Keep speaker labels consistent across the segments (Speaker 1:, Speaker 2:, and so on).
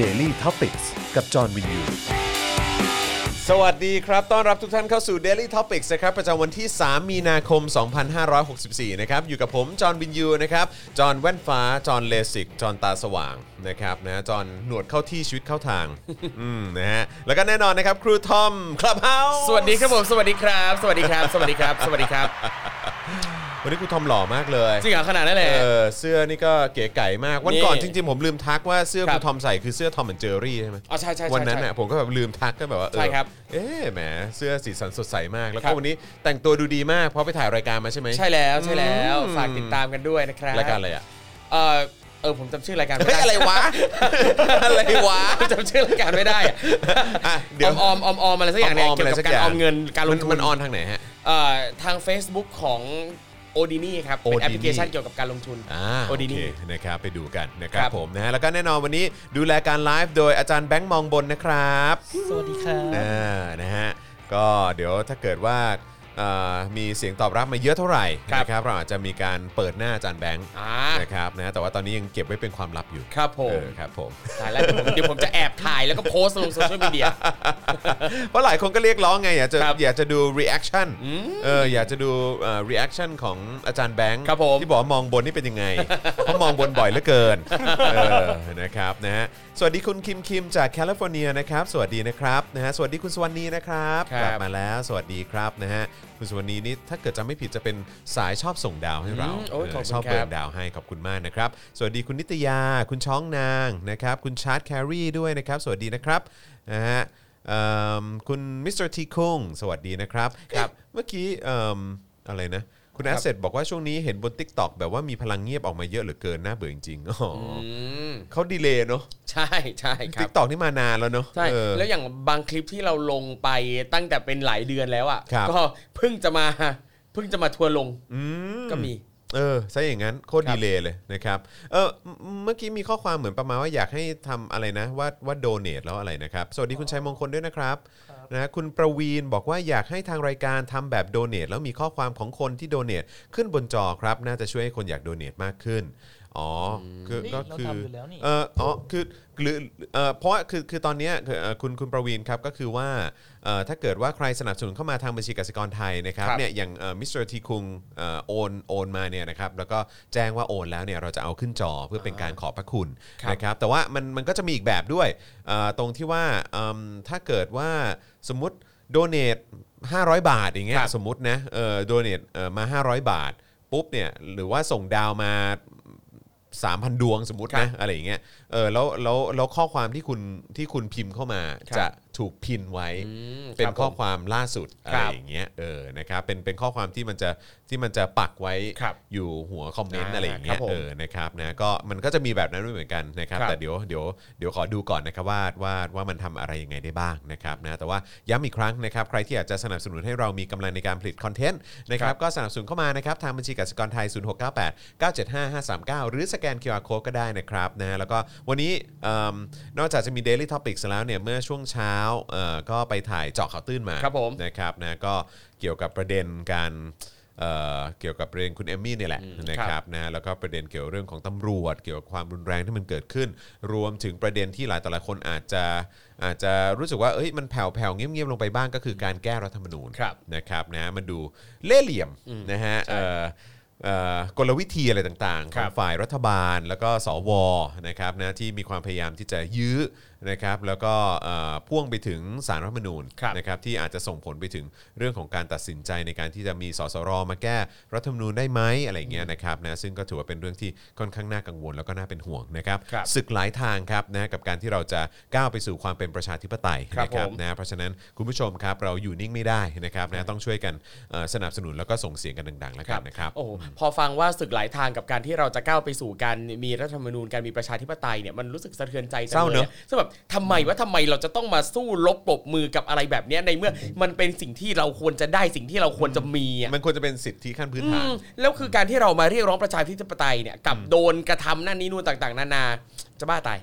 Speaker 1: Daily t o p i c กกับจอห์นวินยู
Speaker 2: สวัสดีครับ ต้อนรับทุกท่านเข้าสู่ Daily Topics นะครับ ประจำวันที่ 3 มีนาคม 2564 นะครับ อยู่กับผม จอห์นบินยูนะครับ จอห์นแว่นฟ้า จอห์นเลสิก จอห์นตาสว่าง นะครับ นะ จอห์นหนวดเข้าที่ชีวิตเข้าทาง อืม นะฮะ แล้วก็แน่นอนนะครับ ครูทอม คลับเฮาส์
Speaker 3: สวัสดีครับผมสวัสดีครับ สวัสดีครับ สวัสดีครับ สวัสดีครับ
Speaker 2: วันนี้ครูทอมหล่อมากเลย
Speaker 3: จริงเหรอขนาดนั้นเลย
Speaker 2: เออเสื้อนี่ก็เก๋ไก่มาก วันก่อน
Speaker 3: นี่
Speaker 2: จริงๆ ผมลืมทักว่าเสื้อค
Speaker 3: ครั
Speaker 2: รู
Speaker 3: บ
Speaker 2: ทอมใส่คือเสื้อทอมแอนเจอรี่ใช่ไหม
Speaker 3: อ๋อใช่ใช่ใช่
Speaker 2: วันนั้น
Speaker 3: ใช่
Speaker 2: น่ะผมก็แบบลืมทักก็แบบว่าเออ
Speaker 3: ใช่ครับ
Speaker 2: เอ๊ะแหมเสื้อสีสันสดใสมาก แล้ว
Speaker 3: ครั
Speaker 2: ก็
Speaker 3: บ
Speaker 2: วันนี้แต่งตัวดูดีมากเพราะไปถ่ายรายการมาใช่ไหม
Speaker 3: ใช่แล้วใช่แล้ว
Speaker 2: อืม
Speaker 3: ฝากติดตามกันด้วยนะครับ
Speaker 2: รายการอะไรอ่ะ
Speaker 3: เออเออผมจำชื่อรายการไม่
Speaker 2: เฮ้ย
Speaker 3: ได้
Speaker 2: อะไร วะ อะไรวะ
Speaker 3: จำชื่อรายการไม่ได้อะ
Speaker 2: อ่ะเดี๋ยว
Speaker 3: ออมออมออมอะไรสักอย่างเนี่ย
Speaker 2: ออมๆ
Speaker 3: เกี่ยว
Speaker 2: อะไรสั
Speaker 3: กับ
Speaker 2: ก
Speaker 3: การ
Speaker 2: อย่าง
Speaker 3: ออมเงินการล
Speaker 2: มั
Speaker 3: ง
Speaker 2: น
Speaker 3: ทุ
Speaker 2: มัน นออนทางไหนฮะ
Speaker 3: เอ่อทาง Facebook ของโอดินี่ครับเป็น
Speaker 2: Odini
Speaker 3: แอปพลิเคชันเกี่ยวกับการลงทุน
Speaker 2: อ่า
Speaker 3: โอดิ
Speaker 2: โอเค
Speaker 3: นี่
Speaker 2: นะครับไปดูกันนะครับ
Speaker 3: ครับ
Speaker 2: ผมนะฮะแล้วก็แน่นอนวันนี้ดูแลการไลฟ์โดยอาจารย์แบงค์มองบนนะครับ
Speaker 4: สวัสดีครับ
Speaker 2: อ่านะฮะก็เดี๋ยวถ้าเกิดว่าเอ่อมีเสียงตอบรับมาเยอะเท่าไหร่นะครับเราอาจจะมีการเปิดหน้าอาจารย์แบงค์
Speaker 3: อ่า
Speaker 2: นะครับนะแต่ว่าตอนนี้ยังเก็บไว้เป็นความลับอยู่
Speaker 3: ครับผ
Speaker 2: เอ
Speaker 3: ม
Speaker 2: อครับผม
Speaker 3: ถ่ายแล้วเดี๋ยวผมเดี๋ยวผมจะแอบถ่ายแล้วก็โพสต์ลงโซเชียลมีเดีย
Speaker 2: เพราะหลายคนก็เรียกร้องไง อยากจะ
Speaker 3: ครับ
Speaker 2: อยากจะดู reaction เอออยากจะดูเอ่อ reaction ของอาจารย์แบงค์
Speaker 3: ครับผม
Speaker 2: ที่บอกว่ามองบนนี่เป็นยังไง เพราะมองบนบ่อยเหลือเกินเออนะครับนะฮะสวัสดีคุณคิมคิมจากแคลิฟอร์เนียนะครับ สวัสดีนะครับนะฮะสวัสดีคุณสวรรณีนะครับ
Speaker 3: ครับ
Speaker 2: กลัมาแล้วสวัสดีครับนะฮะคุณสวรรณีนี่ถ้าเกิดจำไม่ผิดจะเป็นสายชอบส่งดาวให้เรา
Speaker 3: อืมโอ้ยขอบคุณ
Speaker 2: เชอบเบิ
Speaker 3: ครั
Speaker 2: ร์น
Speaker 3: บ
Speaker 2: ดาวให้ขอบคุณมากนะครับ สวัสดีคุณนิตยา คุณช้องนางนะครับ คุณชาร์ตแครีด้วยนะครับ สวัสดีนะครับนะฮะเอิ่มคุณมิสเตอร์ทีคงสวัสดีนะครับ
Speaker 3: ครับ
Speaker 2: เอ๊ะเมื่อกี้เอิ่มอะไรนะ คุณแอสเซทบอกว่าช่วงนี้เห็นบน Tik t o อกแบบว่ามีพลังเงียบออกมาเยอะเหลือเกินน่าเบื่อจริงๆอ๋ออ
Speaker 3: อืม
Speaker 2: เขาดีเลย์เนาะ
Speaker 3: ใช่ใช่ครั
Speaker 2: ทิ
Speaker 3: บ
Speaker 2: กตอกนี่มานานแล้วเนาะ
Speaker 3: ใช่
Speaker 2: เออ
Speaker 3: แล้วอย่างบางคลิปที่เราลงไปตั้งแต่เป็นหลายเดือนแล้วอ่ะ
Speaker 2: ครับ
Speaker 3: ก็เพิ่งจะมาเพิ่งจะมาทัวร์ลง
Speaker 2: อืม
Speaker 3: ก็มี
Speaker 2: เออใช่อย่างนั้นโคตร
Speaker 3: ครั
Speaker 2: ดี
Speaker 3: บ
Speaker 2: เลย์เลยนะครับเออเมื่อเมื่อกี้มีข้อความเหมือนประมาณว่าอยากให้ทำอะไรนะว่าว่าโดเนทแล้วอะไรนะครับ สวัสดีคุณชัยมงคลด้วยนะครับนะคุณประวีนบอกว่าอยากให้ทางรายการทำแบบโดเนทแล้วมีข้อความของคนที่โดเนทขึ้นบนจอครับ น่าจะช่วยให้คนอยากโดเนทมากขึ้นอ๋อคือ
Speaker 4: นี่
Speaker 2: ก็
Speaker 4: เรา
Speaker 2: คือ
Speaker 4: ทำอยู่แล้วนี่
Speaker 2: เอออ๋อคือหรือเออเพราะว่าคือคือตอนเนี้ยคือเอ่อคุณคุณประวีนครับก็คือว่าเอ่อถ้าเกิดว่าใครสนับสนุนเข้ามาทางบัญชีกสิกรไทยนะครับ
Speaker 3: ครับ
Speaker 2: เนี่ยอย่างมิสเตอร์ทีคุงเอ่อโอนโอนมาเนี่ยนะครับแล้วก็แจ้งว่าโอนแล้วเนี่ยเราจะเอาขึ้นจอเพื่อเป็นการขอบพระคุณนะครับแต่ว่ามันมันก็จะมีอีกแบบด้วยเอ่อตรงที่ว่าเอิ่มถ้าเกิดว่าสมมติโดเนท500 บาทอย่างเงี้ยสมมตินะเออโดเนทมา 500 บาทปุ๊บเนี่ยหรือว่าส่งดาวมา 3,000 ดวงสมมตินะอะไรอย่างเงี้ยเออแล้วแล้วแล้วข้อความที่คุณที่คุณพิมพ์เข้ามา
Speaker 3: ครับ
Speaker 2: จะถูกพินไว้
Speaker 3: อืม
Speaker 2: เป็น
Speaker 3: ครับผม
Speaker 2: ข้อความล่าสุดอะ
Speaker 3: ค
Speaker 2: ไร
Speaker 3: รับ
Speaker 2: อย่างเงี้ยเออนะครับเป็นเป็นข้อความที่มันจะที่มันจะปักไว้
Speaker 3: ครับ
Speaker 2: อยู่หัวคอมเมนต์
Speaker 3: อ่า
Speaker 2: อะไรอย่างเงี้
Speaker 3: ค
Speaker 2: ย
Speaker 3: รับผม
Speaker 2: เออนะครับนะก็มันก็จะมีแบบนั้นด้วยเหมือนกันนะครับ
Speaker 3: ครับ
Speaker 2: แต่เดี๋ยวเดี๋ยวเดี๋ยวขอดูก่อนนะครับว่าว่าว่ามันทำอะไรยังไงได้บ้างนะครับนะแต่ว่าย้ำอีกครั้งนะครับใครที่อยากจะสนับสนุนให้เรามีกำลังในการผลิตคอนเทนต์นะครับก็สนับสนุนเข้ามานะครับทางบัญชีกสิกรไทย 0698 975 539 หรือสแกน QR Code ก็ได้นะครับนะแล้วก็วันนี้เอิ่มนอกจากจะมี Daily Topics แล้วเนี่ยเมื่อช่วงเช้าเอ่อก็ไปถ่ายเจาะข่าวตื้นมา
Speaker 3: ครับผม
Speaker 2: นะครับนะก็เกี่ยวกับประเด็นการเอ่อเกี่ยวกับประเด็นคุณเอมมี่เนี่ยแหละนะค
Speaker 3: ครั
Speaker 2: รับบ นะแล้วก็ประเด็นเกี่ยวเรื่องของตำรวจ เกี่ยวกับความรุนแรงที่มันเกิดขึ้น รวมถึงประเด็นที่หลายต่อหลายคนอาจจะอาจจะรู้สึกว่าเอ้ยมันแผ่วๆเงียบๆลงไปบ้างก็คือการแก้รัฐธรรมนูญ
Speaker 3: ครับ
Speaker 2: นะครับนะมันดูเล่ห์เหลี่ยมนะฮะเอ่อเอ่อกลวิธีอะไรต่างๆข
Speaker 3: ครั
Speaker 2: อง
Speaker 3: บ
Speaker 2: ฝ่ายรัฐบาลแล้วก็สวนะครับนะที่มีความพยายามที่จะยื้อนะครับแล้วก็เอ่อพ่วงไปถึงสารรัฐธรรมนูญ
Speaker 3: ครับ
Speaker 2: นะครับที่อาจจะส่งผลไปถึงเรื่องของการตัดสินใจในการที่จะมีสสรมาแก้รัฐธรรมนูญได้ไหมอะไรอย่างเงี้ยนะครับนะซึ่งก็ถือว่าเป็นเรื่องที่ค่อนข้างน่ากังวลแล้วก็น่าเป็นห่วงนะครับ
Speaker 3: ครับ
Speaker 2: ศึกหลายทางครับนะกับการที่เราจะก้าวไปสู่ความเป็นประชาธิปไตย
Speaker 3: ครับ
Speaker 2: นะครั
Speaker 3: ผม
Speaker 2: นะ นะเพราะฉะนั้นคุณผู้ชมครับเราอยู่นิ่งไม่ได้นะครับนะต้องช่วยกันเอ่อสนับสนุนแล้วก็ส่งเสียงกันดังๆแล้วกันนะครับ
Speaker 3: โอ้โหพอฟังว่าศึกหลายทางกับการที่เราจะก้าวไปสู่การมีรัฐธรรมนูญการมีประชาธิปไตยเนี่ยมันรู้สึกสะเทือนใจจัง
Speaker 2: เศร้า
Speaker 3: เล
Speaker 2: เน
Speaker 3: ย
Speaker 2: อะ
Speaker 3: ซึ่งแบบทำไมว่าทำไมเราจะต้องมาสู้รบปรบมือกับอะไรแบบเนี้ยในเมื่อมันเป็นสิ่งที่เราควรจะได้สิ่งที่เราควรจะมีอะ
Speaker 2: มันควรจะเป็นสิทธิขั้นพื้นฐาน
Speaker 3: อืมแล้วคือการที่เรามาเรียกร้องประชาธิปไตยเนี่ยกลับโดนกระทำนั่นนี่นู่นต่างๆ นานาจะบ้าตาย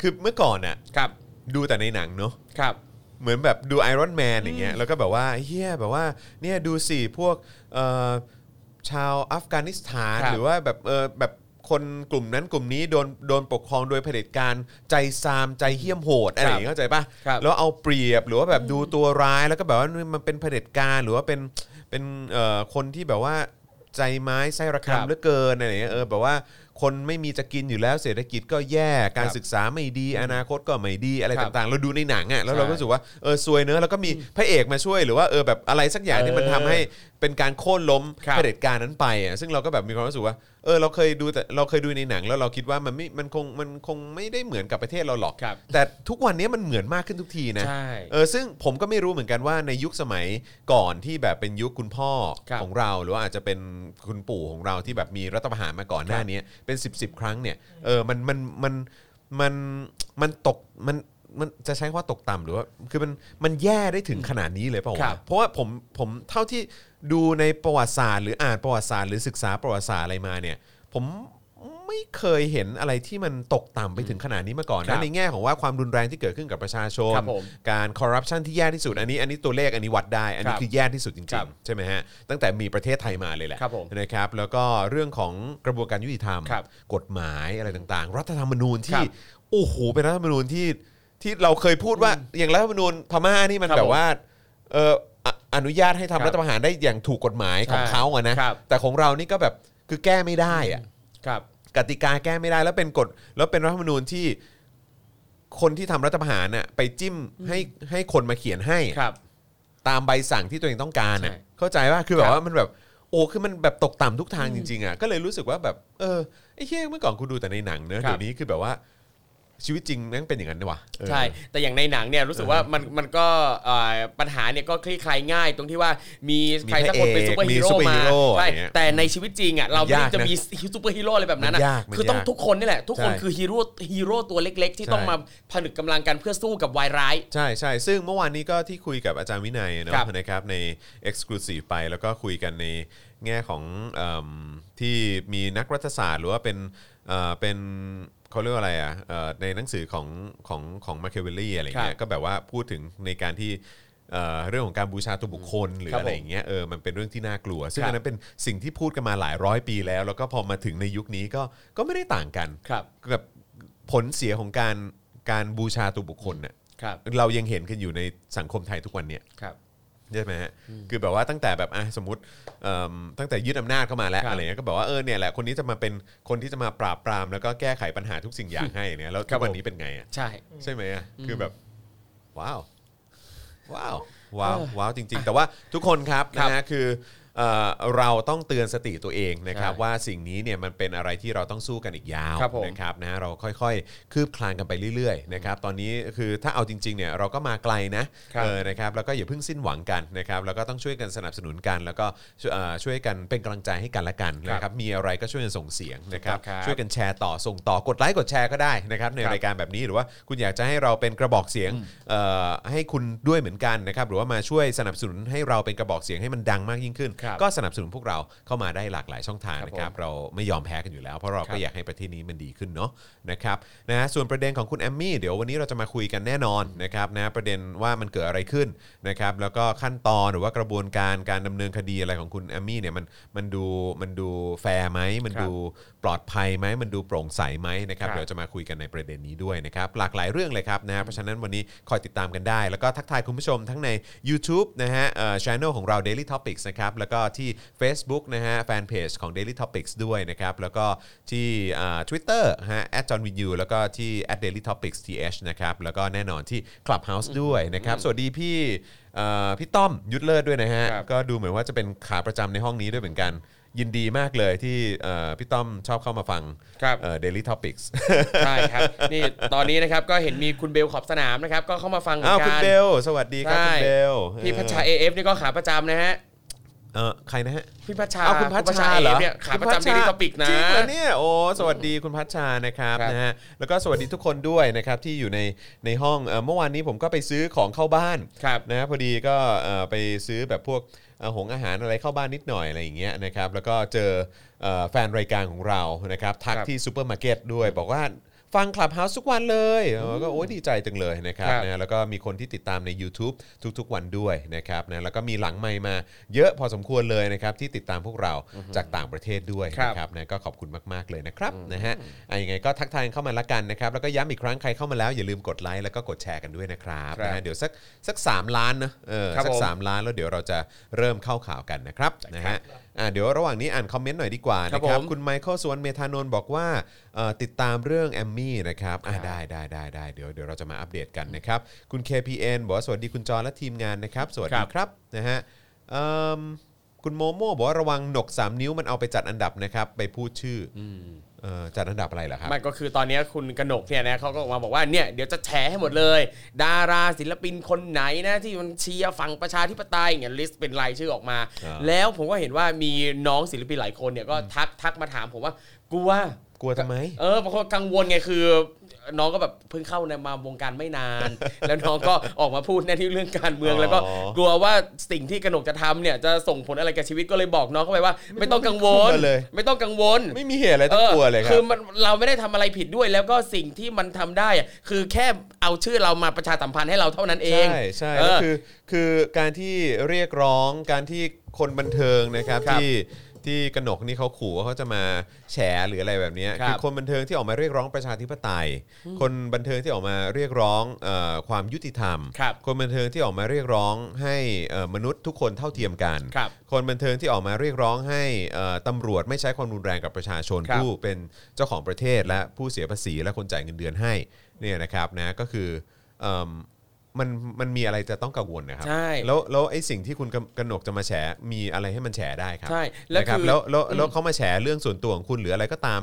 Speaker 2: คือเมื่อก่อนน่ะ
Speaker 3: ครับ
Speaker 2: ดูแต่ในหนังเนาะ
Speaker 3: ครับ
Speaker 2: เหมือนแบบดูไอรอนแมนอย่างเงี้ยแล้วก็แบบว่าเฮียแบบว่าเนี่ยดูสิพวกเอ่อชาวอัฟกานิสถาน
Speaker 3: ครับ
Speaker 2: หรือว่าแบบเออแบบ คนกลุ่มนั้นกลุ่มนี้โดนโดนปกครองโดยเผด็จการใจซามใจเหี้ยมโหดอะไรอย่างเงี้ยเข้าใจปะ
Speaker 3: ครับ
Speaker 2: แล้วเอาเปรียบหรือว่าแบบดูตัวร้ายแล้วก็แบบว่ามันเป็นเผด็จการหรือว่าเป็นเป็นเอ่อคนที่แบบว่าใจไม้ไส้ระ
Speaker 3: ครับ
Speaker 2: คำเหลือเกินอะไรอย่างเงี้ยเออแบบว่าคนไม่มีจะกินอยู่แล้วเศรษฐกิจก็แย่การ
Speaker 3: ครับ
Speaker 2: ศึกษาไม่ดี อนาคตก็ไม่ดีอะไร
Speaker 3: ครับ
Speaker 2: ต่างๆ เราดูในหนังอ่ะแล้วเราก็รู้สึกว่าเออซวยเนอะแล้วก็มีพระเอกมาช่วยหรือว่าเออแบบอะไรสักอย่างที่มันทำให้ เป็นการโค่นล้ม
Speaker 3: ครับ
Speaker 2: เผด็จการนั้นไปอ่ะซึ่งเราก็แบบมีความรู้สึกว่าเออเราเคยดูแต่เราเคยดูในหนังแล้วเราคิดว่ามันไม่มันคงมันคงไม่ได้เหมือนกับประเทศเราหรอก
Speaker 3: ครับ
Speaker 2: แต่ทุกวันนี้มันเหมือนมากขึ้นทุกทีนะ
Speaker 3: ใช่
Speaker 2: เออซึ่งผมก็ไม่รู้เหมือนกันว่าในยุคสมัยก่อนที่แบบเป็นยุคคุณพ่อ
Speaker 3: ครับ
Speaker 2: ของเราหรือว่าอาจจะเป็นคุณปู่ของเราที่แบบมีรัฐประหารมาก่อนหน้านี้เป็น 10บสครั้งเนี่ยเออมันมันมันมันมันตกมันมันจะใช้คำว่าตกต่ำหรือว่าคือมันมันแย่ได้ถึงขนาดนี้เลยเปล่า
Speaker 3: ครั
Speaker 2: วะ
Speaker 3: บ
Speaker 2: เพราะว่าผมผมเท่าที่ดูในประวัติศาสตร์ หรืออ่านประวัติศาสตร์หรือศึกษาประวัติศาสตร์อะไรมาเนี่ย ผมไม่เคยเห็นอะไรที่มันตกต่ำไปถึงขนาดนี้มาก่อน
Speaker 3: ครั
Speaker 2: นะ
Speaker 3: บ
Speaker 2: ในแง่ของว่าความรุนแรงที่เกิดขึ้นกับประชาชน
Speaker 3: ครับผม
Speaker 2: การคอร์รัปชันที่แย่ที่สุดอันนี้อันนี้ตัวเลขอันนี้วัดได้ อันนี้
Speaker 3: ครับ
Speaker 2: คือแย่ที่สุดจ
Speaker 3: ค
Speaker 2: ริ
Speaker 3: รั
Speaker 2: ง
Speaker 3: บ
Speaker 2: ๆ ใช่ไหมฮะ ตั้งแต่มีประเทศไทยมาเลยแหละ
Speaker 3: ครับผม
Speaker 2: นะครับแล้วก็เรื่องของกระบวนการยุติธรรม
Speaker 3: ครับ
Speaker 2: กฎหมายอะไรต่างๆ รัฐธรรมนูญ
Speaker 3: ครั
Speaker 2: ที่
Speaker 3: บ
Speaker 2: โอ้โหเป็นรัฐธรรมนูญที่ที่เราเคยพูดว่าอย่างรัฐธรรมนูญพม่านี่มัน
Speaker 3: ครับ
Speaker 2: แบ
Speaker 3: ผ
Speaker 2: บ
Speaker 3: ม
Speaker 2: ว่า เอ่ออ่ะอนุญาตให้
Speaker 3: ครั
Speaker 2: ทำ
Speaker 3: บ
Speaker 2: รัฐประหารได้อย่างถูกกฎหมายของ
Speaker 3: ใช่
Speaker 2: เขาอะนะครับ แต่ของเรานี่ก็แบบคือแก้ไม่ได้อะ
Speaker 3: ครับ
Speaker 2: กติกาแก้ไม่ได้แล้วเป็นกฎแล้วเป็นรัฐธรรมนูญที่คนที่ทำรัฐประหารน่ะไปจิ้มให้ให้คนมาเขียนให้อะ
Speaker 3: ครับ
Speaker 2: ตามใบสั่งที่ตัวเองต้องการน่ะ
Speaker 3: ใช่
Speaker 2: เข้าใจว่าคือแบ
Speaker 3: ครับบ
Speaker 2: ว่ามันแบบโอ้คือมันแบบตกต่ำทุกทางจริงๆอ่ะก็เลยรู้สึกว่าแบบเออไอ้เหี้ยเมื่อก่อนกูดูแต่ในหนังเนอะ
Speaker 3: ครับ
Speaker 2: เดี๋ยวนี้คือแบบว่าชีวิตจริงนั่งเป็นอย่างนั้นดีวะเออ
Speaker 3: ใช่ แต่อย่างในหนังเนี่ยรู้สึกว่ามันมันก็เอ่อปัญหาเนี่ยก็คลี่คลายง่ายตรงที่ว่ามีใครสักคนเป็น
Speaker 2: มี
Speaker 3: ซู
Speaker 2: พ
Speaker 3: เปอ
Speaker 2: ระเอกมีซูเปอร์ฮี
Speaker 3: ร์ฮีโร่มา
Speaker 2: โร่
Speaker 3: ใช่
Speaker 2: อย่างเงี้ย
Speaker 3: แต่ในชีวิตจริงอ่ะเราไม่
Speaker 2: ยาก
Speaker 3: ได้
Speaker 2: นะ
Speaker 3: จะมี ซูเปอร์ฮีโโร่อะไรแบบนั้นอ่ะ
Speaker 2: มันยากมัน
Speaker 3: คือต้อง
Speaker 2: ยาก
Speaker 3: ทุกคนนี่แหละ ทุกคน
Speaker 2: ใช่
Speaker 3: คือฮีโร่ฮีโร่ตัวเล็ก ๆ ที่
Speaker 2: ใช่
Speaker 3: ต้องมาผนึกกำลังกันเพื่อสู้กับวายร้าย
Speaker 2: ใช่ใช่ซึ่งเมื่อวานนี้ก็ที่คุยกับอาจารย์วินัยเน
Speaker 3: ครับ
Speaker 2: อะนะครับใน Exclusive ไปแล้วก็คุยกันในแง่ของเอมที่มีนักรัฐศาสตร์ หรือว่าเป็นเอ่อเป็นเขาเรียกว่าอะไรอ่ะเอ่อในหนังสือของของของมาเคเวลลี่อะไรเงี้
Speaker 3: ครั
Speaker 2: ย
Speaker 3: บ
Speaker 2: ก็แบบว่าพูดถึงในการที่เอ่อเรื่องของการบูชาตัวบุคคลหรือ
Speaker 3: ครับ
Speaker 2: อะไรอย่างเงี้ยเออมันเป็นเรื่องที่น่ากลัว ซึ่ง
Speaker 3: ครับ
Speaker 2: อันนั้นเป็นสิ่งที่พูดกันมาหลายร้อยปีแล้ว แล้วก็พอมาถึงในยุคนี้ก็ก็ไม่ได้ต่างกัน
Speaker 3: ครับ
Speaker 2: กับผลเสียของการการบูชาตัวบุคคลน่ะ
Speaker 3: ครับ
Speaker 2: เรายังเห็นกันอยู่ในสังคมไทยทุกวันเนี่ย
Speaker 3: ครับ
Speaker 2: ใช่ไหมฮะคือแบบว่าตั้งแต่แบบอ่ะสมมติเอิ่มตั้งแต่ยึดอำนาจเข้ามาแล้ว
Speaker 3: ครับ
Speaker 2: อะไรเงี้ยก็บอกว่าเออเนี่ยแหละคนนี้จะมาเป็นคนที่จะมาปราบปรามแล้วก็แก้ไขปัญหาทุกสิ่งอย่างให้เนี่ยแล้ว
Speaker 3: ครั
Speaker 2: ทุก
Speaker 3: บผม
Speaker 2: วันนี้เป็นไงอ่ะ
Speaker 3: ใช่
Speaker 2: ใช่ไหมอ่ะคือแบบว้าวว้าวว้าวว้าวจริง ๆ แต่ว่าทุกคนครับ
Speaker 3: ครั
Speaker 2: นะ
Speaker 3: บ
Speaker 2: ฮะคือเอ่อเราต้องเตือนสติตัวเองนะครับ
Speaker 3: ใช่
Speaker 2: ว่าสิ่งนี้เนี่ยมันเป็นอะไรที่เราต้องสู้กันอีกยาว
Speaker 3: ครับผม
Speaker 2: นะ นะครับนะเราค่อยๆ คืบคลานกันไปเรื่อยๆนะครับตอนนี้คือถ้าเอาจริงๆเนี่ยเราก็มาไกลนะครับ เออนะครับแล้วก็อย่าเพิ่งสิ้นหวังกันนะครับแล้วก็ต้องช่วยกันสนับสนุนกัน แล้วก็ช่วยเอ่อช่วยกันเป็นกำลังใจให้กันละกัน
Speaker 3: ครับ
Speaker 2: นะครับมีอะไรก็ช่วยกันส่งเสียงนะครับ
Speaker 3: ถูกต้องครับ
Speaker 2: ช่วยกันแชร์ต่อส่งต่อกดไลค์กดแชร์ก็ได้นะครับใน
Speaker 3: ครับ
Speaker 2: รายการแบบนี้หรือว่าคุณอยากจะให้เราเป็นกระบอกเสียงเอ่อให้คุณด้วยเหมือนกันนะครับหรือว่ามาช่วยสนับสนุนให้เราเป็นกระบอกเสียงให้มันดังมากยิ่งขึ้น
Speaker 3: ครับ
Speaker 2: ก็สนับสนุนพวกเราเข้ามาได้หลากหลายช่องทาง
Speaker 3: ครับ
Speaker 2: นะครับ
Speaker 3: ผม
Speaker 2: เราไม่ยอมแพ้กันอยู่แล้วเพราะเรา
Speaker 3: ครั
Speaker 2: ก็
Speaker 3: บ
Speaker 2: อยากให้ประเทศนี้มันดีขึ้นเนาะนะครับนะฮะส่วนประเด็นของคุณแอมมี่เดี๋ยววันนี้เราจะมาคุยกันแน่นอนนะครับนะประเด็นว่ามันเกิดอะไรขึ้นนะครับแล้วก็ขั้นตอนหรือว่ากระบวนการการดำเนินคดีอะไรของคุณแอมมี่เนี่ยมันมันดูมันดูแฟร์ไหมมัน
Speaker 3: ครับ
Speaker 2: ดูปลอดภัยไหมมันดูโปร่งใสไหมนะครับ
Speaker 3: ครับ
Speaker 2: เดี๋ยวจะมาคุยกันในประเด็นนี้ด้วยนะครับหลากหลายเรื่องเลยครับนะฮะเพราะฉะนั้นวันนี้คอยติดตามกันได้ แล้วก็ทักทายคุณผู้ชมทั้งใน YouTube นะฮะเอ่อช่องของเรา Daily Topics นะครับแล้วก็ที่ Facebook นะฮะแฟนเพจของ Daily Topics ด้วยนะครับแล้วก็ที่อ่า Twitter ฮะ @johnwinu แล้วก็ที่ @dailytopicsth นะครับแล้วก็แน่นอนที่ Clubhouse ด้วยนะครับสวัสดีพี่เอ่อพี่ต้อมยุทธเลิศด้วยนะฮะ
Speaker 3: ครับ
Speaker 2: ก็ดูเหมือนว่าจะเป็นขาประจำในห้องนี้ด้วยเหมือนกัน ยินดีมากเลยที่เอ่อพี่ต้อมชอบเข้ามาฟัง
Speaker 3: ครับ
Speaker 2: เดลิทอพิกส์
Speaker 3: ใช่ ครับนี่ตอนนี้นะครับก็เห็นมีคุณเบลขอบสนามนะครับก็เข้ามาฟังเหมือ
Speaker 2: อ้าวน คุณ
Speaker 3: กัน
Speaker 2: เบลสวัสดีครับ
Speaker 3: ใช่
Speaker 2: คุณเบล
Speaker 3: พี่พัชชา
Speaker 2: เออ
Speaker 3: AF นี่ก็ขาประจำนะฮะ
Speaker 2: เออใครนะฮะ
Speaker 3: พี่พัชชา
Speaker 2: เอาคุณพัชชาเหรอ
Speaker 3: เนี่ยขาประ
Speaker 2: คุณช
Speaker 3: จำที่ดิจิทัลปิกนะ
Speaker 2: จริงเหรอเนี่ยโอ้สวัสดีคุณพัชชานะครับ
Speaker 3: ครับ
Speaker 2: นะฮะแล้วก็สวัสดีทุกคนด้วยนะครับที่อยู่ในในห้องเอ่อเมื่อวานนี้ผมก็ไปซื้อของเข้าบ้าน
Speaker 3: ครับ
Speaker 2: นะฮะพอดีก็เอ่อไปซื้อแบบพวกเอ่อหงอาหารอะไรเข้าบ้านนิดหน่อยอะไรอย่างเงี้ยนะครับแล้วก็เจอเอ่อแฟนรายการของเรานะครับทัก
Speaker 3: ครับ
Speaker 2: ที่ซูเปอร์มาร์เก็ตด้วยบอกว่า ฟังคลับเฮาส์ทุกวันเลยเออก็โอ้ยดีใจจังเลยนะครับ
Speaker 3: ครับ
Speaker 2: นะแล้วก็มีคนที่ติดตามใน YouTube ทุกๆวันด้วยนะครับนะแล้วก็มีหลังไมค์มาเยอะพอสมควรเลยนะครับที่ติดตามพวกเราจากต่างประเทศด้วย
Speaker 3: ครับ
Speaker 2: นะครับนะก็ขอบคุณมากๆเลยนะครับนะฮะอ่ะยังไงก็ทักทายเข้ามาละกันนะครับแล้วก็ย้ำอีกครั้งใครเข้ามาแล้วอย่าลืมกดไลค์แล้วก็กดแชร์กันด้วยนะครับ
Speaker 3: ครับ
Speaker 2: นะฮะเดี๋ยวสักสักสามล้านนะเออ
Speaker 3: ครับ
Speaker 2: สั
Speaker 3: ผ
Speaker 2: ก
Speaker 3: ม
Speaker 2: สาม 3ล้านแล้วเดี๋ยวเราจะเริ่มเข้าข่าวกันนะครับนะฮะอ่าเดี๋ยวระหว่างนี้อ่านคอมเมนต์หน่อยดีกว่านะค
Speaker 3: ครั
Speaker 2: รับบ
Speaker 3: ผม
Speaker 2: คุณไมเคิลสวนเมธานนท์บอกว่าเอ่อติดตามเรื่องแอมมี่นะครับอ่า
Speaker 3: ครับ
Speaker 2: ได้ได้ได้ได้เดี๋ยวเดี๋ยวเราจะมาอัปเดตกันนะครับคุณ KPN บอกว่าสวัสดีคุณจอและทีมงานนะครับ สวัสดี
Speaker 3: ครับ
Speaker 2: ครับนะฮะเอิ่มคุณโมโม่บอกว่าระวังหนก 3 นิ้วมันเอาไปจัดอันดับนะครับไปพูดชื่ออเอ่อจัดอันดับอะไรเหรอครับ
Speaker 3: ันก็คือตอนเนี้ยคุณกนกเนี่ยนะเขาก็ออกมาบอกว่าเนี่ยเดี๋ยวจะแฉให้หมดเลย ดาราศิลปินคนไหนนะที่มันเชียร์ฝั่งประชาธิปไตยเนี่ยลิสต์เป็นรายชื่อออกมา
Speaker 2: อ่า
Speaker 3: แล้วผมก็เห็นว่ามีน้องศิลปินหลายคนเนี่ยก็ทักทักมาถามผมว่ากลัว
Speaker 2: กลัวทำไม
Speaker 3: เออบางคนกังวลไงคือ น้องก็แบบเพิ่งเข้าในมาวงการไม่นาน แล้วน้องก็ออกมาพูดในที่เรื่องการเมือง
Speaker 2: อ๋อ
Speaker 3: แล้วก็กลัวว่าสิ่งที่กนกจะทำเนี่ยจะส่งผลอะไรกับชีวิตก็เลยบอกน้องเข้าไปว่า ไม่ต้องกังวล ไม่ต้องกังวล
Speaker 2: ไม่มีเหตุอะไรต้องกลัวเลยค
Speaker 3: คื
Speaker 2: รั
Speaker 3: อบ มันเราไม่ได้ทำอะไรผิดด้วย แล้วก็สิ่งที่มันทำได้อะคือแค่เอาชื่อเรามาประชาสัมพันธ์ให้เราเท่านั้นเอง
Speaker 2: ใช่ใช่
Speaker 3: เอ
Speaker 2: แล้ว
Speaker 3: อ
Speaker 2: คือคือการที่เรียกร้องการที่คนบันเทิงนะครับ
Speaker 3: ครับ
Speaker 2: ที่ที่กนกนี่เขาขู่ว่าเขาจะมาแฉหรืออะไรแบบเนี้ย
Speaker 3: ครับ
Speaker 2: คือคนบันเทิงที่ออกมาเรียกร้องประชาธิปไตย คนบันเทิงที่ออกมาเรียกร้องเออความยุติธรรม
Speaker 3: ครับ
Speaker 2: คนบันเทิงที่ออกมาเรียกร้องให้เอ่อมนุษย์ทุกคนเท่าเทียมกัน
Speaker 3: ครับ
Speaker 2: คนบันเทิงที่ออกมาเรียกร้องให้เอ่อตำรวจไม่ใช้ความรุนแรงกับประชาชน
Speaker 3: ครับ
Speaker 2: ผู้เป็นเจ้าของประเทศและผู้เสียภาษีและคนจ่ายเงินเดือนให้เนี่ยนะครับนะก็คือเอิ่ม มันมันมีอะไรจะต้องกังวลนะครับ
Speaker 3: ใช่
Speaker 2: แล้วแล้วไอ้สิ่งที่คุณกำกนกจะมาแฉมีอะไรให้มันแฉได้ครับ
Speaker 3: ใช่
Speaker 2: แล้วครับแล้วแล้วแล้วเขามาแฉเรื่องส่วนตัวของคุณหรืออะไรก็ตาม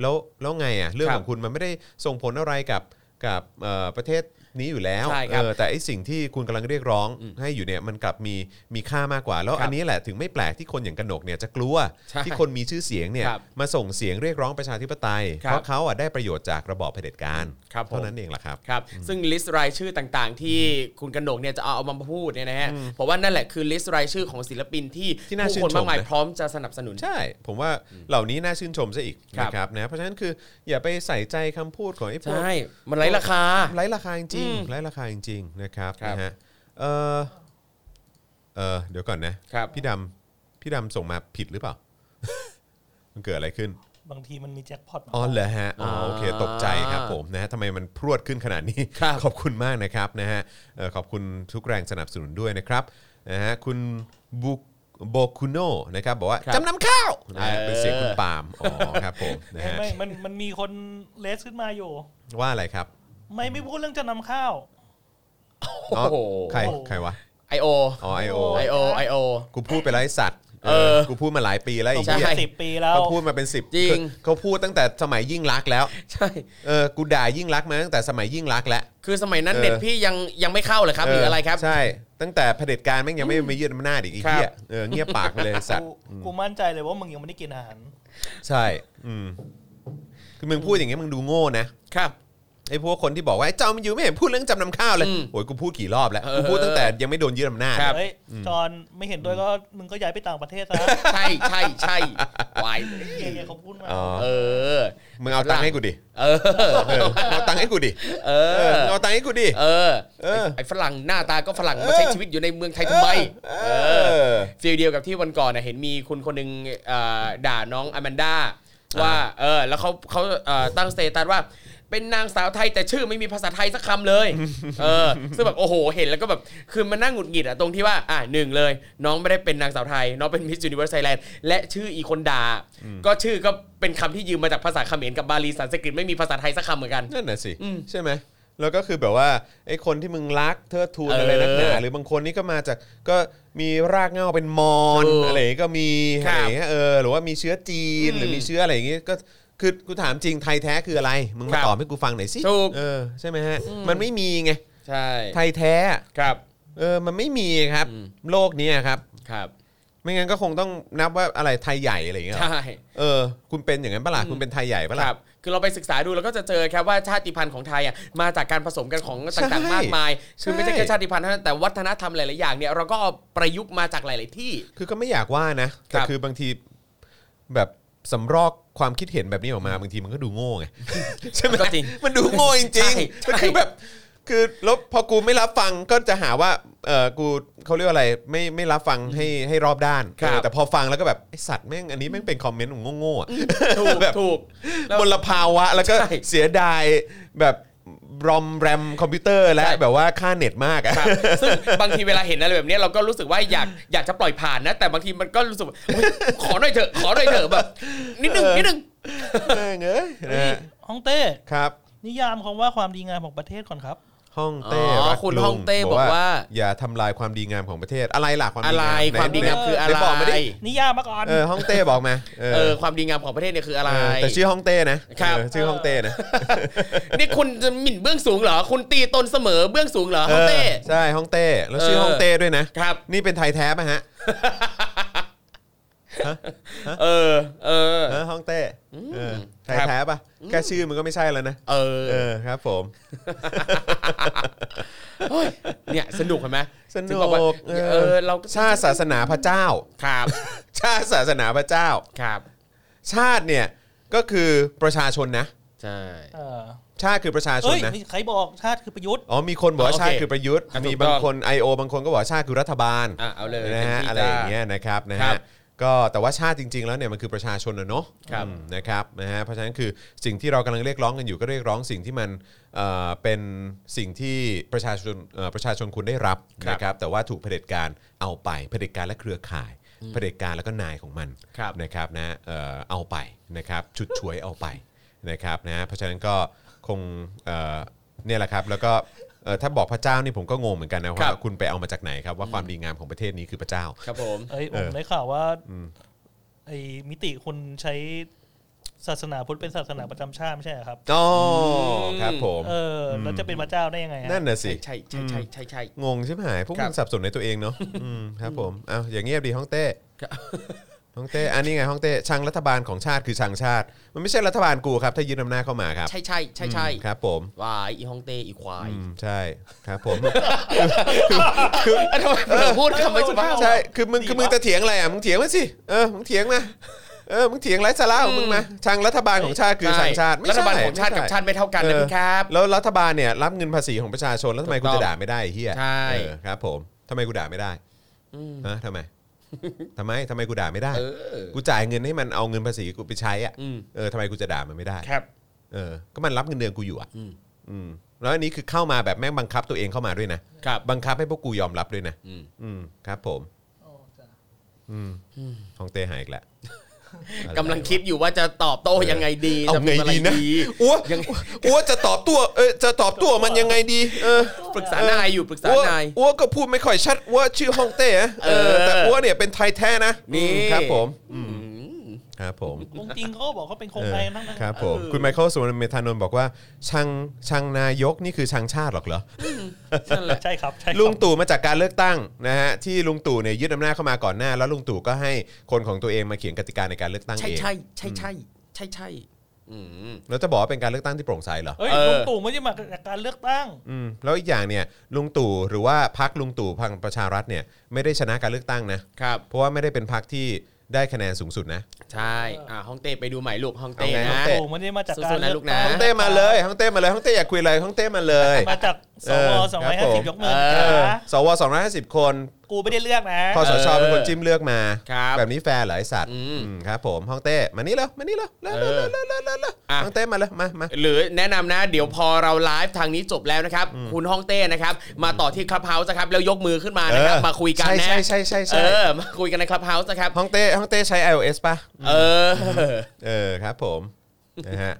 Speaker 2: แล้วแล้วไงอ่ะเรื่อง
Speaker 3: ครั
Speaker 2: ข
Speaker 3: บ
Speaker 2: องคุณมันไม่ได้ส่งผลอะไรกับกับเอ่อประเทศนี้อยู่แล้ว
Speaker 3: ใช่ครับ
Speaker 2: เออแต่ไอ้สิ่งที่คุณกำลังเรียกร้องให้อยู่เนี่ยมันกลับมีมีค่ามากกว่า แล้ว
Speaker 3: ครับ
Speaker 2: อันนี้แหละถึงไม่แปลกที่คนอย่างกนกเนี่ยจะกลัว
Speaker 3: ใช่
Speaker 2: ที่คนมีชื่อเสียงเนี่ย
Speaker 3: ครับ
Speaker 2: มาส่งเสียงเรียกร้องประชาธิปไตย
Speaker 3: ครับ
Speaker 2: เพราะเขาอ่ะได้ประโยชน์จากระบอบเผด็จการ
Speaker 3: ครับผม
Speaker 2: เท่านั้นเองแหละครับ
Speaker 3: ครับซึ่งลิสต์รายชื่อต่างๆ ที่คุณกนกเนี่ยจะเอาเอามาพูดเนี่ยนะฮะเพราะว่านั่นแหละคือลิสต์รายชื่อของศิลปินที่
Speaker 2: ที่น่าชื่
Speaker 3: ผู้
Speaker 2: น
Speaker 3: คนมากมาย
Speaker 2: ชมนะ
Speaker 3: พร้อมจะสนับสนุน
Speaker 2: ใช่ ผมว่าเหล่านี้น่าชื่นชมซะอีก
Speaker 3: ครับ
Speaker 2: นะครับนะเพราะฉะนั้นคืออย่าไปใส่ใจคำพูดของไอ้พวก
Speaker 3: ใช่ มันไร้ราคา
Speaker 2: ไร้ราคาจริง
Speaker 3: อืม
Speaker 2: ๆไร้ราคาจริงๆนะครับ
Speaker 3: ครับ
Speaker 2: นะฮะเออเออเดี๋ยวก่อนนะครับ พี่ดำพี่ดำส่งมาผิดหรือเปล่า มันเกิดอะไรขึ้น
Speaker 4: บางทีมันมีแจ็คพอตมา
Speaker 2: อ๋อเหรอฮะอ๋อโอเคตกใจครับผมนะฮะทำไมมันพรวดขึ้นขนาดนี้
Speaker 3: ครับ
Speaker 2: ขอบคุณมากนะครับนะฮะเอ่อขอบคุณทุกแรงสนับสนุนด้วยนะครับนะฮะคุณบุกโบคุโนนะครับบอกว่า
Speaker 3: ครับ
Speaker 2: จำนำข้าวนะฮะ
Speaker 3: เออ
Speaker 2: เป็นเสียงคุณปาล์มอ๋อครับ ผมนะฮะ
Speaker 4: ไม่ มันมันมีคนเลสขึ้นมาอยู่
Speaker 2: ว่าอะไรครับ
Speaker 4: ไม่ไม่พูดเรื่องจะนำข้าว
Speaker 2: อ๋อ
Speaker 3: โอ้โห
Speaker 2: ใครใครวะ
Speaker 3: ไอโอ
Speaker 2: อ๋อไอโอ
Speaker 4: โอ้
Speaker 3: ไอโอไอโอ
Speaker 2: กูพูดไปแล้วไอ้สัตว์
Speaker 3: เออ
Speaker 2: กูพูดมาหลายปีแล้วไอีก
Speaker 3: ใช่
Speaker 2: เหี้ย
Speaker 4: สิบปีแล้ว
Speaker 2: เขาพูดมาเป็นสิบ
Speaker 3: จริง
Speaker 2: เขาพูดตั้งแต่สมัยยิ่งรักษณ์แล้ว
Speaker 3: ใช่
Speaker 2: เออกูด่ายิ่งรักษณ์มาตั้งแต่สมัยยิ่งรักษณ์แล้ว
Speaker 3: คือสมัยนั้น
Speaker 2: เออ
Speaker 3: เน็ตพี่ยังยังไม่เข้าเลยครับหรืออะไรครับ
Speaker 2: ใช่ ตั้งแต่เผด็จการแม่งยังไม่มายืดอำนาจอีกไอ้
Speaker 3: ครับ
Speaker 2: เหี้ยเออเงียบปากไปเลยไอ้สัต
Speaker 4: กู
Speaker 2: ว์
Speaker 4: กูมั่นใจเลยว่ามึงยังไม่ได้กินอาหาร
Speaker 2: ใช่ อืม คือมึงพูดอย่างเงี้ยมึงดูโง่นะ
Speaker 3: ครับ
Speaker 2: ไอ้พวกคนที่บอกว่าไอ้จอมอยู่ไม่เห็นพูดเรื่องจำนำข้าวเลย
Speaker 3: อืม
Speaker 2: โอ้ยกูพูดกี่รอบแล้ว
Speaker 3: เออ
Speaker 2: กูพูดตั้งแต่ยังไม่โดนยึดอำนาจ
Speaker 3: ครับ
Speaker 4: เฮ้ย จอนไม่เห็นด้วยก็มึงก็ย้ายไปต่างประเทศซะ
Speaker 3: ใช่ใช่ใช่ ไวาย
Speaker 4: เฮียเขาพูดมา
Speaker 2: อ๋อ
Speaker 3: เออ
Speaker 2: มึงเอาตังค์ให้กูดิ
Speaker 3: เออ
Speaker 2: เออเอาตังค์ให้กูดิ
Speaker 3: เอ
Speaker 2: เอ
Speaker 3: อ
Speaker 2: อมึงเอาตังค์ให้กูดิ
Speaker 3: เออ
Speaker 2: เออ
Speaker 3: ไอฝรั่งหน้าตาก็ฝรั่งมาใช้ชีวิตอยู่ในเมืองไทยทำไม
Speaker 2: เอ
Speaker 3: เอ
Speaker 2: อ
Speaker 3: อ ฟีลเดียวกับที่วันก่อนน่ะเห็นมีคุณคนหนึ่งเอ่อด่าน้องอแมนด้าว่าเออแล้วเขาเขาเอ่อตั้งสเตตัสว่าเป็นนางสาวไทยแต่ชื่อไม่มีภาษาไทยสักคำ เลยเออซึ่งแบบโอ้โหเห็นแล้วก็แบบคือมันน่าหงุดหงิดอะตรงที่ว่าอ่ะหนึ่งเลย น้องไม่ได้เป็นนางสาวไทย น้องเป็นมิส s u นิเวอร์สไทยแลนด์และชื่ออีคนด่าก็ชื่อก็เป็นคำที่ยืมมาจากภาษาเขมรกับบาลีสันสกฤตไม่มีภาษาไทยสักคำเหมือนกัน
Speaker 2: นั่นน่ะสิ
Speaker 3: อืม
Speaker 2: ใช่ไหม แล้วก็คือแบบว่าไอ้คนที่มึงรักเทิดทูน
Speaker 3: เอออ
Speaker 2: อะไรนักหนาหรือบางคนนี่ก็มาจากก็มีรากเหง้าเป็นมอญ
Speaker 3: ถูก
Speaker 2: อะไรอย่างงี้ก็มี
Speaker 3: ค
Speaker 2: อะ
Speaker 3: รั
Speaker 2: ไรอ
Speaker 3: บ
Speaker 2: ย่างเงี้ยเออหรือว่ามีเชื้อจีน
Speaker 3: อืม
Speaker 2: หรือมีเชื้ออะไรอย่างงี้ก็คือกูถามจริงไทยแท้คืออะไร มึงมา
Speaker 3: ครับ
Speaker 2: ตอบให้กูฟังหน่อยสิ
Speaker 3: ถูก
Speaker 2: เออใช่ไหมฮะ มันไม่มีไง
Speaker 3: ใช่
Speaker 2: ไทยแท้
Speaker 3: ครับ
Speaker 2: เออมันไม่มีครับ
Speaker 3: อืม
Speaker 2: โลกเนี้ยครับ
Speaker 3: ครับ
Speaker 2: ไม่งั้นก็คงต้องนับว่าอะไรไทยใหญ่อะไรอย่างเงี้ยเหรอ
Speaker 3: ใช่
Speaker 2: เออ คุณเป็นอย่างนั้นปะล่ะคุณเป็นไทยใหญ่ปะ
Speaker 3: ค
Speaker 2: ล่ะ
Speaker 3: รับ คือเราไปศึกษาดูเราก็จะเจอครับว่าชาติพันธุ์ของไทยอ่ะมาจากการผสมกันของ
Speaker 2: ใช่
Speaker 3: ต่างๆ มากมาย คือไม่ใช่
Speaker 2: ใช่
Speaker 3: แค่ชาติพันธุ์เท่านั้นแต่วัฒนธรรมหลายๆอย่างเนี่ยเราก็เอาประ ยุกต์มาจากหลาย ๆที่
Speaker 2: คือก็ไม่อยากว่านะ แต่
Speaker 3: ครับ
Speaker 2: คือบางทีแบบสำรอก ความคิดเห็นแบบนี้ออกมาบางทีมันก็ดูโง่ ไง ใช่ไหม
Speaker 3: ก็จริง
Speaker 2: มันดูโง่จ
Speaker 3: ใช่
Speaker 2: ริงๆ
Speaker 3: ใช่
Speaker 2: มันคือแบบคือแล้วพอกูไม่รับฟังก็จะหาว่าเออกูเขาเรียกว่าอะไรไม่ไม่รับฟังให้ให้รอบด้าน
Speaker 3: ครับ
Speaker 2: เออแต่พอฟังแล้วก็แบบไอสัตว์แม่งอันนี้แม่งเป็นคอมเมนต์ของโง่ๆอะ
Speaker 3: ถูก
Speaker 2: แบบ
Speaker 3: ถูก แล้ว
Speaker 2: มลภาวะแล้วก็
Speaker 3: ใช่
Speaker 2: เสียดายแบบรอมแรมคอมพิวเตอร์และ
Speaker 3: ใช่
Speaker 2: แบบว่าค่าเน็ตมากอะ
Speaker 3: ครับซึ่งบางทีเวลาเห็นอะไรแบบเนี้ยเราก็รู้สึกว่าอยากอยากจะปล่อยผ่านนะ แต่บางทีมันก็รู้สึกว่าโอ๊ยขอหน่อยเถอะขอหน่อยเถอะแบบ นิดนึง
Speaker 2: เออ
Speaker 3: นิดนึง
Speaker 2: แม่งเอ้ยนะฮะ
Speaker 4: ฮ่องเต้
Speaker 2: ครับ
Speaker 4: นิยามคำว่าความดีงามของประเทศก่อนครับ
Speaker 2: ห้องเต้
Speaker 3: อ๋อ
Speaker 2: รัก
Speaker 3: คุณ
Speaker 2: ลุ
Speaker 3: ฮ่องเต้บอกว่า
Speaker 2: อย่าทำลายความดีงามของประเทศอะไรล่ะความดีงาม
Speaker 3: อะไร
Speaker 2: ไหน
Speaker 3: ความดีงามคืออะไร
Speaker 2: หนบอกมาดิ
Speaker 4: นิยามมาก่อน
Speaker 2: เออห้องเต้บอกมาเอ
Speaker 3: เออ
Speaker 2: อ
Speaker 3: ความดีงามของประเทศเนี่ยคืออะไร
Speaker 2: เออแต่ชื่อห้องเต้นะครับ เออชื่อห้องเต้นะ
Speaker 3: นี่คุณจะหมิ่นเบื้องสูงเหรอ คุณตีตนเสมอเบื้องสูง เหรอฮองเต้
Speaker 2: ออใช่ห้องเต้แล้วชื่อ
Speaker 3: เออ
Speaker 2: ห้องเต้ด้วยนะครับ นี่เป็นไทยแท้ป่ะฮะ
Speaker 3: เออ เออ
Speaker 2: เออห้องเต้เออไทย
Speaker 3: ครับ
Speaker 2: แท้ป่ะแค่ชื่อมันก็ไม่ใช่แล้วนะ
Speaker 3: เอ
Speaker 2: เอ
Speaker 3: อ
Speaker 2: อครับผม
Speaker 3: เฮ้ยเนี่ยสนุกเห็นไหม
Speaker 2: สนุก
Speaker 3: ถึงบอกว่า
Speaker 2: เออ
Speaker 3: เออเราก็
Speaker 2: ชาติศาสนาพระเจ้า
Speaker 3: ครับ
Speaker 2: ชาติศาสนาพระเจ้า
Speaker 3: ครับ
Speaker 2: ชาติเนี่ยก็คือประชาชนนะ
Speaker 3: ใช่
Speaker 4: เออ
Speaker 2: ชาติคือประชาชน
Speaker 4: เอ้ย
Speaker 2: นะ
Speaker 4: มีใครบอกชาติคือประยุทธ์
Speaker 2: อ๋อมีคนบอกว่า
Speaker 3: โอเค
Speaker 2: ชาติคือประยุทธ์
Speaker 3: อ่ะถูก
Speaker 2: มีบาง
Speaker 3: ต้อง
Speaker 2: คน IO บางคนก็บอกว่าชาติคือรัฐบาล
Speaker 3: อ่ะเอาเลย
Speaker 2: นะฮะ
Speaker 3: ต็มที่
Speaker 2: อะไรอย่างเงี้
Speaker 3: จ้
Speaker 2: ยนะครับนะ
Speaker 3: ครั
Speaker 2: ฮะ
Speaker 3: บ
Speaker 2: ก็แต่ว่าชาติจริง ๆ แล้วเนี่ยมันคือประชาชนนะเนาะ
Speaker 3: ครับ
Speaker 2: อืมนะครับนะฮะเพราะฉะนั้นคือสิ่งที่เรากำลังเรียกร้องกันอยู่ก็เรียกร้องสิ่งที่มันเอ่อเป็นสิ่งที่ประชาชนเอ่อประชาชนคุณได้รับ
Speaker 3: ครับ
Speaker 2: นะครับแต่ว่าถูกเผด็จการเอาไปเผด็จการและเครือข่ายเผด็จการแล้วก็นายของมัน
Speaker 3: ครับ
Speaker 2: นะครับนะเอ่อเอาไปนะครับชุดช่วยเอาไปนะครับนะเพราะฉะนั้นก็คงเอ่อเนี่ยแหละครับแล้วก็เอ่อถ้าบอกพระเจ้านี่ผมก็งงเหมือนกันนะ
Speaker 3: ครั
Speaker 2: ว่า
Speaker 3: บ
Speaker 2: คุณไปเอามาจากไหนครับว่าความดีงามของประเทศนี้คือพระเจ้า
Speaker 3: ครับผม
Speaker 4: เอ้ย
Speaker 2: เอ
Speaker 4: ผ
Speaker 2: อ
Speaker 4: มได้ข่าวว่าไอ้มิติคุณใช้ศาสนาพุทธเป็นศาสนาประจำชาติไม่ใช่เหรอครับ
Speaker 2: อ๋อ
Speaker 3: ม
Speaker 2: ครับผม
Speaker 4: เออแล้วจะเป็นพระเจ้าได้ยังไงฮะ
Speaker 2: นั่นน่ะสิ
Speaker 3: ใช่ใช่ใช่ใช่ใช่ใช่
Speaker 2: งงใช่ไหมพวก
Speaker 3: ครั
Speaker 2: มึ
Speaker 3: บ
Speaker 2: งสับสนในตัวเองเนาะอืมครับผมอ้าวอย่างเงียบดีห้องเต้
Speaker 3: ครับ
Speaker 2: ห้องเต้อันนี้ไงห้องเต้ชังรัฐบาลของชาติคือชังชาติ มันไม่ใช่รัฐบาลกูครับถ้ายึดอำนาจเข้ามาครับ
Speaker 3: ใช่ใช่ใช่ใช่
Speaker 2: อืมครับผม
Speaker 3: วายอีฮองเต้อีควาย
Speaker 2: อืมใช่ครับผม
Speaker 3: อ่ะทำไมเผลอพูดคำไม่สุภาพ
Speaker 2: ใช่ คือมึง คือมึงจะเถียงอะไรอ่ะ มึงเถียงมาสิ เออ มึงเถียงมา เออ มึงเถียงไร้สาระของมึงมาทางรัฐบาลของชาติคือทางชาติ ไม่
Speaker 3: รั
Speaker 2: ใช่
Speaker 3: ฐบาลของชาติกับ
Speaker 2: ไม่ใ
Speaker 3: ชาติไม่เท่ากันนะ
Speaker 2: เออ
Speaker 3: พี่ครับ
Speaker 2: แล้วรัฐบาลเนี่ยรับเงินภาษีของประชาชน แล้วทำไมกู
Speaker 3: ถูกต้อง
Speaker 2: จะด่าไม่ได้ไอ้เฮีย
Speaker 3: ใช่
Speaker 2: เออครับ ผมทำไมกูด่าไม่ได้ฮะทำไม ทำไมทำไมกูด่าไม่ได้
Speaker 3: เออ
Speaker 2: กูจ่ายเงินให้มันเอาเงินภาษีกูไปใช้อ่ะ
Speaker 3: อืม
Speaker 2: เออทำไมกูจะด่ามันไม่ได้
Speaker 3: ครับ
Speaker 2: เออ ก็มันรับเงินเดือนกูอยู่อ่ะ
Speaker 3: อืม
Speaker 2: อืมแล้วอันนี้คือเข้ามาแบบแม่งบังคับตัวเองเข้ามาด้วยนะ
Speaker 3: ครับ
Speaker 2: บังคับให้พวกกูยอมรับด้วยนะ
Speaker 3: อืม
Speaker 2: อืมครับผม
Speaker 4: อ๋อจ้ะ
Speaker 2: อืมของเต้หายอีกแล้ว
Speaker 3: กำลังคิดอยู่ว่าจะตอบโต้ยังไงดี
Speaker 2: เอาไง
Speaker 3: จทำอะไร
Speaker 2: ดีนะอ้ว
Speaker 3: ยัง
Speaker 2: อ้วจะตอบตัวเออจะตอบตัวมันยังไงดีเออ
Speaker 3: ปรึกษานายอยู่ปรึกษานาย
Speaker 2: อ้วก็พูดไม่ค่อยชัดว่าชื่อฮ่องเต้อะเออ
Speaker 3: เออ
Speaker 2: แต่อ้วเนี่ยเป็นไทยแท้นะ
Speaker 3: นี่
Speaker 2: ครับผม
Speaker 3: อืม
Speaker 2: ครับผม
Speaker 4: องค์จริงเขาก็บอกเขาเป็นคง
Speaker 2: เออ
Speaker 4: ไทยกันทั้งนั้น
Speaker 2: ครับผมคุณไมเคิลสุวรรณเมธานนท์บอกว่าชังชังนายกนี่คือชังชาติหรอกเหรอ
Speaker 3: นั่นแหละ
Speaker 4: ใช่ครับใช่ครับ
Speaker 2: ลุงตู่มาจากการเลือกตั้งนะฮะที่ลุงตู่เนี่ยยึดอำนาจเข้ามาก่อนหน้า แล้วลุงตู่ก็ให้คนของตัวเองมาเขียนกติกาในการเลือกตั้ง
Speaker 3: ใช่
Speaker 2: เอง
Speaker 3: ใช่ใช่ใช่ใช่ใช่อืม
Speaker 2: แล้วจะบอกว่าเป็นการเลือกตั้งที่โปร่งใสเหรอ
Speaker 4: เอ้ย
Speaker 3: เออ
Speaker 4: ลุงตู่ไม่ได้มาจากการเลือกตั้ง
Speaker 2: อืมแล้วอีกอย่างเนี่ยลุงตู่หรือว่าพักลุงตู่พังประชารัฐเนี่ยไม่ได้ชนะการเลือกตั้งนะครับ เพราะว่าไม่ได้เป็นพักที่ได้คะแนนสูงสุดนะ
Speaker 3: ใช่ อ่าฮ่องเต้ไปดูใหม่ลูกฮ่องเต้
Speaker 2: เอาไง
Speaker 3: นะ
Speaker 2: ฮ่องเต้
Speaker 4: ตู่ไม่ได้มาจากการเลือก
Speaker 3: สู้ๆนะ
Speaker 4: ตั้
Speaker 3: ลูกนะ
Speaker 4: ง
Speaker 2: ฮ่องเต้มาเลยฮ่องเต้มาเลยฮ่องเต้อยากคุยอะไรฮ่องเต้มาเลย
Speaker 4: มาจากส
Speaker 2: เอ
Speaker 4: ว
Speaker 2: อ
Speaker 4: สอง
Speaker 2: ครั
Speaker 4: ร้อบ ยห้า
Speaker 2: ผ
Speaker 4: สิ
Speaker 2: ม
Speaker 4: บยกมือ
Speaker 3: เอ
Speaker 4: นะ
Speaker 2: สว250 คน
Speaker 4: กูไม่ได้เลือกนะ
Speaker 2: คอสช
Speaker 3: เออ
Speaker 2: เป็นคนจิ้มเลือกมา
Speaker 3: ครับ
Speaker 2: แบบนี้แฟร์เหรอไอสัตว์
Speaker 3: อืม
Speaker 2: อืมครับผมฮ่องเต้มานี่แล้วมานี่แล้วแล้ว
Speaker 3: เออ
Speaker 2: แล้วแล้วแล้วแล้ว
Speaker 3: อ่ะ
Speaker 2: ฮ่องเต้มาเลยมามา
Speaker 3: หรือแนะนำนะ เดี๋ยวพอเราไลฟ์ทางนี้จบแล้วนะครับ คุณฮ่องเต้นะครับ มาต่อที่คลับเฮาส์นะครับ แล้วยกมือขึ้นมานะครับ
Speaker 2: เออ
Speaker 3: มาคุยกันนะ
Speaker 2: ใช่ใช่ใช่ใช่ใช่
Speaker 3: เออ มาคุยกันในคลับเฮาส์นะครับ
Speaker 2: ฮ่องเต้ฮ่องเต้ใช้ iOS ป่ะ
Speaker 3: เออ
Speaker 2: เออครับผม นะฮะ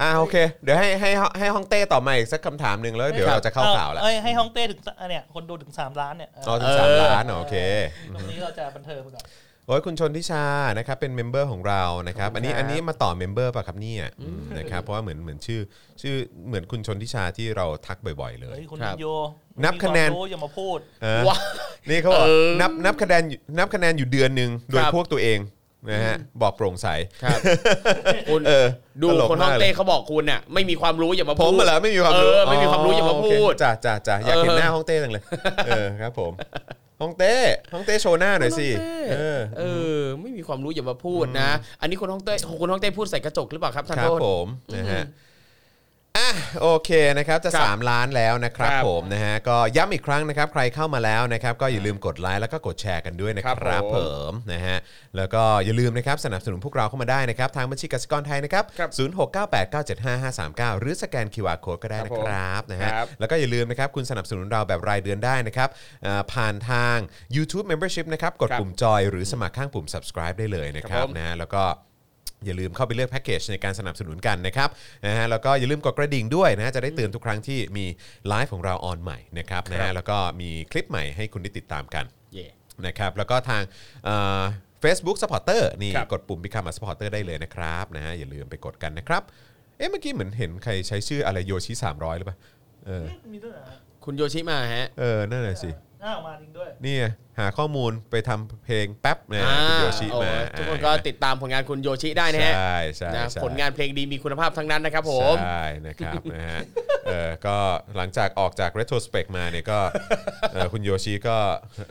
Speaker 2: อ่าโอเค เดี๋ยวให้ให้ให้ฮ่องเต้ตอบมาอีกสักคำถามหนึ่งแล้วเดี๋ยวเราจะเข้าข่าวแล้ว
Speaker 4: เอ้ยให้ฮ่องเต้ถึงอันเนี่ยคนดูถึงสามล้านเนี่ยเออ
Speaker 2: อ๋อถึงสามล้านเหรอโอเค
Speaker 4: ตรงนี้เราจะบันเทิงไปก่อน
Speaker 2: โอ้ยคุณชนทิชานะครับเป็นเมมเบอร์ของเรานะครับ อันนี้
Speaker 3: ครับ
Speaker 2: อันนี้มาต่อเมมเบอร์ป่ะครับเนี่ยอืมนะครับเพราะว่าเหมือนเหมือนชื่อ ชื่อเหมือนคุณชนทิชาที่เราทักบ่อย ๆ เลย
Speaker 4: เฮ้ยคุณ
Speaker 3: ครับ
Speaker 4: พินโย
Speaker 2: นับคะแนน
Speaker 4: มีวามรู้อย่ามาพูด
Speaker 2: เออ
Speaker 3: ว้า
Speaker 2: นี่เขาบอก
Speaker 3: เออ
Speaker 2: นับนับคะแนนอยู่นับคะแนนอยู่เดือนหนึ่งโดย
Speaker 3: ครับ
Speaker 2: พวกตัวเองนะฮะบอกโปร่งใส
Speaker 3: ครับคุณ
Speaker 2: เออ
Speaker 3: ดู
Speaker 2: ตลก
Speaker 3: คนฮ่อง
Speaker 2: มากล
Speaker 3: เต้
Speaker 2: ย
Speaker 3: เขาบอกคุณน่ะไม่มีความรู้อย่ามา
Speaker 2: ผ
Speaker 3: พู
Speaker 2: ม
Speaker 3: ด
Speaker 2: เหรอไม่มีความรู้
Speaker 3: เออไม่มีความรู้อย่ามา
Speaker 2: โเค
Speaker 3: พูด
Speaker 2: จ้าจ้าจ้าอยากเห็น
Speaker 3: เออ
Speaker 2: หน้าฮ่องเต้จังเลยเออครับผม ฮองเต้ฮองเต้โชว์หน้าหน่อยสิ
Speaker 3: เอ
Speaker 2: เออ
Speaker 3: อเออ ไม่มีความรู้อย่ามาพูดนะ อันนี้คุณฮ่องเต้คุณฮ่องเต้พูดใส่กระจกหรือเปล่าครับท่าน
Speaker 2: ครั
Speaker 3: โท
Speaker 2: บ
Speaker 3: ษ
Speaker 2: ผมนะฮะอ่ะโอเคนะครับจะ
Speaker 3: ครับ
Speaker 2: 3 ล้านแล้วนะครับ
Speaker 3: ครับ
Speaker 2: ผมนะฮะก็ย้ำอีกครั้งนะครับใครเข้ามาแล้วนะครับก็อย่าลืมกดไลค์แล้วก็กดแชร์กันด้วยนะค
Speaker 3: ค
Speaker 2: รั
Speaker 3: รั
Speaker 2: บบ ครับ
Speaker 3: ผ
Speaker 2: ผม มนะฮะแล้วก็อย่าลืมนะครับสนับสนุนพวกเราเข้ามาได้นะครับทางบัญชีกสิกรไทยนะครับ
Speaker 3: ครับ
Speaker 2: ศูนย์หกเก้าแปดเก้าเจ็ดห้าห้าสามเก้าหรือสแกน QR Code ก็ได้นะ
Speaker 3: ครั
Speaker 2: ค
Speaker 3: บผม
Speaker 2: รับนะฮะ
Speaker 3: ครับ
Speaker 2: แล้วก็อย่าลืมนะครับ คุณสนับสนุนเราแบบรายเดือนได้นะครับอ่าผ่านทาง YouTube Membership นะครับ กด
Speaker 3: ครับ
Speaker 2: ปุ่มจอยหรือสมัครข้างปุ่ม subscribe ได้เลยนะครั
Speaker 3: ครับ บผม
Speaker 2: นะฮะแล้วก็อย่าลืมเข้าไปเลือกแพ็กเกจในการสนับสนุนกันนะครับนะฮะแล้วก็อย่าลืมกดกระดิ่งด้วยนะฮะจะได้เตือนทุกครั้งที่มีไลฟ์ของเราออนใหม่นะครับนะ
Speaker 3: ครั
Speaker 2: ฮะ
Speaker 3: บ
Speaker 2: แล้วก็มีคลิปใหม่ให้คุณได้ติดตามกัน
Speaker 3: เย่
Speaker 2: นะครับแล้วก็ทางเฟซบุ๊กสปอร์เตอร์นี่
Speaker 3: ครับ
Speaker 2: กดปุ่ม Become a supporter ได้เลยนะครับนะฮะอย่าลืมไปกดกันนะครับ เอ๊ะเมื่อกี้เหมือนเห็นใครใช้ชื่ออะไรโยชิ300หรือเปล่าเออ
Speaker 4: มีด้วยเหรอ
Speaker 3: คุณโยชิมาฮะ
Speaker 2: เออนั่นแหละสิ
Speaker 4: หน้าออกมาจริงด้วย
Speaker 2: เนี่ยหาข้อมูลไปทำเพลงแป๊บนะ
Speaker 3: อ่า
Speaker 2: คุณโยชิมา
Speaker 3: โอ้ทุกคนก็ติดตามผลงานคุณโยชิได้นะ
Speaker 2: ใช
Speaker 3: ฮะ
Speaker 2: ่ใช่
Speaker 3: นะ
Speaker 2: ใช่
Speaker 3: ผลงานเพลงดีมีคุณภาพทั้งนั้นนะครับผม
Speaker 2: ใช่นะครับนะฮะ เออก็หลังจากออกจาก retrospect มาเนี่ยก็เอ่อคุณโยชิก็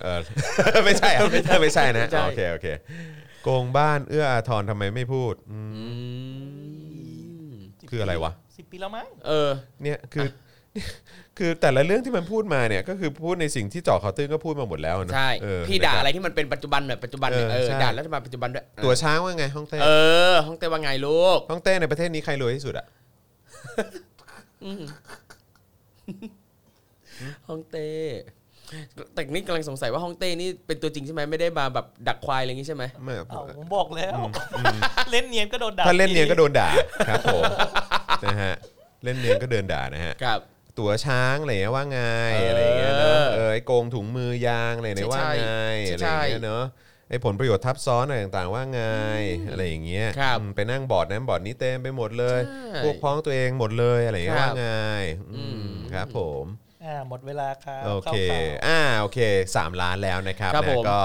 Speaker 2: เอ อไม่ใช่อะ ไม่ใช่ไม่ใช่นะโอเคโอเคโกงบ้านเอื้ออาทรทำไมไม่พูดอืม
Speaker 3: อืม
Speaker 2: คืออะไรวะ
Speaker 4: สิบปีแล้วมั้ง
Speaker 3: เออ
Speaker 2: เนี่ยคือ คือแต่ละเรื่องที่มันพูดมาเนี่ย ก็คือพูดในสิ่งที่เจอเขาวตื้นก็พูดมาหมดแล้วนะ
Speaker 3: ใช่
Speaker 2: เออ
Speaker 3: พี่ด่า
Speaker 2: นะค
Speaker 3: อะ
Speaker 2: บ
Speaker 3: ไรที่มันเป็นปัจจุบันหน่อยปัจจุบันหน่อย
Speaker 2: เออ
Speaker 3: เออ
Speaker 2: ใช่
Speaker 3: ด่ารัฐบาลปัจจุบันด้วย
Speaker 2: ตัวช้างว่าไงฮ่องเต้
Speaker 3: เออฮ่องเต้ว่าไงลูก
Speaker 2: ฮ่องเต้ในประเทศนี้ใครรวยที่สุดอะ
Speaker 3: ฮ่องเต้ แต่นี่กำลังสงสัยว่าฮ่องเต้นี่เป็นตัวจริงใช่ไหมไม่ได้มาแบบดักควายอะไรอย่างงี้ใช่ไหม
Speaker 2: ไม่
Speaker 4: เอ้าผมบอกแล้ว เล่นเนียนก็โดนด่า
Speaker 2: ถ้าเล่นเนียนก็โดนด่าครับผมนะฮะเล่นเนียนก็เดินด่านะฮะ
Speaker 3: ครับ
Speaker 2: ตั๋วช้างอะไรเงี้ยว่าไง
Speaker 3: เอออ
Speaker 2: อะไรเงี้ยเนอะเออไอโกงถุงมือยางอะไรเนี่ยว่า
Speaker 3: ใช่
Speaker 2: ไง
Speaker 3: ใช่
Speaker 2: อะไรเงี้ยเนอะไอผลประโยชน์ทับซ้อนอะไรต่างๆว่าไงอะไรอย่างเงี้ย
Speaker 3: ครับ
Speaker 2: อืมไปนั่งบอร์ดนั้นบอร์ดนี้เต็มไปหมดเลย
Speaker 3: ใช่
Speaker 2: พวกพ้องตัวเองหมดเลยอะไรเงี้ย
Speaker 3: ครั
Speaker 2: ว่า
Speaker 3: บ
Speaker 2: ไงอืม
Speaker 3: อืม
Speaker 2: ครับผม
Speaker 4: อ่าหมดเวลาครับ
Speaker 2: โอเค
Speaker 4: ข้าข่าว
Speaker 2: อ่าโอเค 3 ล้านแล้วนะครับ
Speaker 3: ครับ
Speaker 2: นะ
Speaker 3: ผม
Speaker 2: ก็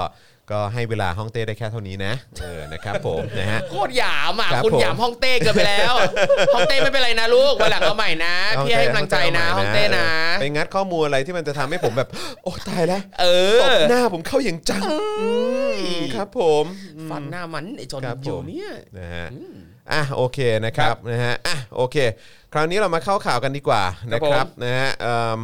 Speaker 2: ก็ให้เวลาห้องเต้ได้แค่เท่านี้นะ เออนะครับผมนะ ฮะ
Speaker 3: โคตรหยามอ่ะ
Speaker 2: ครับ
Speaker 3: คุณ
Speaker 2: ผม
Speaker 3: หยามฮ่องเต้เกินไป แล้วฮ่องเต้ไม่เป็นไรนะลูกวันหลังเอาใหม่นะพี่ให้กำลังใจนะฮ่องเต้นะ
Speaker 2: ไปงัดข้อมูลอะไรที่มันจะทำให้ผมแบบ โอ้ตายแล้ว
Speaker 3: เอ
Speaker 2: ต
Speaker 3: อบ
Speaker 2: หน้าผมเข้าอย่างจังอืมครับผมอืม
Speaker 3: ฟันหน้ามันไอ้จอน
Speaker 2: ครับผม
Speaker 3: อยู่เนี่ย
Speaker 2: นะฮะอ่ะโอเคนะครับนะฮะอ่ะโอเค คราวนี้เรามาเข้าข่าวกันดีกว่านะครับ
Speaker 3: ผม
Speaker 2: นะฮะเอิ่ม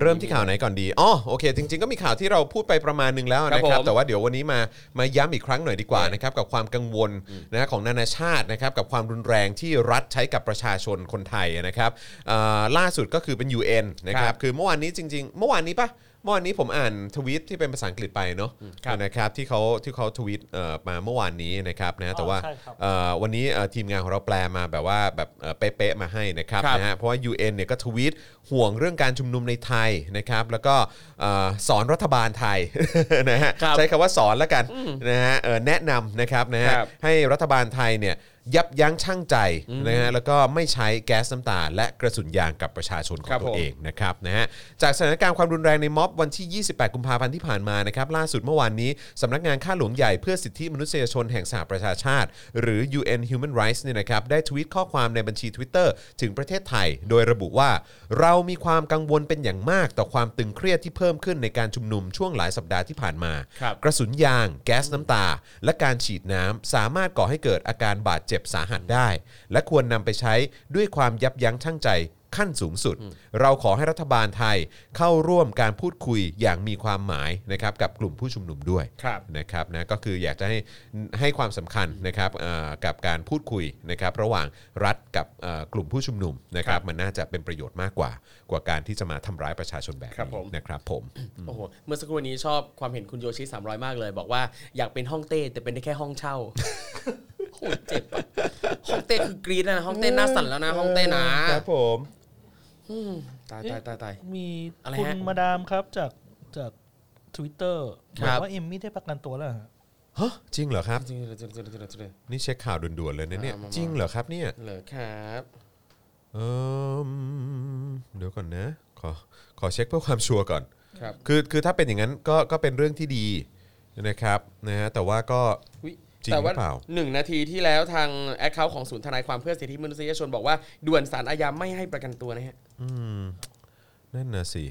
Speaker 2: เริ่มที่ข่าวไหนก่อนดีอ๋อโอเค จริง ๆ ก็มีข่าวที่เราพูดไปประมาณหนึงแล้วนะค
Speaker 3: ครั
Speaker 2: รั
Speaker 3: บบ ผม
Speaker 2: แต่ว่าเดี๋ยววันนี้มามาย้ำอีกครั้งหน่อยดีกว่านะครับกับความกังวลนะฮะของนานาชาตินะครับกับความรุนแรงที่รัฐใช้กับประชาชนคนไทยนะครับเอ่อล่าสุดก็คือเป็น UN นะค
Speaker 3: ครั
Speaker 2: รับบ คือเมื่อวานนี้จริง ๆ เมื่อวานนี้ปะเมื่อวานนี้ผมอ่านทวีตที่เป็นภาษาอังกฤษไปเนาะนะครับที่เขาที่เขาทวีตเอ่อมาเมื่อวานนี้นะครับนะฮะแต่ว่า
Speaker 4: อ๋อใช่ครับ
Speaker 2: เอ่อวันนี้เอ่อทีมงานของเราแปลมาแบบว่าแบบเอ่อเป๊ะๆมาให้นะครับ
Speaker 3: ครับ
Speaker 2: นะฮะเพราะว่า UN เนี่ยก็ทวีตห่วงเรื่องการชุมนุมในไทยนะครับแล้วก็เอ่อสอนรัฐบาลไทย นะฮะ
Speaker 3: ครับ
Speaker 2: ใช้คำว่าสอนแล้วกันนะฮะเอ่อแนะนำนะครับนะฮะ
Speaker 3: ครับ
Speaker 2: ให้รัฐบาลไทยเนี่ยยับยั้งชั่งใจนะฮะแล้วก็ไม่ใช้แก๊สน้ำตา และกระสุนยางกับประชาชนของ
Speaker 3: ครับ
Speaker 2: ตัว
Speaker 3: ผม
Speaker 2: เอง เองนะครับนะฮะจากสถานการณ์ความรุนแรงในม็อบวันที่ 28 กุมภาพันธ์ที่ผ่านมานะครับล่าสุดเมื่อวานนี้สำนักงานข้าหลวงใหญ่เพื่อสิทธิมนุษยชนแห่งสหประชาชาติ หรือ UN Human Rights เนี่ยนะครับได้ทวีตข้อความในบัญชี Twitter ถึงประเทศไทย โดยระบุว่า เรามีความกังวลเป็นอย่างมากต่อความตึงเครียดที่เพิ่มขึ้นในการชุมนุมช่วงหลายสัปดาห์ที่ผ่านมา
Speaker 3: ครับ
Speaker 2: กระสุนยาง แก๊สน้ำตา และการฉีดน้ำสามารถก่อให้เกิดอาการบาดเจ็บสาหัสได้ และควรนำไปใช้ด้วยความยับยั้งชั่งใจขั้นสูงสุด เราขอให้รัฐบาลไทยเข้าร่วมการพูดคุยอย่างมีความหมายนะครับกับกลุ่มผู้ชุมนุมด้วย
Speaker 3: ครับ
Speaker 2: นะครับนะก็คืออยากจะให้ให้ความสำคัญนะครับเอ่อกับการพูดคุยนะครับระหว่างรัฐกับเอ่อกลุ่มผู้ชุมนุมนะครับมันน่าจะเป็นประโยชน์มากกว่า กว่าการที่จะมาทำร้ายประชาชนแบบ
Speaker 3: ครับผ
Speaker 2: นี้
Speaker 3: ม
Speaker 2: นะครับผม
Speaker 3: โอ้โหเมื่อสักครู่นี้ชอบความเห็นคุณโยชิ300 มากเลย บอกว่าอยากเป็นห้องเต้แต่เป็นได้แค่ห้องเช่าโหเจ็บ อะห้องเต้คือกรีดแล้วนะห้องเต้หน้าสั่นแล้วนะห้องเต้นะครับ
Speaker 2: ผม
Speaker 3: ตายตายตายตาย
Speaker 4: มี
Speaker 3: อะไร
Speaker 4: คุณ
Speaker 3: ฮะ
Speaker 4: มาดามครับจากจากทวิตเตอร์
Speaker 3: ครับ
Speaker 4: อบ กว่าเอมมี่ได้ประกันตัวแล้วเหรอฮะ
Speaker 2: ฮะจริงเหรอครับ
Speaker 3: จริงๆเลยจริงๆเลยจริงๆเลยจริงๆเลย
Speaker 2: นี่เช็คข่าวด่วนๆเลยนะเนี่ย
Speaker 3: อ่ามาๆ
Speaker 2: จริงเหรอครับเนี่ย
Speaker 3: เหรอครับ
Speaker 2: เอิ่มเดี๋ยวก่อนนะขอขอเช็คเพื่อความชัวร์ก่อน
Speaker 3: ครับ
Speaker 2: คือคือถ้าเป็นอย่างนั้นก็ก็เป็นเรื่องที่ดีนะครับนะฮะแต่ว่าก็
Speaker 3: อุ๊ย
Speaker 2: จริง
Speaker 3: แต่ว่า
Speaker 2: หรือเปล่า
Speaker 3: หนึ่งนาทีที่แล้วทางแอคเคาท์ของศูนย์ทนายความเพื่อสิทธิมนุษยชนบอกว่า ด่วนสารอาญาไม่ให้ประกันตัวนะฮะ
Speaker 2: อืมนั่นนะสิ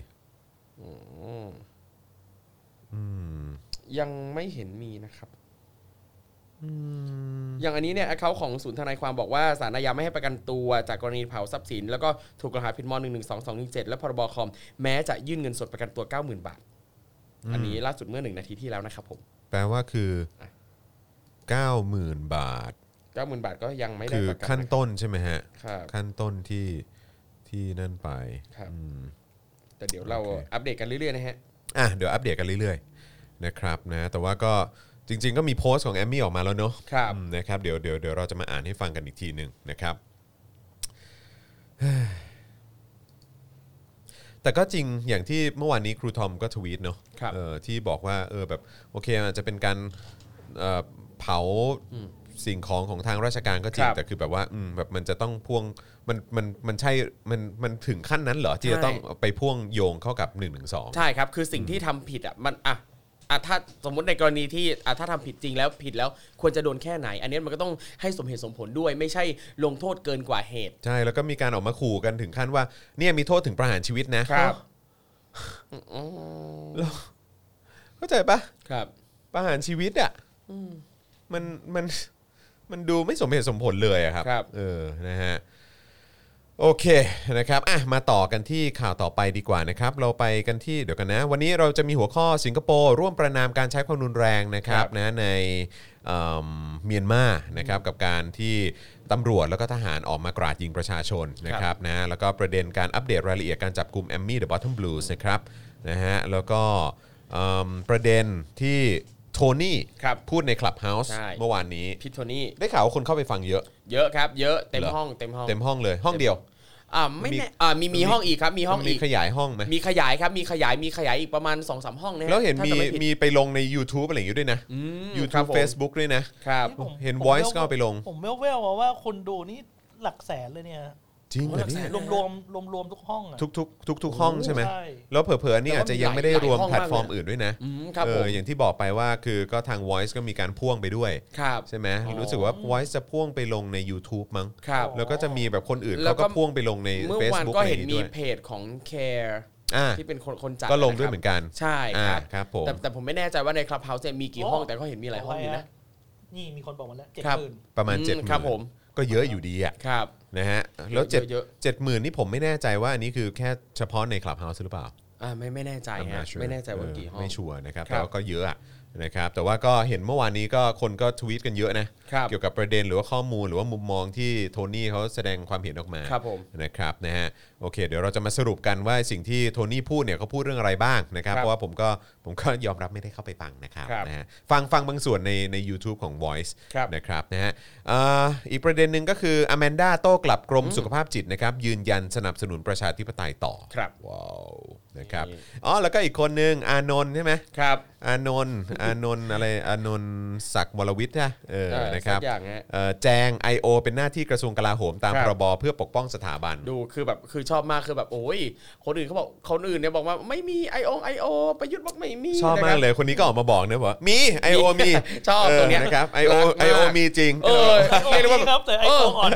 Speaker 2: อืม
Speaker 3: ยังไม่เห็นมีนะครับ
Speaker 2: อืม
Speaker 3: อย่างอันนี้เนี่ยเขาของศูนย์ทนายความบอกว่าศาลอาญาไม่ให้ประกันตัวจากกรณีเผาทรัพย์สิน แล้วก็ถูกกล่าวหาผิดม .112 217 และพรบคอม แม้จะยื่นเงินสดประกันตัว 90,000 บาท อันนี้ล่าสุดเมื่อหนึ่งนาทีที่แล้วนะครับผม
Speaker 2: แปลว่าคือ 90,000 บาท
Speaker 3: 90,000 บาทก็ยังไม่ได้
Speaker 2: คือ
Speaker 3: ประกันะ
Speaker 2: ขั้นต้นใช่ไหมฮะ
Speaker 3: ครับ
Speaker 2: ขั้นต้นที่ที่นั่นไป
Speaker 3: ครับ
Speaker 2: อืม
Speaker 3: แต่เดี๋ยวเรา
Speaker 2: โอเค
Speaker 3: อัปเดตกันเรื่อยๆนะฮะ
Speaker 2: อ่ะเดี๋ยวอัปเดตกันเรื่อยๆนะครับนะแต่ว่าก็จริง ๆ ก็มีโพสต์ของแอมมี่ออกมาแล้วเนอะ
Speaker 3: ครับ
Speaker 2: อืมนะครับเดี๋ยวเดี๋ยวเดี๋ยวเราจะมาอ่านให้ฟังกันอีกทีหนึ่งนะครับ แต่ก็จริงอย่างที่เมื่อวานนี้ครูทอมก็ทวีตเนาะ
Speaker 3: ครับ
Speaker 2: เออที่บอกว่าเออแบบโอเคอาจจะเป็นการเอ่อเผาสิ่งของของทางราชการก็จริง
Speaker 3: ครับ
Speaker 2: แต่คือแบบว่าอืมแบบมันจะต้องพ่วงมันมันมันใช่มันมันถึงขั้นนั้นเหรอที่จะ
Speaker 3: ใช่
Speaker 2: ต้องไปพ่วงโยงเข้ากับ1นึสอง
Speaker 3: ใช่ครับ คือสิ่งที่ทำผิดอ่ะมันอ่ะอ่ะถ้าสมมติในกรณีที่อ่ะถ้าทำผิดจริงแล้วผิดแล้วควรจะโดนแค่ไหน อันนี้มันก็ต้องให้สมเหตุสมผลด้วย ไม่ใช่ลงโทษเกินกว่าเหตุ
Speaker 2: ใช่แล้วก็มีการออกมาขู่กันถึงขั้นว่าเนี่ยมีโทษถึงประหารชีวิตนะครับ เข้าใจปะ
Speaker 3: ครับ
Speaker 2: ประหารชีวิตอ่ะมันมันมันดูไม่สมเหตุสมผลเลยอะครับ
Speaker 3: ครับ
Speaker 2: เออนะฮะโอเคนะครับอ่ะมาต่อกันที่ข่าวต่อไปดีกว่านะครับ เราไปกันที่เดี๋ยวกันนะ วันนี้เราจะมีหัวข้อสิงคโปร์ร่วมประนามการใช้ความรุนแรงนะครับนะในเอิ่มเมียนมานะครับกับการที่ตำรวจแล้วก็ทหารออกมากราดยิงประชาชนนะครับ ครับนะแล้วก็ประเด็นการอัปเดตรายละเอียดการจับกลุ่มแอมมี่เดอะบอททอมบลูส์นะครับนะฮะแล้วก็เอิ่มประเด็นที่โทนี่
Speaker 3: ครับ
Speaker 2: พูดในคลับเฮาส์
Speaker 3: ใช่
Speaker 2: เมื่อวานนี้
Speaker 3: พิทโทนี่
Speaker 2: ได้ข่าวว่าคนเข้าไปฟังเยอะ
Speaker 3: เยอะครับ เยอะเต็ม
Speaker 2: เหรอ
Speaker 3: ห้องเต็มห้อง
Speaker 2: เต็มห้องเลยห้องเดียว
Speaker 3: อ่าไม่
Speaker 2: มี
Speaker 3: แน่อ่ามีมีห้องอีกครับ มีห้อง
Speaker 2: มัน
Speaker 3: อี
Speaker 2: มี
Speaker 3: ก
Speaker 2: ขยายห้องไหม
Speaker 3: มีขยายครับ มีขยายมีขยายอีกประมาณ2อสามห้องนะฮะ
Speaker 2: แล้วเห็น
Speaker 3: ถ้า
Speaker 2: มี
Speaker 3: จำไผิด
Speaker 2: มีไปลงใน YouTube อะไรอย่างงี้ด้วยนะ
Speaker 3: อืมครับ
Speaker 2: YouTube
Speaker 3: ผม
Speaker 2: Facebook ด้วยนะ
Speaker 3: ครับ
Speaker 4: ผม
Speaker 2: เห็น
Speaker 4: ผม
Speaker 2: voice
Speaker 4: แว่ว
Speaker 2: ก็เอาไปลง
Speaker 4: ผมแววๆมาว่าคนดูนี่หลักแสนเลยเนี่ย
Speaker 2: จริงเหรอ
Speaker 3: โอ้หลักแส
Speaker 2: เนี่ย
Speaker 3: น
Speaker 4: รวมๆรวมๆทุกห้องอะ
Speaker 2: ทุกทุกทุกทุกๆห้องใช่ไหม
Speaker 4: ใช่
Speaker 2: แล้วเผลอๆนี่อาจจะยังไม่ได้รวม
Speaker 3: หลายห้อง
Speaker 2: แพลตฟอร์ม
Speaker 3: มากเลย
Speaker 2: อื่นด้วยนะ
Speaker 3: อืมครับ
Speaker 2: เอ
Speaker 3: ผ
Speaker 2: อ
Speaker 3: ม
Speaker 2: อย่างที่บอกไปว่าคือก็ทาง Voice ก็มีการพ่วงไปด้วย
Speaker 3: ครับ
Speaker 2: ใช่ไหม
Speaker 3: อ๋อ
Speaker 2: รู้สึกว่า Voice จะพ่วงไปลงใน YouTube มั้ง
Speaker 3: ครับ
Speaker 2: แล้วก็จะมีแบบคนอื่น
Speaker 3: แล้
Speaker 2: เขา
Speaker 3: วก็
Speaker 2: ก็พ่วงไปลงใน
Speaker 3: เมื่อวาน
Speaker 2: Facebook
Speaker 3: ก็
Speaker 2: อะไรอ
Speaker 3: เห็น
Speaker 2: ย่าง
Speaker 3: มี
Speaker 2: งี้ด้วย
Speaker 3: เพจของ Care
Speaker 2: อ่า
Speaker 3: ที่เป็นคนคนจัด
Speaker 2: ก็ลงด้วย
Speaker 3: ะครับ
Speaker 2: เหมือนกัน
Speaker 3: ใช่
Speaker 2: อ่า
Speaker 3: ครับ
Speaker 2: ครับผม
Speaker 3: แต่แต่ผมไม่แน่ใจว่าในคลับเฮาส์มีกี่
Speaker 4: โอ้
Speaker 3: ห้องแต่ก็เห็นมีหลายห้องอยู่นะ
Speaker 4: นี่มีคนบอกมาแล้วเจ็ด
Speaker 3: ครับ
Speaker 4: หมื่น
Speaker 2: ประมาณ
Speaker 3: อืม
Speaker 2: 7จ็ดหมื่น
Speaker 3: ครับผม
Speaker 2: ก็เยอะอยู่ดีอะ
Speaker 3: ครับ
Speaker 2: นะฮะแล้ว
Speaker 3: เย
Speaker 2: เจ็ด
Speaker 3: อะเยอะ
Speaker 2: เจ็ดหมื่นนี่ผมไม่แน่ใจว่าอันนี้คือแค่เฉพาะในคลับเฮาส์หรือเปล่า
Speaker 3: อ่าไม่ไม่แน่ใจ
Speaker 2: I'm
Speaker 3: ฮะ
Speaker 2: not sure
Speaker 3: ไม่แน่ใจว่ากี่
Speaker 2: เอ
Speaker 3: ห้อ
Speaker 2: อง ไม่ชัวร์นะครับ
Speaker 3: ครั
Speaker 2: แต่
Speaker 3: บ
Speaker 2: ว่าก็เยอะอะนะครับแต่ว่าก็เห็นเมื่อวานนี้ก็คนก็ทวีตกันเยอะนะ
Speaker 3: ครับ
Speaker 2: เกี่ยวกับประเด็นหรือว่าข้อมูลหรือว่ามุมมองที่โทนี่เขาแสดงความเห็นออกมา
Speaker 3: ครับผม
Speaker 2: นะครับนะฮะโอเค เดี๋ยวเราจะมาสรุปกันว่าสิ่งที่โทนี่พูดเนี่ยเขาพูดเรื่องอะไรบ้างนะครับ
Speaker 3: ครับ
Speaker 2: เพราะว่าผมก็ผมก็ยอมรับไม่ได้เข้าไปฟังนะครับ
Speaker 3: ครับ
Speaker 2: นะฮะฟังฟังบางส่วนในใน u t u b e ของ Voice
Speaker 3: ครับ
Speaker 2: นะครับนะฮะเอ่ออีกประเด็นหนึ่งก็คืออแมนด้าโต้กลับกรมสุขภาพจิตนะครับยืนยันสนับสนุนประชาธิปไตยต่อ
Speaker 3: ครับ
Speaker 2: ว้าวนะครับอ๋อแล้วก็อีกคนนึงอานนท์ใช่ไหม
Speaker 3: ครับ
Speaker 2: อานนท์ อานนท์อะไร อานนท์ศักดิ์วรวิทย์ใช่ไหมเออ
Speaker 3: เออ
Speaker 2: นะครับ
Speaker 3: สักอย่างฮะ
Speaker 2: เอ่อแจง I.O. เป็นหน้าที่กระทรวงกลาโหมตาม
Speaker 3: ครั
Speaker 2: พรบ
Speaker 3: บ
Speaker 2: เพื่อปกป้องสถาบัน
Speaker 3: ดูคือแบบคือชอบมากคือแบบโอ้ยคนอื่นเขาบอกคนอื่นเนี่ยบอกว่าไม่มีไอโอไอโอประยุทธ์บอกไม่มี
Speaker 2: ชอบ
Speaker 3: นะค
Speaker 2: มา
Speaker 3: รั
Speaker 2: กเลย คนนี้ก็ออกมาบอกนะว่ามี I.O. มี
Speaker 3: ชอบตรงเนี้ย
Speaker 2: นะครับ I.O.
Speaker 3: รักมาก
Speaker 2: I.O. มีจริง
Speaker 3: เออเรียกได้ว่า
Speaker 4: ครับแต่ไอ้
Speaker 3: เ
Speaker 4: ของอ่อน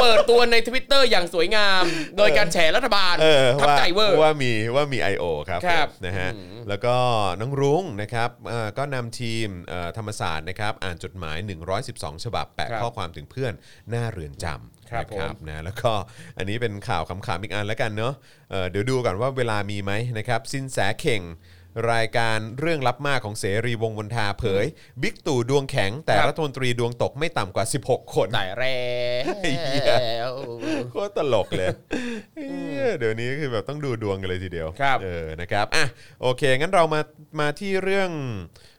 Speaker 3: เปิดตัวใน Twitter อย่างสวยงาม โดยการแฉรัฐบาล
Speaker 2: เออ
Speaker 3: ทับ
Speaker 2: ว่า
Speaker 3: ใจเวอร์
Speaker 2: ว่ามีว่ามี I.O. ครับ
Speaker 3: ครับ
Speaker 2: ผมนะฮะแล้วก็น้องรุ้งนะครับเอ่อก็นำทีมเอ่อธรรมศาสตร์นะครับอ่านจดหมาย 112 ฉบับ แปะ
Speaker 3: ครับ
Speaker 2: ข้อความถึงเพื่อนหน้าเรือนจำ
Speaker 3: ครับ
Speaker 2: นะนะแล้วก็อันนี้เป็นข่าวขำๆอีกอันแล้วกันเนาะเอ่อเดี๋ยวดูก่อนว่าเวลามีไหมนะครับสินแสเข่งรายการเรื่องลับมากของเสรีวงศ์มนทาเผยบิ๊กตู่ดวงแข็ง แต่
Speaker 3: ครับ
Speaker 2: รัฐมนตรีดวงตกไม่ต่ำกว่า 16 คน
Speaker 3: แต่แร
Speaker 2: ไอ้เหี้ย
Speaker 3: ว
Speaker 2: โคตรตลกเลยเอ้ยเดี๋ยวนี้คือแบบต้องดูดวงกันเลยทีเดียว
Speaker 3: ครับ
Speaker 2: เออนะครับอ่ะโอเค งั้นเรามามาที่เรื่อง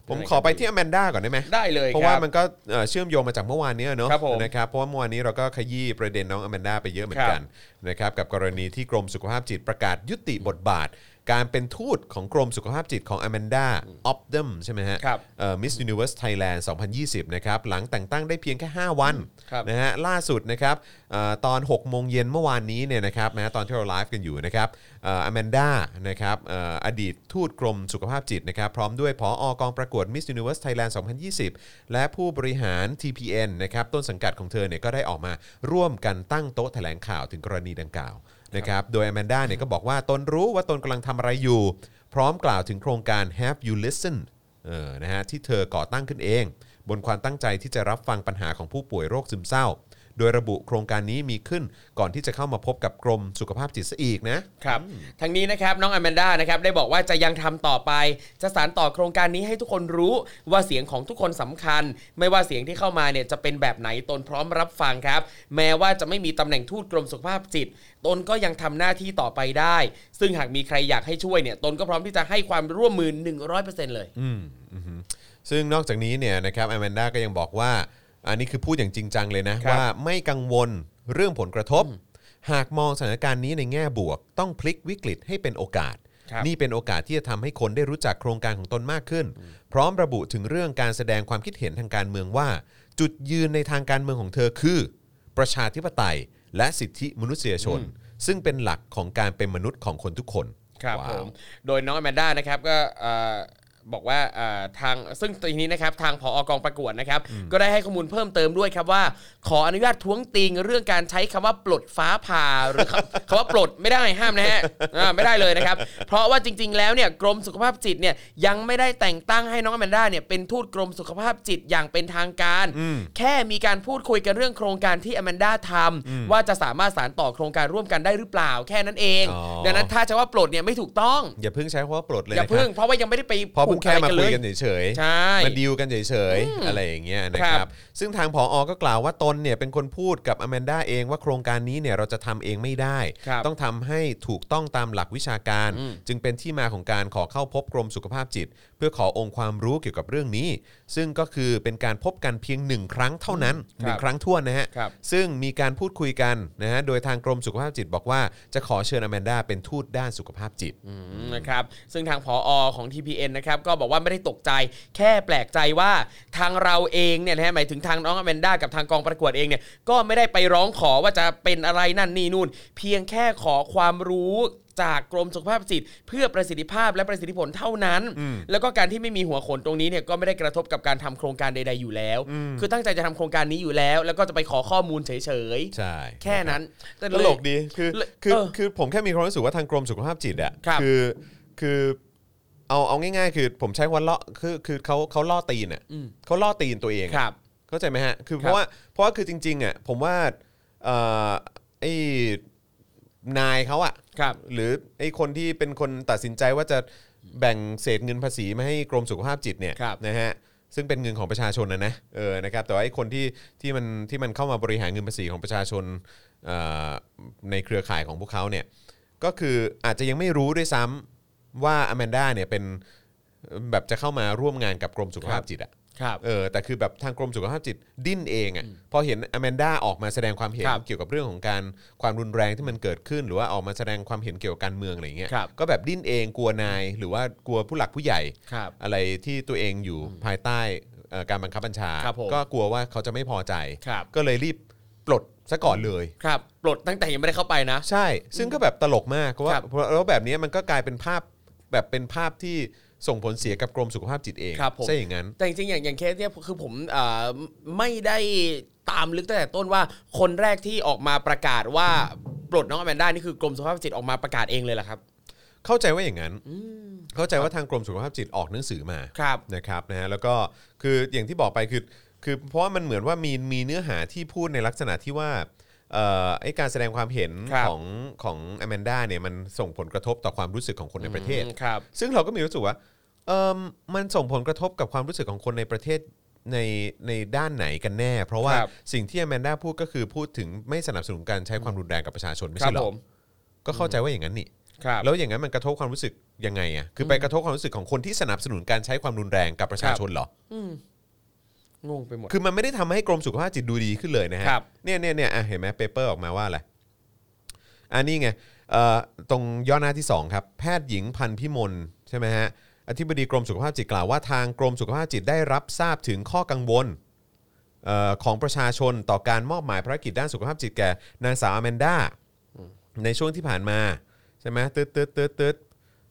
Speaker 2: ผมขอไปที่อแมนด้าก่อนได้ไหม
Speaker 3: ได้เลย
Speaker 2: เพราะว่า
Speaker 3: ครับ
Speaker 2: มันก็เอ่อเชื่อมโยงมาจากเมื่อวานเนี้ยเนอะ
Speaker 3: ครับผม
Speaker 2: นะครับเพราะว่าเมื่อวานนี้เราก็ขยี้ประเด็นน้องอแมนด้าไปเยอะเหมือนกันนะครับกับกรณีที่กรมสุขภาพจิตประกาศยุติบทบาท การเป็นทูตของกรมสุขภาพจิตของอแมนด้าออฟเดมใช่ไหมฮะ
Speaker 3: ครับ
Speaker 2: มิสยูนิเวอร์สไทยแลนด์2020 นะครับ หลังแต่งตั้งได้เพียงแค่ 5 วัน
Speaker 3: ครับ
Speaker 2: นะฮะล่าสุดนะครับเอ่อตอน 6 โมงเย็นเมื่อวานนี้เนี่ยนะครับนะฮะตอนที่เราไลฟ์กันอยู่นะครับเอแมนด้านะครับเอ่ออดีตทูตกรมสุขภาพจิตนะครับ พร้อมด้วยผออกองประกวด Miss Universe Thailand 2020 และผู้บริหาร TPN นะครับ ต้นสังกัดของเธอเนี่ยก็ได้ออกมาร่วมกันตั้งโต๊ะแถลงข่าวถึงกรณีดังกล่าวนะครับโดยอแมนด้าเนี่ยก็บอกว่าตนรู้ว่าตนกำลังทำอะไรอยู่ พร้อมกล่าวถึงโครงการ Have You Listen เออนะฮะที่เธอก่อตั้งขึ้นเอง บนความตั้งใจที่จะรับฟังปัญหาของผู้ป่วยโรคซึมเศร้า โดยระบุโครงการนี้มีขึ้นก่อนที่จะเข้ามาพบกับกรมสุขภาพจิตซะอีกนะ
Speaker 3: ครับทางนี้นะครับน้องอแมนด้านะครับได้บอกว่าจะยังทำต่อไป จะสานต่อโครงการนี้ให้ทุกคนรู้ว่าเสียงของทุกคนสำคัญ ไม่ว่าเสียงที่เข้ามาเนี่ยจะเป็นแบบไหนตนพร้อมรับฟังครับ แม้ว่าจะไม่มีตำแหน่งทูตกรมสุขภาพจิต ตนก็ยังทำหน้าที่ต่อไปได้ ซึ่งหากมีใครอยากให้ช่วยเนี่ยตนก็พร้อมที่จะให้ความร่วมมือ 100%เลย
Speaker 2: อืมอืมซึ่งนอกจากนี้เนี่ยนะครับแอมแนด้าก็ยังบอกว่า อันนี้คือพูดอย่างจริงจังเลยนะ
Speaker 3: ครับ
Speaker 2: ว่าไม่กังวลเรื่องผลกระทบ หากมองสถานการณ์นี้ในแง่บวก ต้องพลิกวิกฤตให้เป็นโอกาส
Speaker 3: ครับ
Speaker 2: นี่เป็นโอกาสที่จะทำให้คนได้รู้จักโครงการของตนมากขึ้น พร้อมระบุถึงเรื่องการแสดงความคิดเห็นทางการเมืองว่า จุดยืนในทางการเมืองของเธอคือ ประชาธิปไตย และสิทธิมนุษยชน ซึ่งเป็นหลักของการเป็นมนุษย์ของคนทุกคน
Speaker 3: ครับ
Speaker 2: ว้า
Speaker 3: ผ
Speaker 2: ว
Speaker 3: มโดยน้องอแมนด้านะครับก็เอ่อบอกว่าเอ่อทางซึ่งทีนี้นะครับทางผอกองประกวดนะครับ ก็ได้ให้ข้อมูลเพิ่มเติมด้วยครับว่า ขออนุญาตท้วงติงเรื่องการใช้คำว่าปลดฟ้าผ่าหรือค ำ คำว่าปลดไม่ได้ห้ามนะฮ ะอ่าไม่ได้เลยนะครับ เพราะว่าจริง ๆ แล้วเนี่ยกรมสุขภาพจิตเนี่ยยังไม่ได้แต่งตั้งให้น้องอแมนด้าเนี่ยเป็นทูตกรมสุขภาพจิตอย่างเป็นทางการ
Speaker 2: อืม
Speaker 3: แค่มีการพูดคุยกันเรื่องโครงการที่อแมนด้าทำว่าจะสามารถสานต่อโครงการร่วมกันได้หรือเปล่าแค่นั้นเอง
Speaker 2: อ๋อ
Speaker 3: ดังนั้นถ้าจะว่าปลดเนี่ยไม่ถูกต้อง
Speaker 2: อย่าเพิ่งใช้คำว่าปลดเลย
Speaker 3: อ
Speaker 2: นะ
Speaker 3: ย่า
Speaker 2: ครั
Speaker 3: พึ่
Speaker 2: บ
Speaker 3: ง เพราะว่ายังไม่ได้ไป
Speaker 2: เพราะเพิ่งแค่มาคุยกัน
Speaker 3: ผูอะไร
Speaker 2: เฉย
Speaker 3: น
Speaker 2: ๆ
Speaker 3: ใช่
Speaker 2: มาดีลกันเฉยๆ อะไรอย่างเงี้ยนะค
Speaker 3: ครั
Speaker 2: รับ
Speaker 3: บ
Speaker 2: ซึ่งทางผออก็กล่าวว่าตนเนี่ยเป็นคนพูดกับอแมนด้าเองว่าโครงการนี้เนี่ยเราจะทำเองไม่ได้
Speaker 3: ครับ
Speaker 2: ต้องทำให้ถูกต้องตามหลักวิชาการ
Speaker 3: อืม
Speaker 2: จึงเป็นที่มาของการขอเข้าพบกรมสุขภาพจิต เพื่อขอองค์ความรู้เกี่ยวกับเรื่องนี้ ซึ่งก็คือเป็นการพบกันเพียงหนึ่งครั้งเท่านั้น
Speaker 3: ครับ
Speaker 2: หนึ่งครั้งทั่วนนะฮะ
Speaker 3: ครับ
Speaker 2: ซึ่งมีการพูดคุยกันนะฮะ โดยทางกรมสุขภาพจิตบอกว่าจะขอเชิญอแมนด้าเป็นทูตด้านสุขภาพจิต
Speaker 3: อืมนะครับซึ่งทางผออของ TPN นะครับก็บอกว่าไม่ได้ตกใจ แค่แปลกใจว่าทางเราเองเนี่ยนะฮะหมายถึงทางน้องอแมนด้ากับทางกองประกวดเองเนี่ยก็ไม่ได้ไปร้องขอว่าจะเป็นอะไรนั่นนี่นู่น เพียงแค่ขอความรู้จากกรมสุขภาพจิต เพื่อประสิทธิภาพและประสิทธิผลเท่านั้น แล้วก็การที่ไม่มีหัวโขนตรงนี้เนี่ยก็ไม่ได้กระทบกับการทำโครงการใด ๆอยู่แล้ว คือตั้งใจจะทำโครงการนี้อยู่แล้ว แล้วก็จะไปขอข้อมูลเฉยๆ
Speaker 2: ใช่
Speaker 3: แค่นั้นแต่
Speaker 2: ต
Speaker 3: เย
Speaker 2: ลกดีคือ
Speaker 3: เลย
Speaker 2: คือ
Speaker 3: เออ
Speaker 2: คือผมแค่มีความรู้สึกว่าทางกรมสุขภาพจิตอะ
Speaker 3: ครับ
Speaker 2: คือคือเอาเอาง่ายๆ คือผมใช้ว่าล่อคือคือเขาเขาล่อตีนอะ
Speaker 3: อืม
Speaker 2: เขาล่อตีนตัวเองอะ
Speaker 3: ครับ
Speaker 2: เข้าใจไหมฮะคือ
Speaker 3: ครับ
Speaker 2: เพราะว่าเพราะว่าคือจริงๆอะผมว่าเอ่อไอ้นายเขาอะ
Speaker 3: ครับ
Speaker 2: หรือไอ้คนที่เป็นคนตัดสินใจว่าจะแบ่งเศษเงินภาษีมาให้กรมสุขภาพจิตเนี่ย
Speaker 3: ครับ
Speaker 2: นะฮะซึ่งเป็นเงินของประชาชนนะนะเออนะครับแต่ว่าไอ้คนที่ที่มันที่มันเข้ามาบริหารเงินภาษีของประชาชน เอ่อในเครือข่ายของพวกเขาเนี่ยก็คืออาจจะยังไม่รู้ด้วยซ้ำว่าอแมนด้าเนี่ยเป็นแบบจะเข้ามาร่วมงานกับกรมสุขภาพจิตอะ
Speaker 3: ครับ
Speaker 2: เออแต่คือแบบทางกรมสุขภาพจิตดิ้นเองอะพอเห็นอแมนด้าออกมาแสดงความเห็น
Speaker 3: ครับ
Speaker 2: เกี่ยวกับเรื่องของการความรุนแรงที่มันเกิดขึ้น หรือว่าออกมาแสดงความเห็นเกี่ยวกับการเมืองอะไรอย่างเงี้ย
Speaker 3: ครับ
Speaker 2: ก็แบบดิ้นเองกลัวนายหรือว่ากลัวผู้หลักผู้ใหญ่
Speaker 3: ครับ
Speaker 2: อะไรที่ตัวเองอยู่ภายใต้เอ่อการบังคับบัญชา
Speaker 3: ครับผม
Speaker 2: ก็กลัวว่าเขาจะไม่พอใจ
Speaker 3: ครับ
Speaker 2: ก็เลยรีบปลดซะก่อนเลย
Speaker 3: ครับ ปลดตั้งแต่ยังไม่ได้เข้าไปนะ
Speaker 2: ใช่ ซึ่งก็แบบตลกมากเพราะว่า
Speaker 3: ครับ
Speaker 2: เพราะแล้วแบบนี้มันก็กลายเป็นภาพแบบเป็นภาพที่ส่งผลเสียกับกรมสุขภาพจิตเอง
Speaker 3: ครับผม
Speaker 2: ใช่อย่างนั้น
Speaker 3: แต่จริงๆอย่างอย่างเคสเนี่ยคือผมเอ่อไม่ได้ตามลึกตั้งแต่ต้นว่าคนแรกที่ออกมาประกาศว่าปลดน้องอแมนด้านี่คือกรมสุขภาพจิตออกมาประกาศเองเลยล่ะครับ
Speaker 2: เข้าใจว่าอย่างนั้น เข้าใจว่าทางกรมสุขภาพจิตออกหนังสือมา
Speaker 3: ครับ
Speaker 2: นะครับนะฮะแล้วก็คืออย่างที่บอกไปคือคือเพราะว่ามันเหมือนว่ามีมีเนื้อหาที่พูดในลักษณะที่ว่าเอ่อไอการแสดงความเห็น
Speaker 3: ครับ
Speaker 2: ของของอแมนด้าเนี่ยมันส่งผลกระทบต่อความรู้สึกของคนในประเทศ
Speaker 3: อืมครับ
Speaker 2: ซึ่งเราก็มีรู้สึกว่าเอมมันส่งผลกระทบกับความรู้สึกของคนในประเทศในในด้านไหนกันแน่ เพราะว่า
Speaker 3: ครับ
Speaker 2: สิ่งที่อแมนด้าพูดก็คือพูดถึงไม่สนับสนุนการใช้ความรุนแรงกับประชาชนไม่
Speaker 3: ครับ
Speaker 2: ใช่หร
Speaker 3: ผ
Speaker 2: อ
Speaker 3: ม
Speaker 2: ก็เข้าใจว่าอย่างนั้นนี่
Speaker 3: ครับ
Speaker 2: แล้วอย่างนั้นมันกระทบความรู้สึกยังไงอ่ะ คือไปกระทบความรู้สึกของคนที่สนับสนุนการใช้ความรุนแรงกับประชา
Speaker 3: ครับ
Speaker 2: ชนเหรอ
Speaker 3: งงไปหมด
Speaker 2: คือมันไม่ได้ทำให้กรมสุขภาพจิตดูดีขึ้นเลยนะฮะ
Speaker 3: ครับ
Speaker 2: เนี่ยเนี่ยเนี่ยอ่ะเห็นไหมเปเปอร์ออกมาว่าอะไร อันนี้ไงเอ่อตรงย่อหน้าที่ 2 ครับ แพทย์หญิงพันธุ์พิมลใช่ไหมฮะ อธิบดีกรมสุขภาพจิตกล่าวว่าทางกรมสุขภาพจิตได้รับทราบถึงข้อกังวลเอ่อของประชาชนต่อการมอบหมายภารกิจด้านสุขภาพจิตแก่นางสาวอแมนด้าในช่วงที่ผ่านมาใช่ไหมตึ๊ดตึ๊ดตึ๊ดตึ๊ด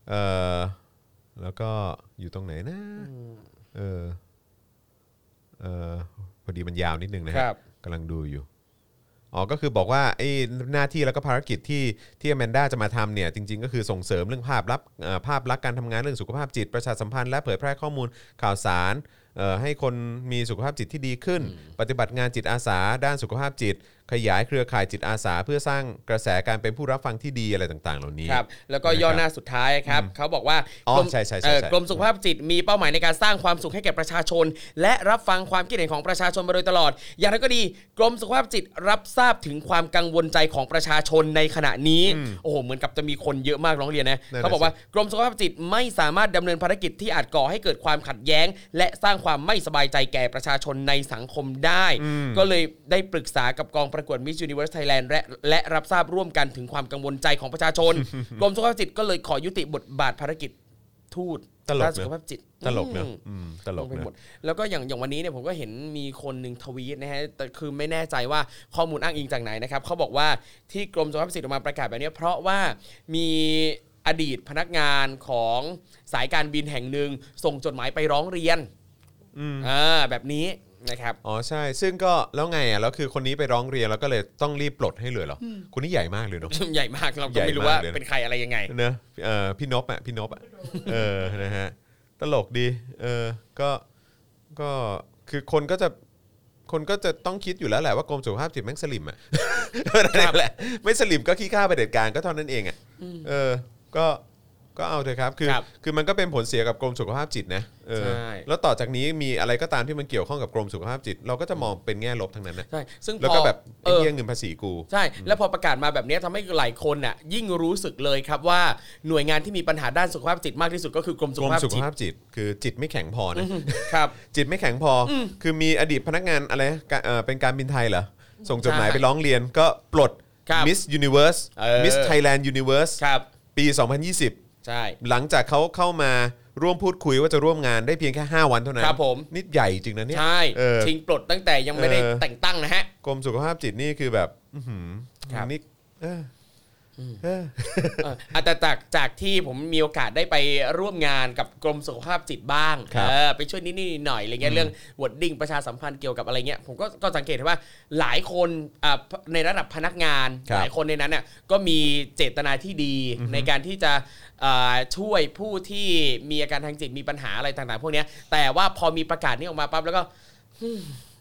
Speaker 2: เอ่อแล้วก็อยู่ตรงไหนนะเออเออพอดีมันยาวนิดนึงนะฮะ
Speaker 3: ครับ
Speaker 2: กำลังดูอยู่ อ๋อก็คือบอกว่าไอ้หน้าที่แล้วก็ภารกิจที่ที่แมนด้าจะมาทำเนี่ยจริง ๆ ก็คือส่งเสริมเรื่องภาพลับเอ่อภาพลักษณ์การทำงานเรื่องสุขภาพจิตประชาสัมพันธ์และเผยแพร่ข้อมูลข่าวสารเอ่อให้คนมีสุขภาพจิตที่ดีขึ้น ปฏิบัติงานจิตอาสา ด้านสุขภาพจิต ขยายเครือข่ายจิตอาสา เพื่อสร้างกระแสการเป็นผู้รับฟังที่ดีอะไรต่าง ๆ เหล่านี้
Speaker 3: ครับแล้วก็ย่อหน้าสุดท้ายครับเขาบอกว่า
Speaker 2: อ๋อก
Speaker 3: รม
Speaker 2: ใช่ใช่ใช่
Speaker 3: เอ่อ
Speaker 2: ใช่
Speaker 3: กรมสุขภาพจิตมีเป้าหมายในการสร้างความสุขให้แก่ประชาชน และรับฟังความคิดเห็นของประชาชนมาโดยตลอด อย่างไรก็ดีกรมสุขภาพจิตรับทราบถึงความกังวลใจของประชาชนในขณะนี้โอ้โหเหมือนกับจะมีคนเยอะมากร้องเรียนนะ
Speaker 2: นั่นน่ะ
Speaker 3: เขาบอกว่ากรมสุขภาพจิตไม่สามารถดำเนินภารกิจที่อาจก่อให้เกิดความขัดแย้ง และสร้างความไม่สบายใจแก่ประชาชนในสังคมได้
Speaker 2: อืม
Speaker 3: ก็เลยได้ปรึกษากับกองประกวดมิ s ูนิเวอร์สไทยแลนด์และและรับทราบร่วมกันถึงความกังวลใจของประชา ชน กรมสุขภาพจิตก็เลยขอยุติบทบาทภารกิจทูต
Speaker 2: ตลก
Speaker 3: ด้าน
Speaker 2: เน
Speaker 3: สุ
Speaker 2: อะ
Speaker 3: ขภาพจิต
Speaker 2: ตลกเนอะ
Speaker 3: อืม
Speaker 2: อืมตล
Speaker 3: ล
Speaker 2: ก
Speaker 3: งไป
Speaker 2: เน
Speaker 3: หมด
Speaker 2: อะ
Speaker 3: แล้วก็อย่างอย่างวันนี้เนี่ยผมก็เห็นมีคนหนึ่งทวีตนะฮะแต่คือไม่แน่ใจว่าข้อมูลอ้างอิงจากไหนนะครับเขาบอกว่าที่กรมสุขภาพจิตออกมาประกาศแบบเนี้ยเพราะว่ามีอดีตพนักงานของสายการบินแห่งหนึ่งส่งจดหมายไปร้องเรียน
Speaker 2: อืม
Speaker 3: อ่าแบบนี้นะครับ
Speaker 2: อ๋อใช่ ซึ่งก็แล้วไงอ่ะแล้วคือคนนี้ไปร้องเรียนแล้วก็เลยต้องรีบปลดให้เลยเหรออคนนี้ใหญ่มากเลยเนาะ
Speaker 3: ใหญ่มากเราก็ไม่รู้
Speaker 2: ใหญ่มาก
Speaker 3: ว่า
Speaker 2: เลย
Speaker 3: เป็นใครอะไรยังไง
Speaker 2: เนอะเอ่อพี่นบอ่ะพี่นบอ่ะเออนะฮะตลกดีเออก็ก็คือคนก็จะคนก็จะต้องคิดอยู่แล้วแหละว่ากรมสุขภาพจิตแม่งสลิมอ่ะ นั่นแหละไม่สลิมก็ขี้ข้าไประเด็ดการก็เท่านั้นเองอ่ะเออก็ก็เอาเถอะครับคือ
Speaker 3: ครับ
Speaker 2: คือมันก็เป็นผลเสียกับกรมสุขภาพจิตนะเออ
Speaker 3: ใช่
Speaker 2: แล้วต่อจากนี้มีอะไรก็ตามที่มันเกี่ยวข้องกับกรมสุขภาพจิต เราก็จะมองเป็นแง่ลบทั้งนั้นนะ
Speaker 3: ใช่ซึ่ง
Speaker 2: แล้ว
Speaker 3: พอ
Speaker 2: ก็แบบ
Speaker 3: เอ
Speaker 2: ไอ้
Speaker 3: อ
Speaker 2: เรื่องเงินภาษีกู
Speaker 3: ใช่ แล้วพอประกาศมาแบบเนี้ยทำให้หลายคนน่ะยิ่งรู้สึกเลยครับว่าหน่วยงานที่มีปัญหาด้านสุขภาพจิตมากที่สุดก็คือกรมสุ
Speaker 2: ก
Speaker 3: ข
Speaker 2: รม
Speaker 3: ภาพ
Speaker 2: สุข
Speaker 3: จิต
Speaker 2: ภาพจิต คือจิตไม่แข็งพอนะ
Speaker 3: ครับ
Speaker 2: จิตไม่แข็งพออคือมีอดีตพนักงานอะไรนะกะเอ่อเป็นการบินไทยเหรอ ส่งจดหมาย
Speaker 3: ใช่
Speaker 2: ไปร้องเรียนก็ปลด
Speaker 3: ครับ
Speaker 2: Miss Universe
Speaker 3: เออ
Speaker 2: Miss Thailand Universe
Speaker 3: ครับ
Speaker 2: ปี 2020
Speaker 3: ใช่
Speaker 2: หลังจากเขาเข้ามาร่วมพูดคุยว่าจะร่วมงานได้เพียงแค่ 5 วันเท่านั้น
Speaker 3: ครับผม
Speaker 2: นี่ใหญ่จริงนะเนี่ย
Speaker 3: ใช่
Speaker 2: เออ
Speaker 3: ชิงปลดตั้งแต่ยังไม่ได้
Speaker 2: เออ
Speaker 3: แต่งตั้งนะฮะ
Speaker 2: กรมสุขภาพจิตนี่คือแบบ อื้อหือ
Speaker 3: ครับ
Speaker 2: นี่เอออเออ
Speaker 3: เอออ่ะแต่จากจากที่ผมมีโอกาสได้ไปร่วมงานกับกรมสุขภาพจิตบ้าง
Speaker 2: ครับ
Speaker 3: เออไปช่วยนิดๆหน่อยๆอะไรเงี้ยเรื่องวอดดิ้งประชาสัมพันธ์เกี่ยวกับอะไรเงี้ยผมก็ก็สังเกตเห็นว่าหลายคนอ่ะในระดับพนักงาน
Speaker 2: ครับ
Speaker 3: หลายคนในนั้นน่ะก็มีเจตนาที่ดีในการที่จะอ่าช่วยผู้ที่มีอาการทางจิตมีปัญหาอะไรต่างๆ พวกเนี้ยแต่ว่าพอมีประกาศนี้ออกมาปั๊บแล้วก็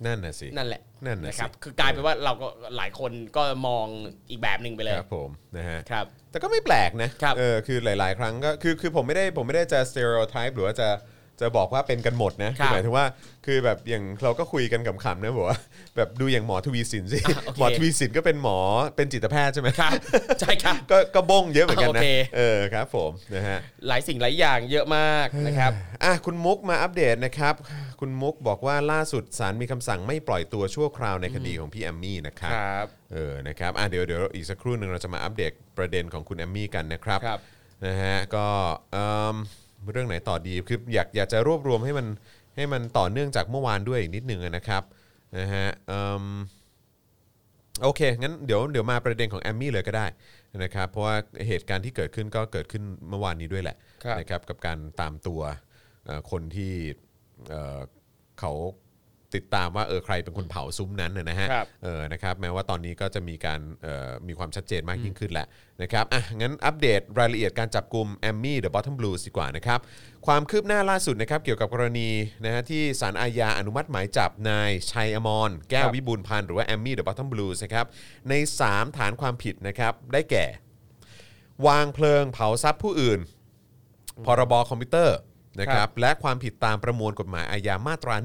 Speaker 2: นั่นน่ะสิ
Speaker 3: นั่นแหละ
Speaker 2: นั่นน่ะสิ
Speaker 3: ครับคือกลายเป็นว่าเราก็หลายคนก็มองอีกแบบหนึ่งไปเลย
Speaker 2: ครับผมนะฮะ
Speaker 3: ครับ
Speaker 2: แต่ก็ไม่แปลกนะครับ เออคือหลาย ๆ ครั้งก็คือคือผมไม่ได้ผมไม่ได้จะ stereotype หรือว่าจะจะบอกว่าเป็นกันหมดนะ
Speaker 3: ครั
Speaker 2: คื
Speaker 3: บ
Speaker 2: อหมายถึงว่าคือแบบอย่างเราก็คุยกันขำๆนะบอกว่า แบบดูอย่างหมอทวีสิน สิ
Speaker 3: อ่ะโอเค
Speaker 2: หมอทวีสินก็เป็นหมอเป็นจิตแพทย์ใช่ไหม
Speaker 3: ครับใช่ครับ
Speaker 2: ก็ก็บ้งเยอะเหมือนกันนะ
Speaker 3: โอเค
Speaker 2: เออครับผมนะ ฮะ
Speaker 3: หลายสิ่งหลายอย่างเยอะมากนะครับ
Speaker 2: อ่ะคุณมุกมาอัปเดตนะครับ คุณมุกบอกว่าล่าสุดศาลมีคำสั่งไม่ปล่อยตัวชั่วคราวในคดีของพี่แอมมี่นะครับ
Speaker 3: ครับ
Speaker 2: เออ นะครับ อ่ะเดี๋ยวเดี๋ยวอีกสักครู่หนึ่งเราจะมาอัปเดตประเด็นของคุณแอมมี่กันนะครับ
Speaker 3: ครับ
Speaker 2: นะฮะ ก็เอิ่มเรื่องไหนต่อดี คืออยากอยากจะรวบรวมให้มันให้มันต่อเนื่องจากเมื่อวานด้วยอีกนิดหนึงนะครับ นะฮะเอิ่ม โอเค งั้นเดี๋ยวเดี๋ยวมาประเด็นของแอมมี่เลยก็ได้นะครับ เพราะว่าเหตุการณ์ที่เกิดขึ้นก็เกิดขึ้นเมื่อวานนี้ด้วยแหละ
Speaker 3: ครับ
Speaker 2: นะครับกับการตามตัวเอ่อคนที่เอ่อเขาติดตามว่าเออใครเป็นคนเผาซุ้มนั้นนะนะฮะ
Speaker 3: ครับ
Speaker 2: เออนะครับแม้ว่าตอนนี้ก็จะมีการเอ่อมีความชัดเจนมากยิ่งขึ้นแหละนะครับอ่ะงั้นอัปเดตรายละเอียดการจับกลุ่มแอมมี่เดอะบอทเทิลบลูดีกว่านะครับความคืบหน้าล่าสุดนะครับเกี่ยวกับกรณีนะฮะที่ศาลอาญาอนุมัติหมายจับนายชัยอมรแก้
Speaker 3: คว รับ
Speaker 2: วิบูลย์พันธ์หรือว่าแอมมี่เดอะบอทเทิลบลูนะครับใน 3 ฐานความผิดนะครับได้แก่ วางเพลิงเผาทรัพย์ผู้อื่น พรบคอมพิวเตอร์นะครับและความผิดตามประมวลกฎหมายอาญามาตรา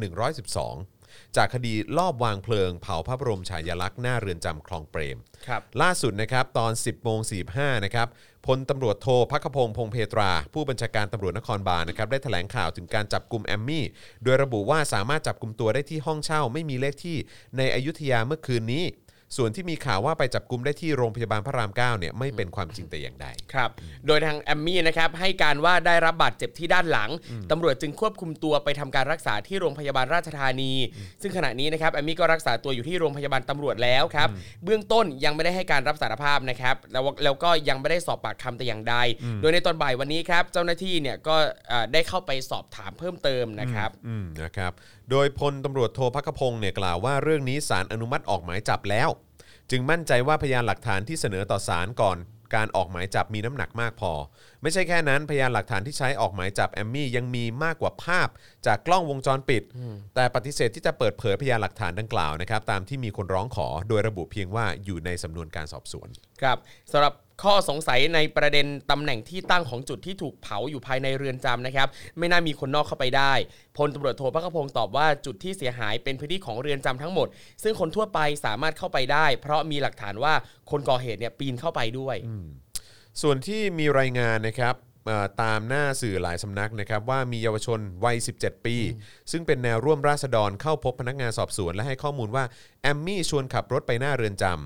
Speaker 2: 112 จากคดีลอบวางเพลิงเผาพระบรมฉายาลักษณ์หน้าเรือนจำคลองเปรม
Speaker 3: ครับ
Speaker 2: ล่าสุดนะครับตอน 10โมง45นะครับพลตำรวจโทพักขพงศ์พงเพตรา ผู้บัญชาการตำรวจนครบาลนะครับได้แถลงข่าวถึงการจับกลุ่มแอมมี่ โดยระบุว่าสามารถจับกลุ่มตัวได้ที่ห้องเช่าไม่มีเลขที่ในอยุธยาเมื่อคืนนี้ ส่วนที่มีข่าวว่าไปจับกลุ่มได้ที่โรงพยาบาลพระรามเก้าเนี่ยไม่เป็นความจริงแต่อย่างใด
Speaker 3: ครับ โดยทางแอมมี่นะครับให้การว่าได้รับบาดเจ็บที่ด้านหลัง ตำรวจจึงควบคุมตัวไปทำการรักษาที่โรงพยาบาลราชธานี ซึ่งขณะนี้นะครับแอมมี่ก็รักษาตัวอยู่ที่โรงพยาบาลตำรวจแล้วครับ เบื้องต้นยังไม่ได้ให้การรับสารภาพนะครับแล้วแล้วก็ยังไม่ได้สอบปากคำแต่อย่างใด โดยในตอนบ่ายวันนี้ครับเจ้าหน้าที่เนี่ยก็เอ่อได้เข้าไปสอบถามเพิ่มเติมนะครับ
Speaker 2: อืมนะครับ โดยพลตำรวจโทพักขพงศ์เนี่ยกล่าวว่าเรื่องนี้สารอนุมัติออกหมายจับแล้ว จึงมั่นใจว่าพยานหลักฐานที่เสนอต่อศาลก่อน การออกหมายจับมีน้ำหนักมากพอ ไม่ใช่แค่นั้นพยานหลักฐานที่ใช้ออกหมายจับแอมมี่ยังมีมากกว่าภาพจากกล้องวงจรปิด แต่ปฏิเสธที่จะเปิดเผยพยานหลักฐานดังกล่าวนะครับตามที่มีคนร้องขอโดยระบุเพียงว่าอยู่ในสำนวนการสอบสวน
Speaker 3: ครับสำหรับข้อสงสัยในประเด็นตำแหน่งที่ตั้งของจุดที่ถูกเผาอยู่ภายในเรือนจำนะครับ ไม่น่ามีคนนอกเข้าไปได้พลตำรวจโทพระกพงศ์ตอบว่าจุดที่เสียหายเป็นพื้นที่ของเรือนจำทั้งหมด ซึ่งคนทั่วไปสามารถเข้าไปได้ เพราะมีหลักฐานว่าคนก่อเหตุเนี่ยปีนเข้าไปด้วย
Speaker 2: ส่วนที่มีรายงานนะครับเอ่อตามหน้าสื่อหลายสำนักนะครับว่ามีเยาวชนวัย 17 ปี ซึ่งเป็นแนวร่วมราษฎรเข้าพบพนักงานสอบสวน และให้ข้อมูลว่าแอมมี่ชวนขับรถไปหน้าเรือนจำ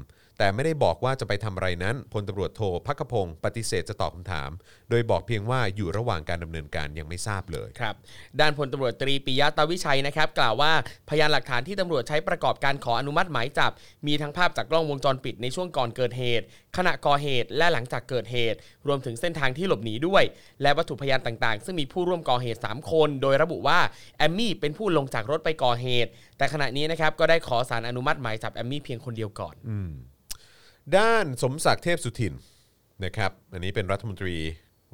Speaker 2: แต่ไม่ได้บอกว่าจะไปทำอะไรนั้นพลตำรวจโทพักขพงศ์ปฏิเสธจะตอบคำถาม โดยบอกเพียงว่าอยู่ระหว่างการดำเนินการยังไม่ทราบเลย
Speaker 3: ครับด้านพลตำรวจตรีปิยะตาวิชัยนะครับ กล่าวว่าพยานหลักฐานที่ตำรวจใช้ประกอบการขออนุมัติหมายจับ มีทั้งภาพจากกล้องวงจรปิดในช่วงก่อนเกิดเหตุ ขณะก่อเหตุและหลังจากเกิดเหตุ รวมถึงเส้นทางที่หลบหนีด้วย และวัตถุพยานต่างๆ ซึ่งมีผู้ร่วมก่อเหตุ 3 คน โดยระบุว่าแอมมี่เป็นผู้ลงจากรถไปก่อเหตุ แต่ขณะนี้นะครับก็ได้ขอสารอนุมัติหมายจับแอมมี่เพียงคนเดียวก่อน
Speaker 2: ด้านสมศักดิ์เทพสุทินนะครับอันนี้เป็นรัฐมนตรี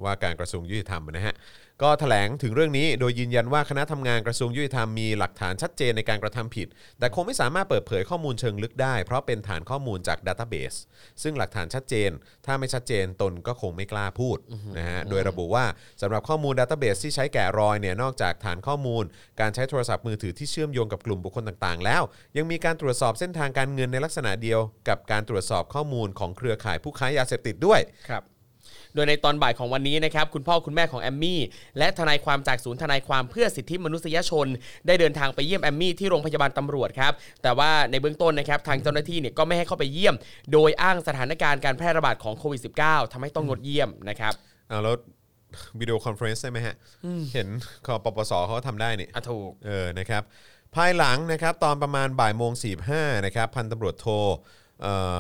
Speaker 2: ว่าการกระทรวงยุติธรรมนะฮะก็ถแถลงถึงเรื่องนี้โดยยืนยันว่าคณะทำงานกระทรวงยุติธรรมมีหลักฐานชัดเจนในการกระทำผิด แต่คงไม่สามารถเปิดเผยข้อมูลเชิงลึกได้ เพราะเป็นฐานข้อมูลจากดัตเตอร์เบสซึ่งหลักฐานชัดเจน ถ้าไม่ชัดเจนตนก็คงไม่กล้าพูดนะฮะโดยระบุว่าสำหรับข้อมูลดัตเตอร์เบสที่ใช้แกะรอยเนี่ยนอกจากฐานข้อมูล การใช้โทรศัพท์มือถือที่เชื่อมโยงกับกลุ่มบุคคลต่างๆ แล้ว ยังมีการตรวจสอบเส้นทางการเงินในลักษณะเดียวกับการตรวจสอบข้อมูลของเครือข่ายผู้ค้ายาเสพติดด้วย
Speaker 3: ครับ โดยในตอนบ่ายของวันนี้นะครับคุณพ่อคุณแม่ของแอมมี่และทนายความจากศูนย์ทนายความเพื่อสิทธิมนุษยชน ได้เดินทางไปเยี่ยมแอมมี่ที่โรงพยาบาลตำรวจครับแต่ว่าในเบื้องต้นนะครับทางเจ้าหน้าที่เนี่ยก็ไม่ให้เข้าไปเยี่ยม โดยอ้างสถานการณ์การแพร่ระบาดของโควิด -19 ทำให้ต้องงดเยี่ยมนะครับ
Speaker 2: เอาแล้ววิดีโอคอนเฟรนซ์ได้ไหมฮะ เห็น คอปปสเขาทำได้นี่
Speaker 3: อ่ะถูก
Speaker 2: เออ นะครับ ภายหลังนะครับตอนประมาณบ่ายโมงสีนะครับพันตำรวจโทเอ่อ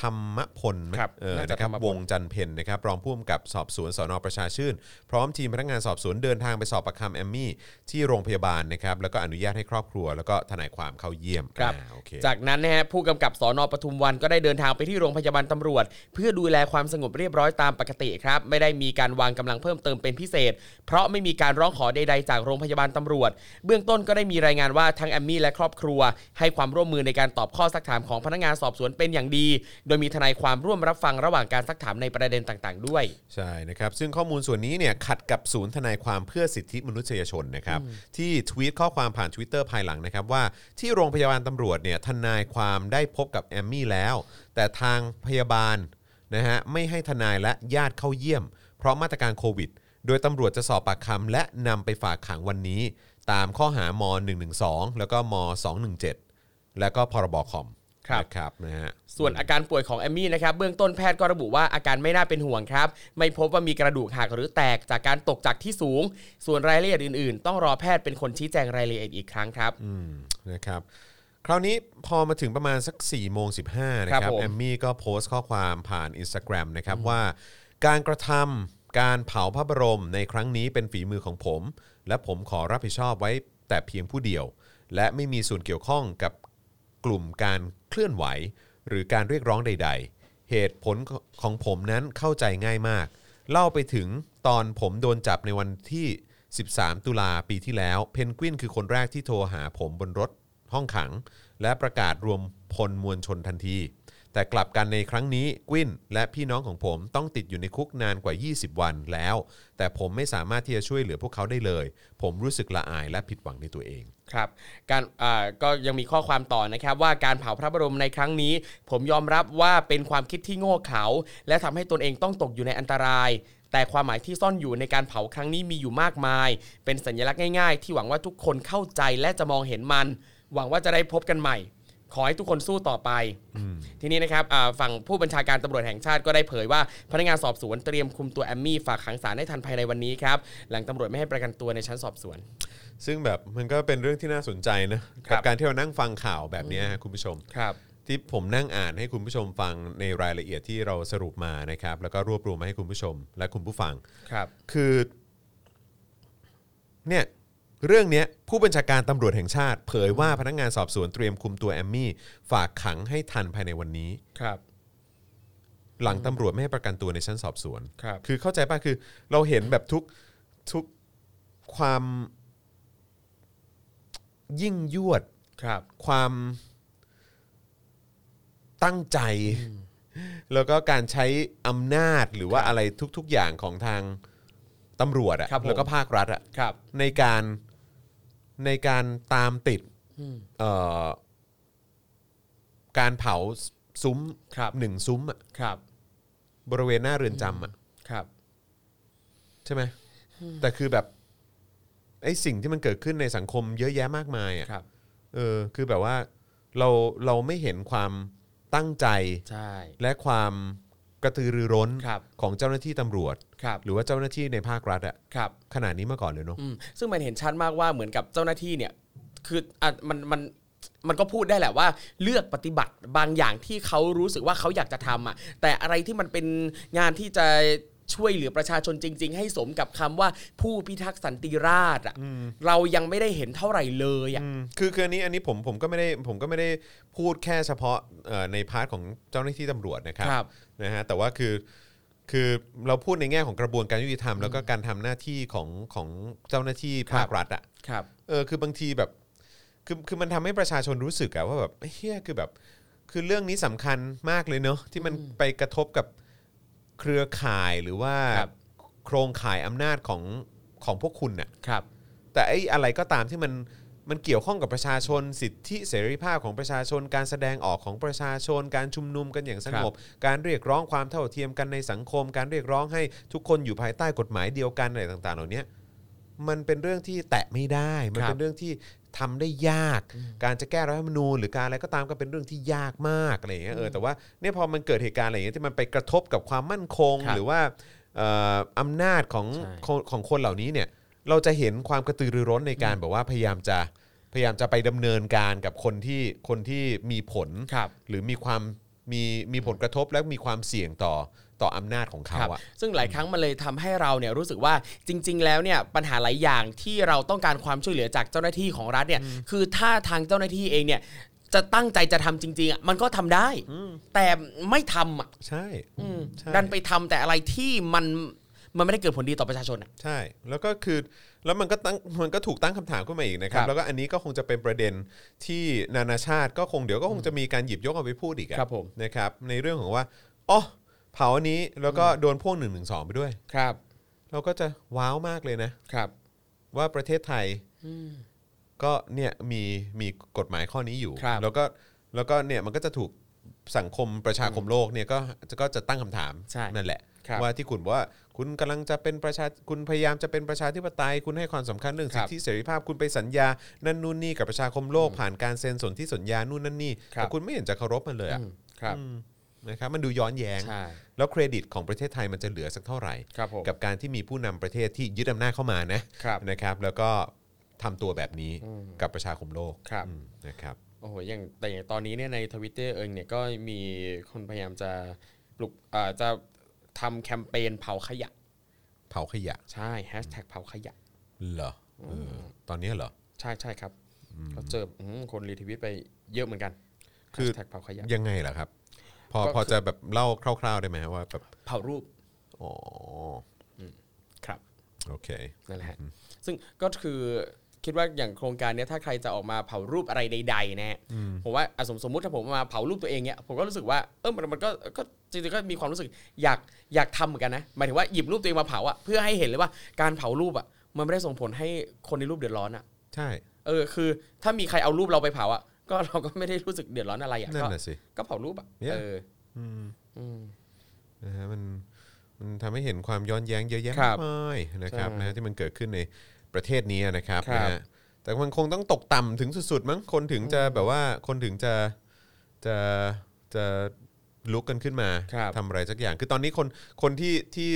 Speaker 2: ธรรมพลไหม
Speaker 3: ครับ
Speaker 2: เออ
Speaker 3: น่าจะ
Speaker 2: นะครับ
Speaker 3: ธรรมพล
Speaker 2: วงจันเพนนะครับรองผู้กำกับสอบสวนสอนอประชาชื่น พร้อมทีมพนักงานสอบสวนเดินทางไปสอบปากคำแอมมี่ที่โรงพยาบาลนะครับแล้วก็อนุญาตให้ครอบครัว แล้วก็ทนายความเข้าเยี่ยม
Speaker 3: ครับ
Speaker 2: อ่าโอเค
Speaker 3: จากนั้นนะฮะผู้กำกับสอนอปทุมวันก็ได้เดินทางไปที่โรงพยาบาลตำรวจ เพื่อดูแลความสงบเรียบร้อยตามปกติครับ ไม่ได้มีการวางกำลังเพิ่มเติมเป็นพิเศษ เพราะไม่มีการร้องขอใดๆ จากโรงพยาบาลตำรวจ เบื้องต้นก็ได้มีรายงานว่าทั้งแอมมี่และครอบครัว ให้ความร่วมมือในการตอบข้อซักถามของพนักงานสอบสวนเป็นอย่างดี โดยมีทนายความร่วมรับฟังระหว่างการซักถามในประเด็นต่างๆ ด้วย
Speaker 2: ใช่นะครับซึ่งข้อมูลส่วนนี้เนี่ยขัดกับศูนย์ทนายความเพื่อสิทธิมนุษยชนนะครับที่ทวีตข้อความผ่าน Twitter ภายหลังนะครับว่าที่โรงพยาบาลตำรวจเนี่ยทนายความได้พบกับแอมมี่แล้ว แต่ทางพยาบาลนะฮะไม่ให้ทนายและญาติเข้าเยี่ยม เพราะมาตรการโควิด โดยตำรวจจะสอบปากคำและนำไปฝากขังวันนี้ ตามข้อหาม112 แล้วก็ม 217 แล้วก็พรบคอม
Speaker 3: ครับ
Speaker 2: นะครับนะฮะ
Speaker 3: ส่วนอาการป่วยของแอมมี่นะครับเบื้องต้นแพทย์ก็ระบุว่าอาการไม่น่าเป็นห่วงครับ ไม่พบว่ามีกระดูกหักหรือแตกจากการตกจากที่สูง ส่วนรายละเอียดอื่นๆ ต้องรอแพทย์เป็นคนชี้แจงรายละเอียดอีกครั้งครับ
Speaker 2: อืมนะครับคราวนี้พอมาถึงประมาณสัก4ี่โมงสินะค
Speaker 3: ครั
Speaker 2: รับบ
Speaker 3: ผม
Speaker 2: แอมมี่ก็โพสต์ข้อความผ่าน Instagram นะครับว่า การกระทำการเผาพระบรมในครั้งนี้เป็นฝีมือของผม และผมขอรับผิดชอบไว้แต่เพียงผู้เดียว และไม่มีส่วนเกี่ยวข้องกับกลุ่มการเคลื่อนไหว หรือการเรียกร้องใด ๆ เหตุผลของผมนั้นเข้าใจง่ายมาก เล่าไปถึงตอนผมโดนจับในวันที่ 13 ตุลาปีที่แล้ว เพนกวินคือคนแรกที่โทรหาผมบนรถห้องขัง และประกาศรวมพลมวลชนทันที แต่กลับกันในครั้งนี้กวินและพี่น้องของผมต้องติดอยู่ในคุกนานกว่า 20 วันแล้ว แต่ผมไม่สามารถที่จะช่วยเหลือพวกเขาได้เลย ผมรู้สึกละอายและผิดหวังในตัวเอง
Speaker 3: ครับการอ่าก็ยังมีข้อความต่อนะครับว่าการเผาพระบรมในครั้งนี้ ผมยอมรับว่าเป็นความคิดที่โง่เขลาและทำให้ตนเองต้องตกอยู่ในอันตราย แต่ความหมายที่ซ่อนอยู่ในการเผาครั้งนี้มีอยู่มากมาย เป็นสัญลักษณ์ง่ายๆ ที่หวังว่าทุกคนเข้าใจและจะมองเห็นมัน หวังว่าจะได้พบกันใหม่ ขอให้ทุกคนสู้ต่อไป ทีนี้นะครับอ่าฝั่งผู้บัญชาการตำรวจแห่งชาติก็ได้เผยว่าพนักงานสอบสวนเตรียมคุมตัวแอมมี่ฝากขังศาลให้ทันภายในวันนี้ครับหลังตำรวจไม่ให้ประกันตัวในชั้นสอบสวน
Speaker 2: ซึ่งแบบมันก็เป็นเรื่องที่น่าสนใจนะครับ กับการที่เรานั่งฟังข่าวแบบเนี้ยคุณผู้ชม
Speaker 3: ครับ
Speaker 2: ที่ผมนั่งอ่านให้คุณผู้ชมฟังในรายละเอียดที่เราสรุปมานะครับ แล้วก็รวบรวมมาให้คุณผู้ชม และคุณผู้ฟัง
Speaker 3: ครับ
Speaker 2: คือ เนี่ย เรื่องเนี้ยผู้บัญชาการตำรวจแห่งชาติ เผยว่าพนักงานสอบสวนเตรียมคุมตัวแอมมี่ ฝากขังให้ทันภายในวันนี้
Speaker 3: ครับ
Speaker 2: หลังตำรวจไม่ให้ประกันตัวในชั้นสอบสวน
Speaker 3: ครับ
Speaker 2: คือเข้าใจป่ะ คือเราเห็นแบบทุกทุกความยิ่งยวด
Speaker 3: ครับ
Speaker 2: ความตั้งใจ แล้วก็การใช้อำนาจหรือว่าอะไรทุก ๆ อย่างของทางตำรวจอะ
Speaker 3: ครับผม
Speaker 2: แล้วก็ภาครัฐอะ
Speaker 3: ครับ
Speaker 2: ในการในการตามติดเอ่อการเผาซุ้ม
Speaker 3: ครับ
Speaker 2: หนึ่งซุ้มอะ
Speaker 3: ครับ
Speaker 2: บริเวณหน้าเรือนจำอ่ะ
Speaker 3: ครับ
Speaker 2: ใช่ไหมแต่คือแบบไอ้สิ่งที่มันเกิดขึ้นในสังคมเยอะแยะมากมายอ่ะ
Speaker 3: ครับ
Speaker 2: เออคือแบบว่าเราเราไม่เห็นความตั้งใจ
Speaker 3: ใช่
Speaker 2: และความกระตือรือร้น
Speaker 3: ครับ
Speaker 2: ของเจ้าหน้าที่ตำรวจ
Speaker 3: ครับ
Speaker 2: หรือว่าเจ้าหน้าที่ในภาครัฐอ่ะ
Speaker 3: ครับ
Speaker 2: ขนาดนี้มาก่อนเลยเนาะ
Speaker 3: อืมซึ่งมันเห็นชัดมากว่าเหมือนกับเจ้าหน้าที่เนี่ย คืออ่ะมันมันมันก็พูดได้แหละว่า เลือกปฏิบัติบางอย่างที่เขารู้สึกว่าเขาอยากจะทำอ่ะ แต่อะไรที่มันเป็นงานที่จะช่วยเหลือประชาชนจริง ๆ ให้สมกับคำว่าผู้พิทักษ์สันติราษฎร์อ่ะเรายังไม่ได้เห็นเท่าไหร่เลยอ่ะ
Speaker 2: อืมคือคืออันนี้อันนี้ผมผมก็ไม่ได้ผมก็ไม่ได้พูดแค่เฉพาะเอ่อในพาร์ทของเจ้าหน้าที่ตำรวจนะครับ
Speaker 3: ครับ
Speaker 2: นะฮะแต่ว่าคือคือเราพูดในแง่ของกระบวนการยุติธรรม แล้วก็การทำหน้าที่ของของเจ้าหน้าที่ภาครัฐอ่ะ
Speaker 3: ครับ
Speaker 2: เออคือบางทีแบบคือคือมันทำให้ประชาชนรู้สึกอะว่าแบบเฮียคือแบบคือเรื่องนี้สำคัญมากเลยเนอะที่มันไปกระทบกับเครือข่ายหรือว่า
Speaker 3: ครับ
Speaker 2: โครงข่ายอำนาจของของพวกคุณน่ะ
Speaker 3: ครับ
Speaker 2: แต่ไอ้อะไรก็ตามที่มันมันเกี่ยวข้องกับประชาชน สิทธิเสรีภาพของประชาชน การแสดงออกของประชาชน การชุมนุมกันอย่างสงบ การเรียกร้องความเท่าเทียมกันในสังคม การเรียกร้องให้ทุกคนอยู่ภายใต้กฎหมายเดียวกันอะไรต่างๆ เหล่าเนี้ยมันเป็นเรื่องที่แตะไม่ได้ มัน
Speaker 3: ครับ
Speaker 2: เป็นเรื่องที่ทำได้ยาก การจะแก้รัฐธรรมนูญหรือการอะไรก็ตามก็เป็นเรื่องที่ยากมากอะไรอย่างเงี้ยเออแต่ว่าเนี่ยพอมันเกิดเหตุการณ์อะไรอย่างเงี้ยที่มันไปกระทบกับความมั่นคง
Speaker 3: ครับ
Speaker 2: หรือว่าเอ่ออำนาจของ
Speaker 3: ใช่
Speaker 2: ของของคนเหล่านี้เนี่ย เราจะเห็นความกระตือรือร้นในการแบบว่าพยายามจะพยายามจะไปดำเนินการกับคนที่คนที่มีผล
Speaker 3: ครับ
Speaker 2: หรือมีความมีมีผลกระทบและมีความเสี่ยงต่อต่ออำนาจของเขา
Speaker 3: ครับ
Speaker 2: อะ
Speaker 3: ซึ่งหลายครั้งมันเลยทำให้เราเนี่ยรู้สึกว่าจริง ๆ แล้วเนี่ยปัญหาหลายอย่างที่เราต้องการความช่วยเหลือจากเจ้าหน้าที่ของรัฐเนี่ยคือถ้าทางเจ้าหน้าที่เองเนี่ยจะตั้งใจจะทำจริงๆอ่ะมันก็ทำได้ แต่ไม่ทำอ่ะ
Speaker 2: ใช่
Speaker 3: อืม
Speaker 2: ใช่
Speaker 3: ดันไปทำแต่อะไรที่มันมันไม่ได้เกิดผลดีต่อประชาชนอ่ะ
Speaker 2: ใช่ แล้วก็คือแล้วมันก็ตั้งมันก็ถูกตั้งคำถามขึ้นมาอีกนะครั
Speaker 3: ครับ บ
Speaker 2: แล้วก็อันนี้ก็คงจะเป็นประเด็นที่นานาชาติก็คงเดี๋ยวก็คงจะมีการหยิบยกเอาไปพูดอีกอะ
Speaker 3: ครับผม
Speaker 2: นะครับในเรื่องของว่าอ๋อเผาอันนี้แล้วก็โดนพ่วงหนึ่งหนึ่งสองไปด้วย
Speaker 3: ครับ
Speaker 2: เราก็จะว้าวมากเลยนะ
Speaker 3: ครับ
Speaker 2: ว่าประเทศไทยก็เนี่ยมีมีกฎหมายข้อนี้อยู่
Speaker 3: ครับ
Speaker 2: แล้วก็แล้วก็เนี่ยมันก็จะถูกสังคมประชาคมโลกเนี่ยก็จะก็จะตั้งคำถาม
Speaker 3: ใช่
Speaker 2: นั่นแหละ
Speaker 3: ครับ
Speaker 2: ว่าที่คุณบอกว่าคุณกำลังจะเป็นประชาคุณพยายามจะเป็นประชาธิปไตย คุณให้ความสำคัญเรื่อง
Speaker 3: ครั
Speaker 2: สิ
Speaker 3: บ
Speaker 2: ทธิเสรีภาพคุณไปสัญญานั่นนู่นนี่กับประชาคมโลกผ่านการเซ็นสนธิสัญญานู่นนั่นนี่
Speaker 3: ครับ
Speaker 2: แต่คุณไม่เห็นจะเคารพมันเลยอะ
Speaker 3: อืมครับ
Speaker 2: อืมนะครับมันดูย้อนแย้ง
Speaker 3: ใช่
Speaker 2: แล้วเครดิตของประเทศไทยมันจะเหลือสักเท่าไหร่
Speaker 3: ครับผม
Speaker 2: กับการที่มีผู้นำประเทศที่ยึดอำนาจเข้ามานะครับนะครับ แล้วก็ทำตัวแบบนี้
Speaker 3: อืม
Speaker 2: กับประชาคมโลก
Speaker 3: ครับ
Speaker 2: อืมนะครับ
Speaker 3: โอ้โหอย่างแต่อย่างตอนนี้เนี่ยในทวิตเตอร์เองเนี่ยก็มีคนพยายามจะปลุกอ่าจะทำแคมเปญเผาขยะ
Speaker 2: เผาขยะ
Speaker 3: ใช่แฮชแท็กเผาขยะ
Speaker 2: เหรอเออตอนนี้เหรอ
Speaker 3: ใช่ใช่ครับเขาเจออืมคนรีทวิตไปเยอะเหมือนกัน
Speaker 2: คือ
Speaker 3: แท็กเผาขยะ
Speaker 2: ยังไงล่ะครับ พอ
Speaker 3: ก็
Speaker 2: พอจะแบบเล่าคร่าวๆได้ไหมว่าแบบ
Speaker 3: เผารูป
Speaker 2: อ๋อ
Speaker 3: ครับ
Speaker 2: โอเค
Speaker 3: นั่นแหละฮะซึ่งก็คือคิดว่าอย่างโครงการเนี้ยถ้าใครจะออกมาเผารูปอะไรใดๆนะฮะผมว่าอ่ะสมสมมติถ้าผมมาเผารูปตัวเองเนี้ยผมก็รู้สึกว่าเออมันมันก็ก็จริงๆก็มีความรู้สึกอยากอยากทำเหมือนกันนะหมายถึงว่าหยิบรูปตัวเองมาเผาอะเพื่อให้เห็นเลยว่าการเผารูปอะมันไม่ได้ส่งผลให้คนในรูปเดือดร้อนอะ
Speaker 2: ใช่
Speaker 3: เออคือ ถ้ามีใครเอารูปเราไปเผาอะก็เราก็ไม่ได้รู้สึกเดือดร้อนอะไรอะ
Speaker 2: นั่น
Speaker 3: ก็
Speaker 2: น่ะสิ
Speaker 3: ก็เผารูปอะ
Speaker 2: Yeah
Speaker 3: เออ
Speaker 2: อืม
Speaker 3: อืม
Speaker 2: นะฮะมันมันทำให้เห็นความย้อนแย้งเยอะแยะ
Speaker 3: ครั
Speaker 2: มาก
Speaker 3: บ
Speaker 2: มายนะครับ
Speaker 3: ใช่
Speaker 2: นะฮะที่มันเกิดขึ้นในประเทศนี้นะครับ
Speaker 3: ครับ
Speaker 2: นะฮะแต่มันคงต้องตกต่ำถึงสุดๆมั้งคนถึงจะแบบว่าคนถึงจะจะจะลุกกันขึ้นมา
Speaker 3: ครับ
Speaker 2: ทำอะไรสักอย่าง คือตอนนี้คนคนที่ที่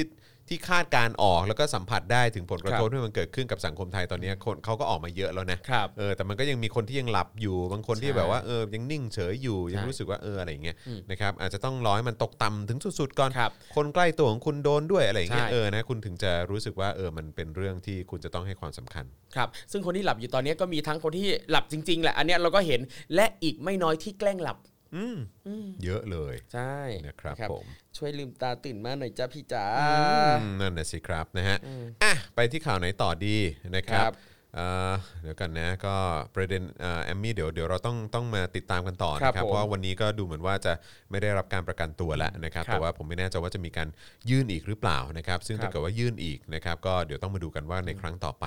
Speaker 2: ที่คาดการณ์ออกแล้วก็สัมผัสได้ถึงผลกระทบ
Speaker 3: ครับ
Speaker 2: ที่มันเกิดขึ้นกับสังคมไทยตอนเนี้ยคนเขาก็ออกมาเยอะแล้วนะ
Speaker 3: ครับ
Speaker 2: เออแต่มันก็ยังมีคนที่ยังหลับอยู่บางคนที่
Speaker 3: ใช่
Speaker 2: แบบว่าเออยังนิ่งเฉยอยู่ยัง
Speaker 3: ใช่
Speaker 2: รู้สึกว่าเอออะไรอย่างเงี้ย
Speaker 3: อืม
Speaker 2: นะครับอาจจะต้องร้อยมันตกต่ำถึงสุดๆก่อน
Speaker 3: ครับ
Speaker 2: คนใกล้ตัวของคุณโดนด้วยอะไรอย่างเงี้ย
Speaker 3: ใช่
Speaker 2: เออนะคุณถึงจะรู้สึกว่าเออมันเป็นเรื่องที่คุณจะต้องให้ความสำคัญ
Speaker 3: ครับ ซึ่งคนที่หลับอยู่ตอนนี้ก็มีทั้งคนที่หลับจริง ๆ แหละ อันเนี้ยเราก็เห็น และอีกไม่น้อยที่แกล้งหลับ
Speaker 2: อืม
Speaker 3: อืม
Speaker 2: เยอะเลย
Speaker 3: ใช่
Speaker 2: นะครับผม
Speaker 3: ช่วยลืมตาตื่นมาหน่อยจ้าพี่จ๋า
Speaker 2: อืมนั่นนะสิครับนะฮะ
Speaker 3: อืม
Speaker 2: อ่ะไปที่ข่าวไหนต่อดีนะครั
Speaker 3: ครับ บ
Speaker 2: เอ่อเดี๋ยวกันนะก็ประเด็นเอ่อแอมมี่เดี๋ยวเดี๋ยวเราต้องต้องมาติดตามกันต่อนะค
Speaker 3: ครั
Speaker 2: รับบ เพ
Speaker 3: ผม
Speaker 2: ราะว่า วันนี้ก็ดูเหมือนว่าจะไม่ได้รับการประกันตัวแล้วนะครับ
Speaker 3: ครับ
Speaker 2: แต่ว่าผมไม่แน่ใจว่าจะมีการยื่นอีกหรือเปล่านะครับ ซึ่ง
Speaker 3: ครับ
Speaker 2: ถ้าเกิดว่ายื่นอีกนะครับ ก็เดี๋ยวต้องมาดูกันว่าในครั้งต่อไป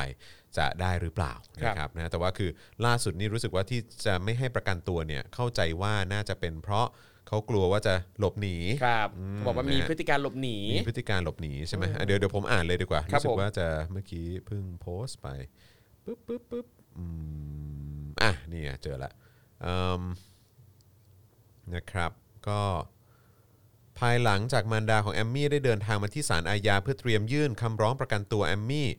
Speaker 2: จะได้หรือเปล่า
Speaker 3: ครับ
Speaker 2: นะครับนะแต่ว่าคือล่าสุดนี่รู้สึกว่าที่จะไม่ให้ประกันตัวเนี่ยเข้าใจว่าน่าจะเป็นเพราะเขากลัวว่าจะหลบหนี
Speaker 3: ครับเขาบอกว่ามี
Speaker 2: นะฮะ
Speaker 3: พฤติการหลบหนี
Speaker 2: มีพฤติการหลบหนีใช่ไหมอ่ะเดี๋ยวเดี๋ยวผมอ่านเลยดีกว่า
Speaker 3: ครับ
Speaker 2: รู้สึ
Speaker 3: ผ
Speaker 2: ก
Speaker 3: ม
Speaker 2: ว่าจะเมื่อกี้เพิ่งโพสต์ไปปึ๊บปึ๊บปึ๊บอืมอ่ะนี่ไงเจอละอืมนะครับก็ ภายหลังจากมารดาของแอมมี่ได้เดินทางมาที่ศาลอาญาเพื่อเตรียมยื่นคำร้องประกันตัวแอมมี่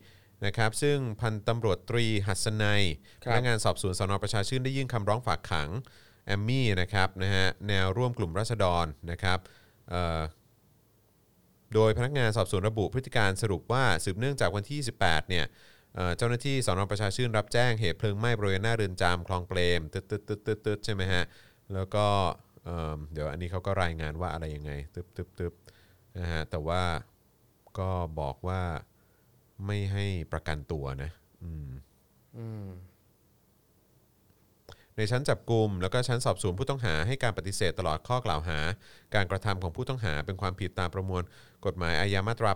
Speaker 2: นะครับซึ่งพันตำรวจตรีหัสนัยพ
Speaker 3: ครับ
Speaker 2: นักงานสอบสวนสนประชาชื่นได้ยื่นคำร้องฝากขังแอมมี่นะครับนะฮะแนวร่วมกลุ่มราษฎรนะครับเอ่อโดยพนักงานสอบสวนระบุพฤติการสรุปว่าสืบเนื่องจากวันที่ 28เนี่ยเอ่อเจ้าหน้าที่สนประชาชื่นรับแจ้งเหตุเพลิงไหม้บริเวณหน้าเรือนจำคลองเปรมตึ๊ดตึ๊ดตึ๊ดตึ๊ดตึ๊ดใช่ไหมฮะแล้วก็เอิ่มเดี๋ยวอันนี้เขาก็รายงานว่าอะไรยังไงตึ๊บตึ๊บตึ๊บนะฮะแต่ว่าก็บอกว่าไม่ให้ประกันตัวนะอืม ในชั้นจับกลุ่มแล้วก็ชั้นสอบสวนผู้ต้องหาให้การปฏิเสธตลอดข้อกล่าวหา การกระทำของผู้ต้องหาเป็นความผิดตามประมวล กฎหมายอาญามาตรา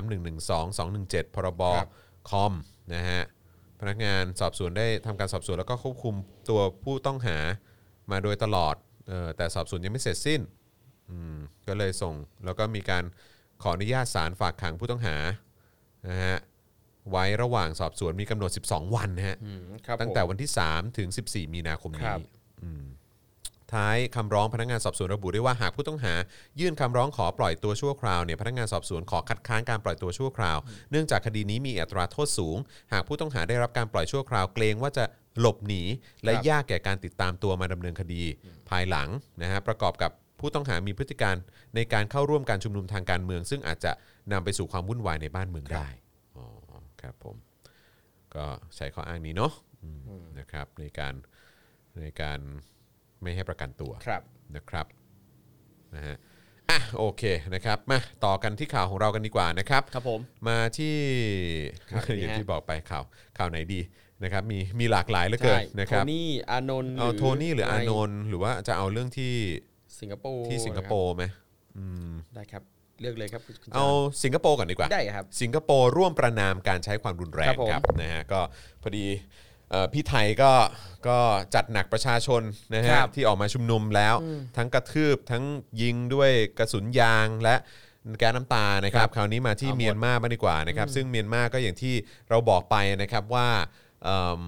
Speaker 2: 83 112 217 พรบ
Speaker 3: ครับ
Speaker 2: คอมนะฮะพนักงานสอบสวนได้ทำการสอบสวนแล้วก็ควบคุมตัวผู้ต้องหามาโดยตลอดเออแต่สอบสวนยังไม่เสร็จสิ้นอืมก็เลยส่งแล้วก็มีการขออนุญาตศาลฝากขังผู้ต้องหานะฮะไว้ระหว่างสอบสวนมีกำหนด 12 วันนะฮะ
Speaker 3: อืมครับ
Speaker 2: ตั้งแต่
Speaker 3: ผม
Speaker 2: วันที่ 3 ถึง 14 มีนาคม
Speaker 3: ครั
Speaker 2: นี้
Speaker 3: บ
Speaker 2: อืมท้ายคำร้องพนักงานสอบสวนระบุด้วยว่าหากผู้ต้องหา ยื่นคำร้องขอปล่อยตัวชั่วคราวเนี่ยพนักงานสอบสวนขอคัดค้านการปล่อยตัวชั่วคราว เนื่องจากคดีนี้มีอัตราโทษสูง หากผู้ต้องหาได้รับการปล่อยชั่วคราวเกรงว่าจะหลบหนี และยากแก่การติดตามตัวมาดำเนินคดี ภายหลังนะฮะประกอบกับผู้ต้องหามีพฤติการในการเข้าร่วมการชุมนุมทางการเมือง ซึ่งอาจจะนำไปสู่ความวุ่นวายในบ้านเมืองได้อ๋อครับผม ก็ใช้ข้ออ้างนี้เนาะอืมนะครับในการในการไม่ให้ประกันตัว
Speaker 3: ครับ
Speaker 2: นะครับนะฮะอ่ะโอเคนะครับมาต่อกันที่ข่าวของเรากันดีกว่านะครับ
Speaker 3: ครับผม
Speaker 2: มาที่
Speaker 3: ข่าวนี้
Speaker 2: อย่าง
Speaker 3: ฮะ
Speaker 2: ที่บอกไปข่าวข่าวไหนดีนะครับมีมีหลากหลายเหลือเกินนะครับ
Speaker 3: โทนี่อานนท์
Speaker 2: เอาโทนี่หรืออาน
Speaker 3: ท์
Speaker 2: นท์หรือว่าจะเอาเรื่องที่
Speaker 3: สิงคโปร์
Speaker 2: ที่สิงคโปร์ไหมอืม
Speaker 3: ได้ครับ เลือกเลยครับคุณคุณจ๋
Speaker 2: เอาสิงคโปร์ก่อนดีกว่า
Speaker 3: ได้ครับ
Speaker 2: สิงคโปร์ร่วมประนามการใช้ความรุนแรง
Speaker 3: ครับผม
Speaker 2: ครับนะฮะก็พอดีเอ่อพี่ไทยก็ก็จัดหนักประชาชนนะฮะ
Speaker 3: ครับ
Speaker 2: ที่ออกมาชุมนุมแล้ว ทั้งกระทืบทั้งยิงด้วยกระสุนยางและแก๊สน้ำตานะครับ คราวนี้มาที่
Speaker 3: เอาหมด
Speaker 2: เมียนมาบ้างดีกว่านะครับ ซึ่งเมียนมาก็อย่างที่เราบอกไปนะครับว่าเอิ่ม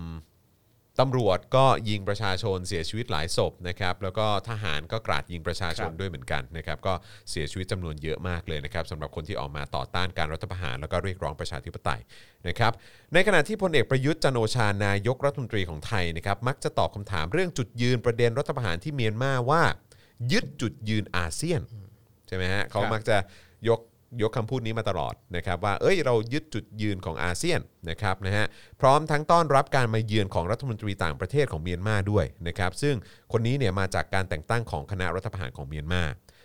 Speaker 2: ตำรวจก็ยิงประชาชนเสียชีวิตหลายศพนะครับแล้วก็ทหารก็กราดยิงประชาชน
Speaker 3: ครับ
Speaker 2: ด้วยเหมือนกันนะครับก็เสียชีวิตจำนวนเยอะมากเลยนะครับสำหรับคนที่ออกมาต่อต้านการรัฐประหารแล้วก็เรียกร้องประชาธิปไตยนะครับในขณะที่พลเอกประยุทธ์จันทร์โอชานายกรัฐมนตรีของไทยนะครับมักจะตอบคำถามเรื่องจุดยืนประเด็นรัฐประหารที่เมียนมาว่า ยึดจุดยืนอาเซียนใช่ไหมฮะเขา
Speaker 3: ครับ
Speaker 2: มักจะยกยกคำพูดนี้มาตลอดนะครับว่าเอ้ยเรายึดจุดยืนของอาเซียนนะครับนะฮะพร้อมทั้งต้อนรับการมาเยือนของรัฐมนตรีต่างประเทศของเมียนมาด้วยนะครับซึ่งคนนี้เนี่ยมาจากการแต่งตั้งของคณะรัฐประหารของเมียนมา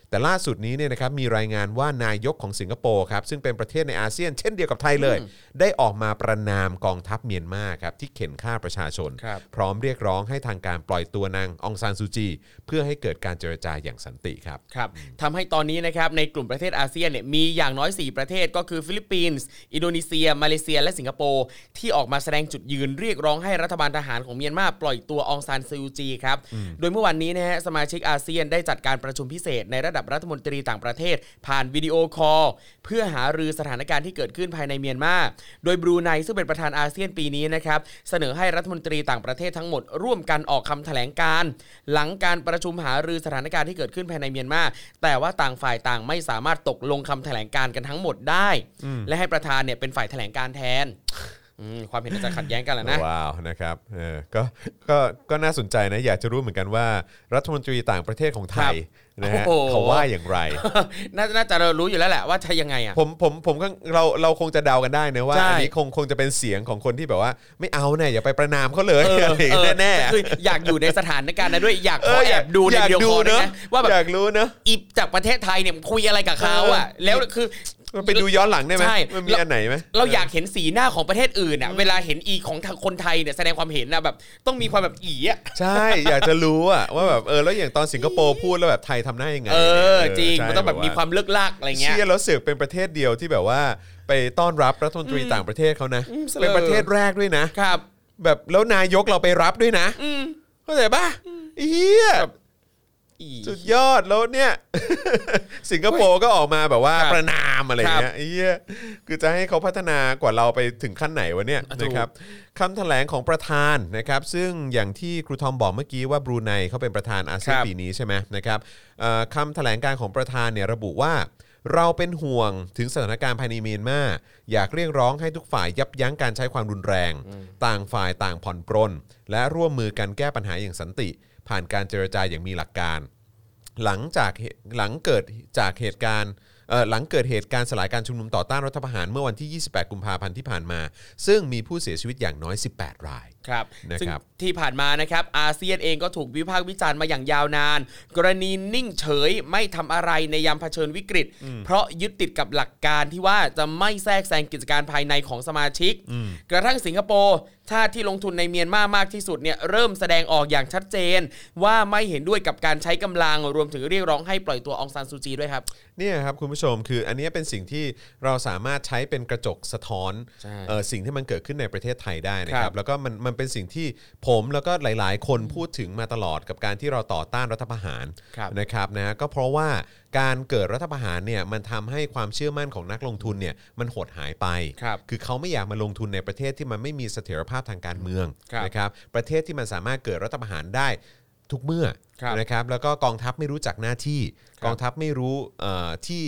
Speaker 2: แต่ล่าสุดนี้เนี่ยนะครับมีรายงานว่านายกของสิงคโปร์ครับซึ่งเป็นประเทศในอาเซียน เช่นเดียวกับไทยเลย ได้ออกมาประนามกองทัพเมียนมาครับที่เข็นฆ่าประชาชน
Speaker 3: ครับ
Speaker 2: พร้อมเรียกร้องให้ทางการปล่อยตัวนางองซานซูจี เพื่อให้เกิดการเจรจาอย่างสันติครับ
Speaker 3: ครับทำให้ตอนนี้นะครับในกลุ่มประเทศอาเซียนเนี่ยมีอย่างน้อย 4 ประเทศก็คือฟิลิปปินส์อินโดนีเซีย มาเลเซีย และสิงคโปร์ที่ออกมาแสดงจุดยืนเรียกร้องให้รัฐบาลทหารของเมียนมาปล่อยตัวองซานซูจีครับ โดยเมื่อวันนี้นะฮะสมาชิกอาเซียนได้จัดการประชุมพิเศษในระดับ กับรัฐมนตรีต่างประเทศ ผ่านวิดีโอคอลเพื่อหารือสถานการณ์ที่เกิดขึ้นภายในเมียนมา โดยบรูไนซึ่งเป็นประธานอาเซียนปีนี้นะครับ เสนอให้รัฐมนตรีต่างประเทศทั้งหมด ร่วมกันออกคำแถลงการณ์หลังการประชุมหารือสถานการณ์ที่เกิดขึ้นภายในเมียนมา แต่ว่าต่างฝ่ายต่างไม่สามารถตกลงคำแถลงการณ์กันทั้งหมดได้ และให้ประธานเนี่ยเป็นฝ่ายแถลงการณ์แทนอืมความเห็นอาจจะขัดแย้งกันแหละ นะ
Speaker 2: ว้าวนะครับเออก็ก็ก็น่าสนใจนะอยากจะรู้เหมือนกันว่ารัฐมนตรีต่างประเทศของไทยนะฮะ
Speaker 3: โอ้โห
Speaker 2: เขาว่าอย่าง ไร
Speaker 3: น่าน่าจะรู้อยู่แล้วแหละว่าจะยังไงอ่ะ
Speaker 2: ผมผมผมก็เราเราคงจะเดากันได้นะว่า
Speaker 3: ใช่
Speaker 2: อันนี้คงคงจะเป็นเสียงของคนที่แบบว่า ไม่เอาเนี่ยอย่าไปประนามเขา เลย
Speaker 3: เออ
Speaker 2: อะไรอย่าง
Speaker 3: เอ
Speaker 2: เงี้
Speaker 3: อย
Speaker 2: แน่
Speaker 3: คืออยากอยู่ในสถานการณ์นั้นด้วยอยาก
Speaker 2: ๆเอ
Speaker 3: ขอ
Speaker 2: อ
Speaker 3: แอบดูใน
Speaker 2: อยาก
Speaker 3: เดียว
Speaker 2: ดู
Speaker 3: คอด้วย
Speaker 2: เนะ
Speaker 3: นะว่าแบ
Speaker 2: อบ ยากรู้เนอะ
Speaker 3: อีจากประเทศไทยเนี่ยคุยอะไรกับเขาอ่ะ
Speaker 2: เออ
Speaker 3: แล้วคือ
Speaker 2: มันไปดูย้อนหลังได้ไหม
Speaker 3: ใช่
Speaker 2: มันมีอันไหนไหม
Speaker 3: เราอยากเห็นสีหน้าของประเทศอื่นอ่ะเวลาเห็นอีของทางคนไทยเนี่ยแสดงความเห็นนะแบบ ต้องมีความแบบอีอ่ะ
Speaker 2: ใช่ อยากจะรู้อะว่าแบบเออแล้วอย่างตอนสิงคโปร์พูดแล้วแบบไทยทำหน้ายังไง
Speaker 3: เออ จริง
Speaker 2: เใช่
Speaker 3: มันต้องแบบมีความเลิกลากอะไรเงี้ย
Speaker 2: เชี่ยแล้วเสือกเป็นประเทศเดียวที่แบบว่า ไปต้อนรับรัฐมนตรีต่างประเทศเขานะ
Speaker 3: อืมเสลอ
Speaker 2: เป็นประเทศแรกด้วยนะ
Speaker 3: ครับ
Speaker 2: แบบแล้วนายกเราไปรับด้วยนะ
Speaker 3: อืม
Speaker 2: เข้าใจป่ะเฮีย
Speaker 3: แบบอี
Speaker 2: สุดยอดแล้วเนี่ย สิงคโปร์ก็ออกมาแบบว่า
Speaker 3: ครับ
Speaker 2: ประนามอะไร
Speaker 3: ครับ
Speaker 2: เงี้ยเฮียคือจะให้เขาพัฒนากว่าเราไปถึงขั้นไหนวะเนี่ย
Speaker 3: ถูก
Speaker 2: นะครับคำแถลงของประธานนะครับ ซึ่งอย่างที่ครูทอมบอกเมื่อกี้ว่าบรูไนเขาเป็นประธานอาเซียนปี ปีนี้ใช่ไหมนะครับเอ่อคำแถลงการของประธานเนี่ยระบุว่า เราเป็นห่วงถึงสถานการณ์ภายในเมียนมาอยากเรียกร้องให้ทุกฝ่ายยับยั้งการใช้ความรุนแรง ต่างฝ่ายต่างผ่อนปรน และร่วมมือกันแก้ปัญหาอย่างสันติ ผ่านการเจรจาอย่างมีหลักการ หลังจากเหตุหลังเกิดจากเหตุการณ์เอ่อหลังเกิดเหตุการณ์สลายการชุมนุมต่อต้านรัฐประหารเมื่อวันที่ 28 กุมภาพันธ์ที่ผ่านมา ซึ่งมีผู้เสียชีวิตอย่างน้อย 18 ราย
Speaker 3: ครับ
Speaker 2: นะครับ
Speaker 3: ซึ่งที่ผ่านมานะครับอาเซียนเองก็ถูกวิพากษ์วิจารณ์มาอย่างยาวนาน กรณีนิ่งเฉยไม่ทำอะไรในยามเผชิญวิกฤต เพราะยึดติดกับหลักการที่ว่าจะไม่แทรกแซงกิจการภายในของสมาชิก กระทั่งสิงคโปร์ชาติที่ลงทุนในเมียนมามากที่สุดเนี่ยเริ่มแสดงออกอย่างชัดเจน ว่าไม่เห็นด้วยกับการใช้กำลังรวมถึงเรียกร้องให้ปล่อยตัวองซานซูจีด้วยครับ
Speaker 2: เนี่ยครับคุณผู้ชมคืออันเนี้ยเป็นสิ่งที่เราสามารถใช้เป็นกระจกสะท้อน
Speaker 3: ใช่
Speaker 2: เอ่อสิ่งที่มันเกิดขึ้นในประเทศไทยได้นะค
Speaker 3: ครั
Speaker 2: รับบ แล้วก็มันมันเป็นสิ่งที่ผมแล้วก็หลาย ๆ คนพูดถึงมาตลอดกับการที่เราต่อต้านรัฐประหาร
Speaker 3: ครับ
Speaker 2: นะครับนะฮะก็เพราะว่าการเกิดรัฐประหารเนี่ยมันทำให้ความเชื่อมั่นของนักลงทุนเนี่ยมันหดหายไป
Speaker 3: ครับ
Speaker 2: อเขาไม่อยากมาลงทุนในประเทศที่มันไม่มีเสถียรภาพทางการเมือง
Speaker 3: ครับ
Speaker 2: นะครับประเทศที่มันสามารถเกิดรัฐประหารได้ทุกเมื่อ
Speaker 3: ครับ
Speaker 2: นะครับแล้วก็กองทัพไม่รู้จักหน้าที่
Speaker 3: ครับ
Speaker 2: กองทัพไม่รู้เอ่อที่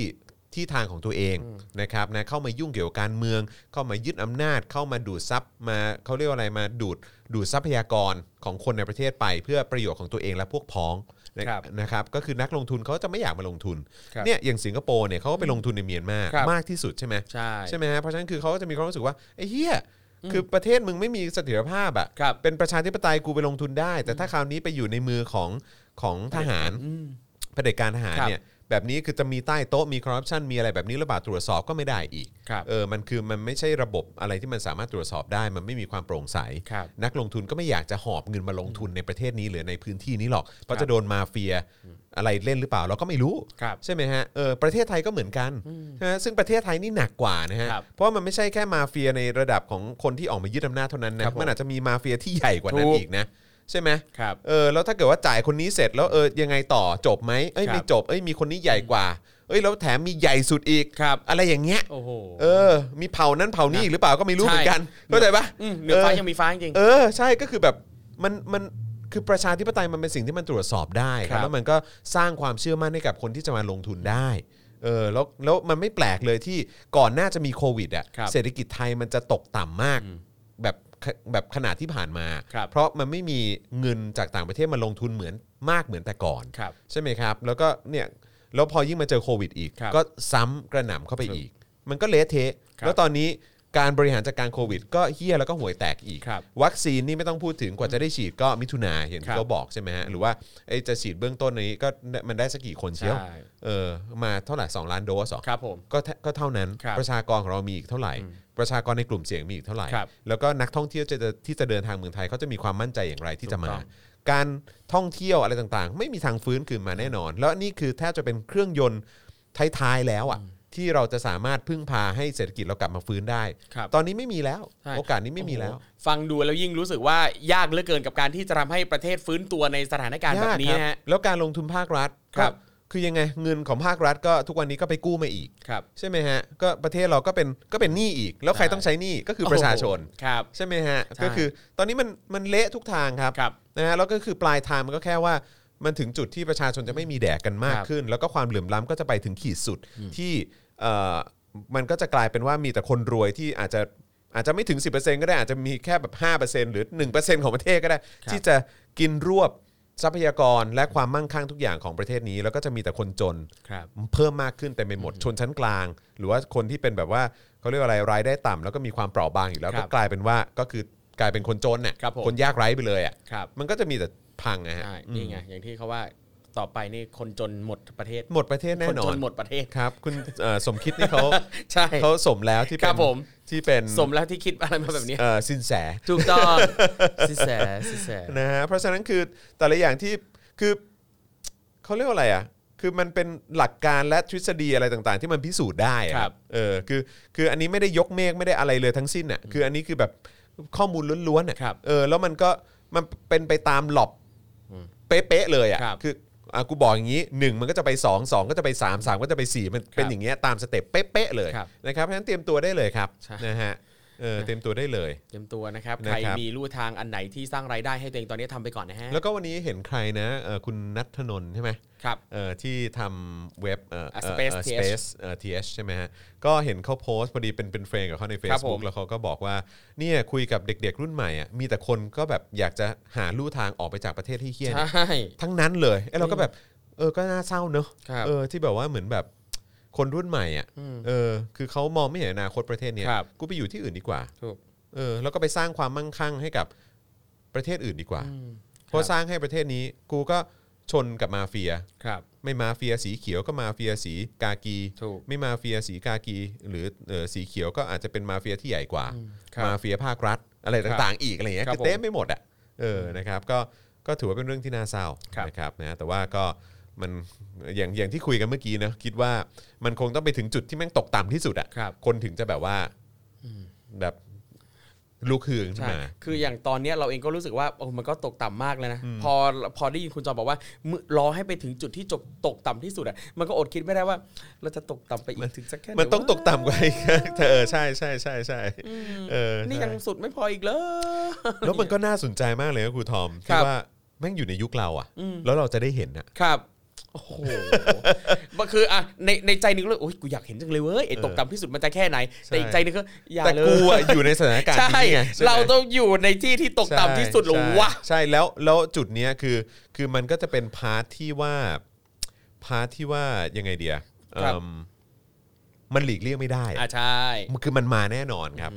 Speaker 2: ที่ทางของตัวเองนะครับนะเข้ามายุ่งเกี่ยวกับการเมือง เข้ามายึดอำนาจเข้ามาดูดซับมาเขาเรียกว่าอะไรมาดูดดูดทรัพยากรของคนในประเทศไป เพื่อประโยชน์ของตัวเองและพวกพ้องนะครับ นะครับก็คือนักลงทุนเขาจะไม่อยากมาลงทุน
Speaker 3: ครับ
Speaker 2: เนี่ยอย่างสิงคโปร์เนี่ยเขาก็ไปลงทุนในเมียนมา
Speaker 3: ครับ
Speaker 2: มากที่สุดใช่ไหม
Speaker 3: ใช่
Speaker 2: ใช่ไหมฮะเพราะฉะนั้นคือเขาก็จะมีความรู้สึกว่าไอ้เหี้ยคือประเทศมึงไม่มีเสถียรภาพ
Speaker 3: ครั
Speaker 2: อะ่ะ
Speaker 3: บ
Speaker 2: เป็นประชาธิปไตยกูไปลงทุนได้ แต่ถ้าคราวนี้ไปอยู่ในมือของของทหาร
Speaker 3: อืม
Speaker 2: เผด็จการทหาร
Speaker 3: ครับ
Speaker 2: เนี่ยแบบนี้คือจะมีใต้โต๊ะมีคอร์รัปชันมีอะไรแบบนี้หรือเปล่าตรวจสอบก็ไม่ได้อีก
Speaker 3: ครับ
Speaker 2: เออมันคือมันไม่ใช่ระบบอะไรที่มันสามารถตรวจสอบได้ มันไม่มีความโปร่งใส
Speaker 3: ครับ
Speaker 2: นักลงทุนก็ไม่อยากจะหอบเงินมาลงทุนในประเทศนี้หรือในพื้นที่นี้หรอกเพราะจะโดนมาเฟียอะไรเล่นหรือเปล่าเราก็ไม่รู้
Speaker 3: ครับ
Speaker 2: ใช่ไหมฮะเออประเทศไทยก็เหมือนกันใช่ไหมซึ่งประเทศไทยนี่หนักกว่านะฮะ
Speaker 3: ครับ
Speaker 2: เพราะมันไม่ใช่แค่มาเฟียในระดับของคนที่ออกมายึดอำนาจเท่านั้นนะครับ
Speaker 3: ผม
Speaker 2: มันอาจจะมีมาเฟียที่ใหญ่กว่านั้น
Speaker 3: ถูก
Speaker 2: อีกนะใช่ไหม
Speaker 3: ครับ
Speaker 2: เออแล้วถ้าเกิดว่าจ่ายคนนี้เสร็จแล้วเออยังไงต่อจบไหมเอ้ย
Speaker 3: ครับ
Speaker 2: ไม่จบเอ้ยมีคนนี้ใหญ่กว่า เอ้ยแล้วแถมมีใหญ่สุดอีก
Speaker 3: ครับ
Speaker 2: อะไรอย่างเงี้ย
Speaker 3: โอ้โห
Speaker 2: เออ มีเผ่านั้นเผ่านี้อีกหรือเปล่าก็ไม่รู้
Speaker 3: ใช่
Speaker 2: เหมือนกันเข้าใจปะ
Speaker 3: มเหนือฟ้ายังมีฟ้าจริง
Speaker 2: เออใช่ก็คือแบบมันมันคือประชาธิปไตยมันเป็นสิ่งที่มันตรวจสอบได้ค
Speaker 3: ครั
Speaker 2: รับบ แล้วมันก็สร้างความเชื่อมั่นให้กับคนที่จะมาลงทุนได้เออแล้วแล้วมันไม่แปลกเลยที่ก่อนหน้าจะมีโควิดอ่ะ
Speaker 3: ครับ
Speaker 2: เศรษฐกิจไทยมันจะตกต่ำมากแบบแบบขนาดที่ผ่านมา
Speaker 3: ครับ
Speaker 2: เพราะมันไม่มีเงินจากต่างประเทศมาลงทุนเหมือนมากเหมือนแต่ก่อน
Speaker 3: ครับ
Speaker 2: ใช่ไหมครับ แล้วก็เนี่ยแล้วพอยิ่งมาเจอโควิดอีก
Speaker 3: ครับ
Speaker 2: ก็ซ้ำกระหน่ำเข้าไปอีก มันก็เละเทะ
Speaker 3: ครับ
Speaker 2: แล้วตอนนี้การบริหารจัดการโควิด ก็เฮี้ยแล้วก็ห่วยแตกอีก
Speaker 3: ครับ
Speaker 2: วัคซีนนี่ไม่ต้องพูดถึงกว่าจะได้ฉีดก็มิถุนาเห็น
Speaker 3: ครั
Speaker 2: ที่
Speaker 3: บ
Speaker 2: เขาบอกใช่ไหมฮะหรือว่าไอ้จะฉีดเบื้องต้นนี้ก็มันได้สักกี่คนเชียว
Speaker 3: ใช่
Speaker 2: เออมาเท่าไหร่2ล้านโดสเหรอ
Speaker 3: ครับผม
Speaker 2: ก็เท่าก็เท่านั้น
Speaker 3: ครับ
Speaker 2: ประชากรของเรามีอีกเท่าไหร่ ประชากรในกลุ่มเสี่ยงมีอีกเท่าไหร่
Speaker 3: ครับ
Speaker 2: แล้วก็นักท่องเที่ยวจะจะที่จะเดินทางเมืองไทยเขาจะมีความมั่นใจอย่างไรที่จะ
Speaker 3: ถู
Speaker 2: มา
Speaker 3: กต้อง
Speaker 2: การท่องเที่ยวอะไรต่างๆ ไม่มีทางฟื้นคืนมาแน่นอน แล้วนี่คือแทบจะเป็นเครื่องยนต์ท้ายๆแล้วอ่ะที่เราจะสามารถพึ่งพาให้เศรษฐกิจเรากลับมาฟื้นได้
Speaker 3: ครับ
Speaker 2: ตอนนี้ไม่มีแล้ว
Speaker 3: ใช่
Speaker 2: โอกาสนี้ไม่มีแล้ว
Speaker 3: โอ้โหฟังดูแล้วยิ่งรู้สึกว่ายากเหลือเกินกับการที่จะทำให้ประเทศฟื้นตัวในสถานการณ์แบบนี้
Speaker 2: ยากค
Speaker 3: นะ
Speaker 2: รั
Speaker 3: ฮะ
Speaker 2: แล้วการลงทุนภาครัฐ
Speaker 3: ครับ
Speaker 2: ก็ คือยังไงเงินของภาครัฐก็ทุกวันนี้ก็ไปกู้มาอีก
Speaker 3: ครับ
Speaker 2: ใช่ไหมฮะก็ประเทศเราก็เป็นก็เป็นหนี้อีก แล้วใคร
Speaker 3: ใช่
Speaker 2: ต้องใช้หนี้ก็คือประชาชน
Speaker 3: ครับ
Speaker 2: ใช่ไหมฮะ
Speaker 3: ใช่
Speaker 2: ก็คือตอนนี้มันมันเละทุกทางครับ
Speaker 3: ครับ
Speaker 2: นะฮะแล้วก็คือปลายทางมันก็แค่ว่ามันถึงจุดที่ประชาชนจะไม่มีแดกกันมาก
Speaker 3: ครับ
Speaker 2: ขึ้น แล้วก็ความเหลื่อมล้ำก็จะไปถึงขีดสุดที่เอ่อมันก็จะกลายเป็นว่ามีแต่คนรวยที่อาจจะอาจจะไม่ถึง 10%ก็ได้อาจจะมีแค่แบบ5%หรือ 1%ของประเทศก็ได้
Speaker 3: ครับ
Speaker 2: ที่จะกินรวบทรัพยากรและความมั่งคั่งทุกอย่างของประเทศนี้ แล้วก็จะมีแต่คนจน
Speaker 3: ครับ
Speaker 2: เพิ่มมากขึ้นเต็มไปหมดชนชั้นกลาง หรือว่าคนที่เป็นแบบว่าเขาเรียกว่าอะไรรายได้ต่ำแล้วก็มีความเปราะบางอยู่แล้ว
Speaker 3: ครับ
Speaker 2: ก็กลายเป็นว่าก็คือกลายเป็นคนจนเนี่ย
Speaker 3: ครับผม
Speaker 2: คนยากไร้ไปเลยอ่ะ
Speaker 3: ครับ
Speaker 2: มันก็จะมีแต่พังนะฮะ
Speaker 3: ใช่
Speaker 2: อืม
Speaker 3: นี่ไงอย่างที่เขาว่าต่อไปนี่คนจนหมดประเทศ
Speaker 2: หมดประเทศแน่
Speaker 3: คน
Speaker 2: นอ
Speaker 3: จ
Speaker 2: น
Speaker 3: นหมดประเทศ
Speaker 2: ครับ คุณเอ่อสมคิดนี่เขา
Speaker 3: ใช่
Speaker 2: เขาสมแล้วที่
Speaker 3: ค
Speaker 2: เป็
Speaker 3: รั
Speaker 2: น
Speaker 3: บผม
Speaker 2: ที่เป็น
Speaker 3: สมแล้วที่คิดอะไรมาแบบนี้
Speaker 2: เอ่อสินแส
Speaker 3: ถูกต้องสิแสสิแส
Speaker 2: นะฮะเพราะฉะนั้นคือแต่ละอย่างที่คือเขาเรียกว่าอะไรอ่ะคือมันเป็นหลักการและทฤษฎีอะไรต่างๆ ที่มันพิสูจน์ได้อะ
Speaker 3: ครับ
Speaker 2: เออคือคืออันนี้ไม่ได้ยกเมฆไม่ได้อะไรเลยทั้งสิ้นอ่ะคืออันนี้คือแบบข้อมูลล้วนๆอ่ะ
Speaker 3: ครับ
Speaker 2: เออแล้วมันก็มันเป็นไปตามหลอบเป๊ะๆเลยอ่ะ
Speaker 3: ครับ
Speaker 2: คืออ่ะกูบอกอย่างนี้หนึ่งมันก็จะไปสองสองก็จะไปสามสามก็จะไปสี่มันเป็น
Speaker 3: ครับ
Speaker 2: อย่างเงี้ยตามสเต็ปเป๊ะๆเลย
Speaker 3: ครับ
Speaker 2: นะครับเพราะฉะนั้นเตรียมตัวได้เลยครับ
Speaker 3: ใช่
Speaker 2: นะฮะเออเตรียมตัวได้เลย
Speaker 3: เตรียมตัวนะครับ
Speaker 2: นะครับ
Speaker 3: ใครมีลู่ทางอันไหนที่สร้างรายได้ให้ตัวเองตอนนี้ทำไปก่อนนะฮะ
Speaker 2: แล้วก็วันนี้เห็นใครนะเออคุณนัทธนนท์ใช่ไหม
Speaker 3: ครับ
Speaker 2: เอ่อที่ทำเว็บเอ่อ
Speaker 3: อ่ะ
Speaker 2: เอ่อ
Speaker 3: Space
Speaker 2: เอ่อ
Speaker 3: TH
Speaker 2: Space เอ่อ TH ใช่ไหมฮะ ก็เห็นเขาโพสต์พอดีเป็นเป็นเฟรนกับเขาใน
Speaker 3: ครับผ
Speaker 2: Facebook
Speaker 3: ม
Speaker 2: แล้วเขาก็บอกว่าเนี่ยคุยกับเด็กๆรุ่นใหม่อ่ะมีแต่คนก็แบบอยากจะหาลู่ทางออกไปจากประเทศที่เฮี้ย
Speaker 3: ใช
Speaker 2: เนี่ย่ ทั้งนั้นเลยเอ้ยเราก็แบบเออก็น่าเศร้าเนอะ
Speaker 3: ครับ
Speaker 2: เออที่แบบว่าเหมือนแบบคนรุ่นใหม่อ่ะเออคือเขามองไม่เห็นอนาคตประเทศเนี้ย
Speaker 3: ครับ
Speaker 2: กูไปอยู่ที่อื่นดีกว่า
Speaker 3: ถูก
Speaker 2: เออแล้วก็ไปสร้างความมั่งคั่งให้กับประเทศอื่นดีกว่าเพราะสร้างให้ประเทศนี้กูก็ชนกับมาเฟีย
Speaker 3: ครับ
Speaker 2: ไม่มาเฟียสีเขียวก็มาเฟียสีกากี
Speaker 3: ถูก
Speaker 2: ไม่มาเฟียสีกากี หรือเอ่อสีเขียวก็อาจจะเป็นมาเฟียที่ใหญ่กว่า
Speaker 3: ครับ
Speaker 2: มาเฟียภาครัฐ อะไรต่างๆ อีกอะไรเงี้ย
Speaker 3: ครับ
Speaker 2: คือเต็มไม่หมดอ่ะเออนะครับก็ก็ถือว่าเป็นเรื่องที่น่าเศร้า
Speaker 3: ครับ
Speaker 2: นะครับนะแต่ว่าก็มันอย่างอย่างที่คุยกันเมื่อกี้นะคิดว่ามันคงต้องไปถึงจุดที่แม่งตกต่ำที่สุดอ่ะ
Speaker 3: ครับ
Speaker 2: นถึงจะแบบว่าแบบลูกคืนขึ้น
Speaker 3: ใช่
Speaker 2: มา
Speaker 3: คืออย่างตอนเนี้ยเราเองก็รู้สึกว่าโอ้มันก็ตกต่ำมากเลยนะ พอพอได้ยินคุณจอบอกว่ามึรอให้ไปถึงจุดที่จบตกต่ำที่สุดอ่ะ มันก็อดคิดไม่ได้ว่า เราจะตกต่ำไปอีกถึงสักแค่ไห
Speaker 2: มันต้องตก
Speaker 3: วะ
Speaker 2: ต่ำกว่าอีกนะ เธอใช่ใช่ใช่ใช่เออ
Speaker 3: นี่
Speaker 2: ใช่
Speaker 3: ยังสุดไม่พออีกเลย
Speaker 2: แล้วมันก็น่าสนใจมากเลยนะครูทอม
Speaker 3: ครั
Speaker 2: ที่
Speaker 3: บ
Speaker 2: ว่าแม่งอยู่ในยุคเราอ่ะ
Speaker 3: อืม
Speaker 2: แล้วเราจะได้เห็นอะ
Speaker 3: ครับ โอ้โห มันคืออ่ะในในใจนึงเลยโอ้ยกูอยากเห็นจังเลยเว้ยไอ้ตกต่ำที่สุดมันจะแค่ไหน แต่อีกใจนึงก็อย่า
Speaker 2: แต่
Speaker 3: เล
Speaker 2: กู
Speaker 3: ย
Speaker 2: อะอยู่ในสถานการณ์
Speaker 3: ใช่
Speaker 2: นี้ไงใช่ไหม
Speaker 3: เราต้องอยู่ในที่ที่ตกต่ำที่สุดเหรอ
Speaker 2: ใช่
Speaker 3: วะ
Speaker 2: ใช่แล้วแล้วจุดเนี้ยคือคือมันก็จะเป็นพาร์ทที่ว่าพาร์ทที่ว่ายังไงเดีย
Speaker 3: ครับ
Speaker 2: เอิ่มมันหลีกเลี่ยงไม่ได้อะ
Speaker 3: อ่ะใช่
Speaker 2: มันคือมันมาแน่นอนครับ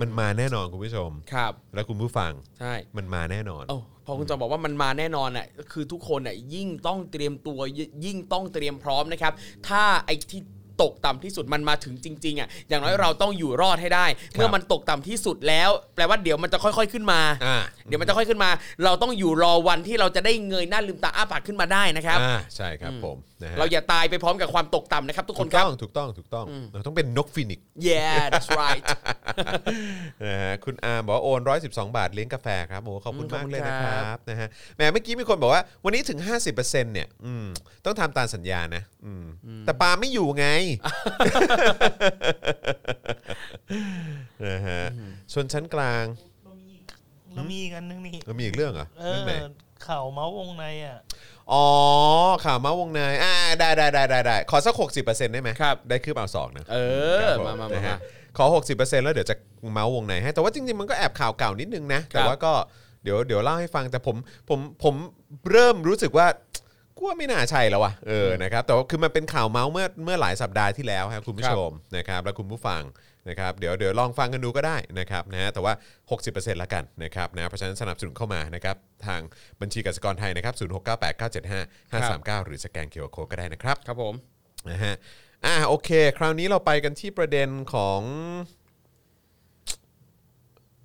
Speaker 2: มันมาแน่นอนคุณผู้ชม
Speaker 3: ครับ
Speaker 2: และคุณผู้ฟัง
Speaker 3: ใช่
Speaker 2: มันมาแน่นอน
Speaker 3: โอ้พอคุณจอมบอกว่ามันมาแน่นอนอ่ะคือทุกคนอ่ะยิ่งต้องเตรียมตัวยิ่งยิ่งต้องเตรียมพร้อมนะครับ ถ้าไอ้ที่ตกต่ำที่สุดมันมาถึงจริงๆอ่ะอย่างน้อยเราต้องอยู่รอดให้ได้ เมื่อมันตกต่ำที่สุดแล้ว แปลว่าเดี๋ยวมันจะค่อย ๆขึ้นมา
Speaker 2: อ่า
Speaker 3: เดี๋ยวมันจะค่อยขึ้นมา เราต้องอยู่รอวันที่เราจะได้เงยหน้าลืมตาอ้าปากขึ้นมาได้นะครับ
Speaker 2: อ่าใช่ครับผมนะฮะ
Speaker 3: เราอย่าตายไปพร้อมกับความตกต่ำนะครับ ทุกค
Speaker 2: ถู
Speaker 3: น
Speaker 2: ก
Speaker 3: ครั
Speaker 2: ต้
Speaker 3: บ
Speaker 2: องถูกต้องถูกต้องเราต้องเป็นนกฟินิกซ์
Speaker 3: yeah that's right
Speaker 2: นะฮะคุณอาร์มบอกว่าโอน 112 บาทเลี้ยงกาแฟครับโอ้ขอบคุณ
Speaker 3: อืมขอบ
Speaker 2: มาก
Speaker 3: คุณ
Speaker 2: เลยนะค
Speaker 3: ครั
Speaker 2: รั
Speaker 3: บบ
Speaker 2: นะฮะแหมเมื่อกี้มีคนบอกว่าวันนี้ถึง 50%เนี่ยอืมต้องทำตามสัญญานะอืมแต่ปาไม่อยู่ ไง นะฮะชนชั้นกลาง
Speaker 4: เรามีอีกเรามีอีกอันนึงนี่
Speaker 2: แล้วมีอีกเรื่องเหรอ
Speaker 4: เอ
Speaker 2: เรื่
Speaker 4: อ
Speaker 2: องไหน
Speaker 4: ข่าวเมาส์วงในอ่ะ
Speaker 2: อ๋อ ข่าวเมาวงในอ่าได้ได้ได้ได้ได้ขอสัก 60%ได้ไหม
Speaker 3: ครับ
Speaker 2: ได้คืบเอาสองนะ
Speaker 3: เอ
Speaker 2: ค
Speaker 3: อ
Speaker 2: รับผ
Speaker 3: มามามา
Speaker 2: นะฮะ
Speaker 3: มา
Speaker 2: ขอ 60%แล้วเดี๋ยวจะเมาส์วงในให้ แต่ว่าจริงๆ มันก็แอบข่าวเก่านิดนึงนะ แต่ว่าก็เดี๋ยวเดี๋ยวเล่าให้ฟัง แต่ผมผมผมเริ่มรู้สึกว่า กลัวไม่น่าใช่แล้วว่ะ เออ นะครับ แต่ว่าคือมันเป็นข่าวเมาส์เมื่อเมื่อหลายสัปดาห์ที่แล้วครับคุณผู้ชมนะครับ และคุณผู้ฟังนะครับ เดี๋ยวเดี๋ยวลองฟังกันดูก็ได้นะครับนะฮะ แต่ว่า 60%ละกันนะครับนะ เพราะฉะนั้นสนับสนุนเข้ามานะครับ ทางบัญชีกสิกรไทยนะครับ0698975539 หรือสแกนเคอร์โคก็ได้นะครับ
Speaker 3: ครับผม
Speaker 2: นะฮะ อ่ะโอเค คราวนี้เราไปกันที่ประเด็นของ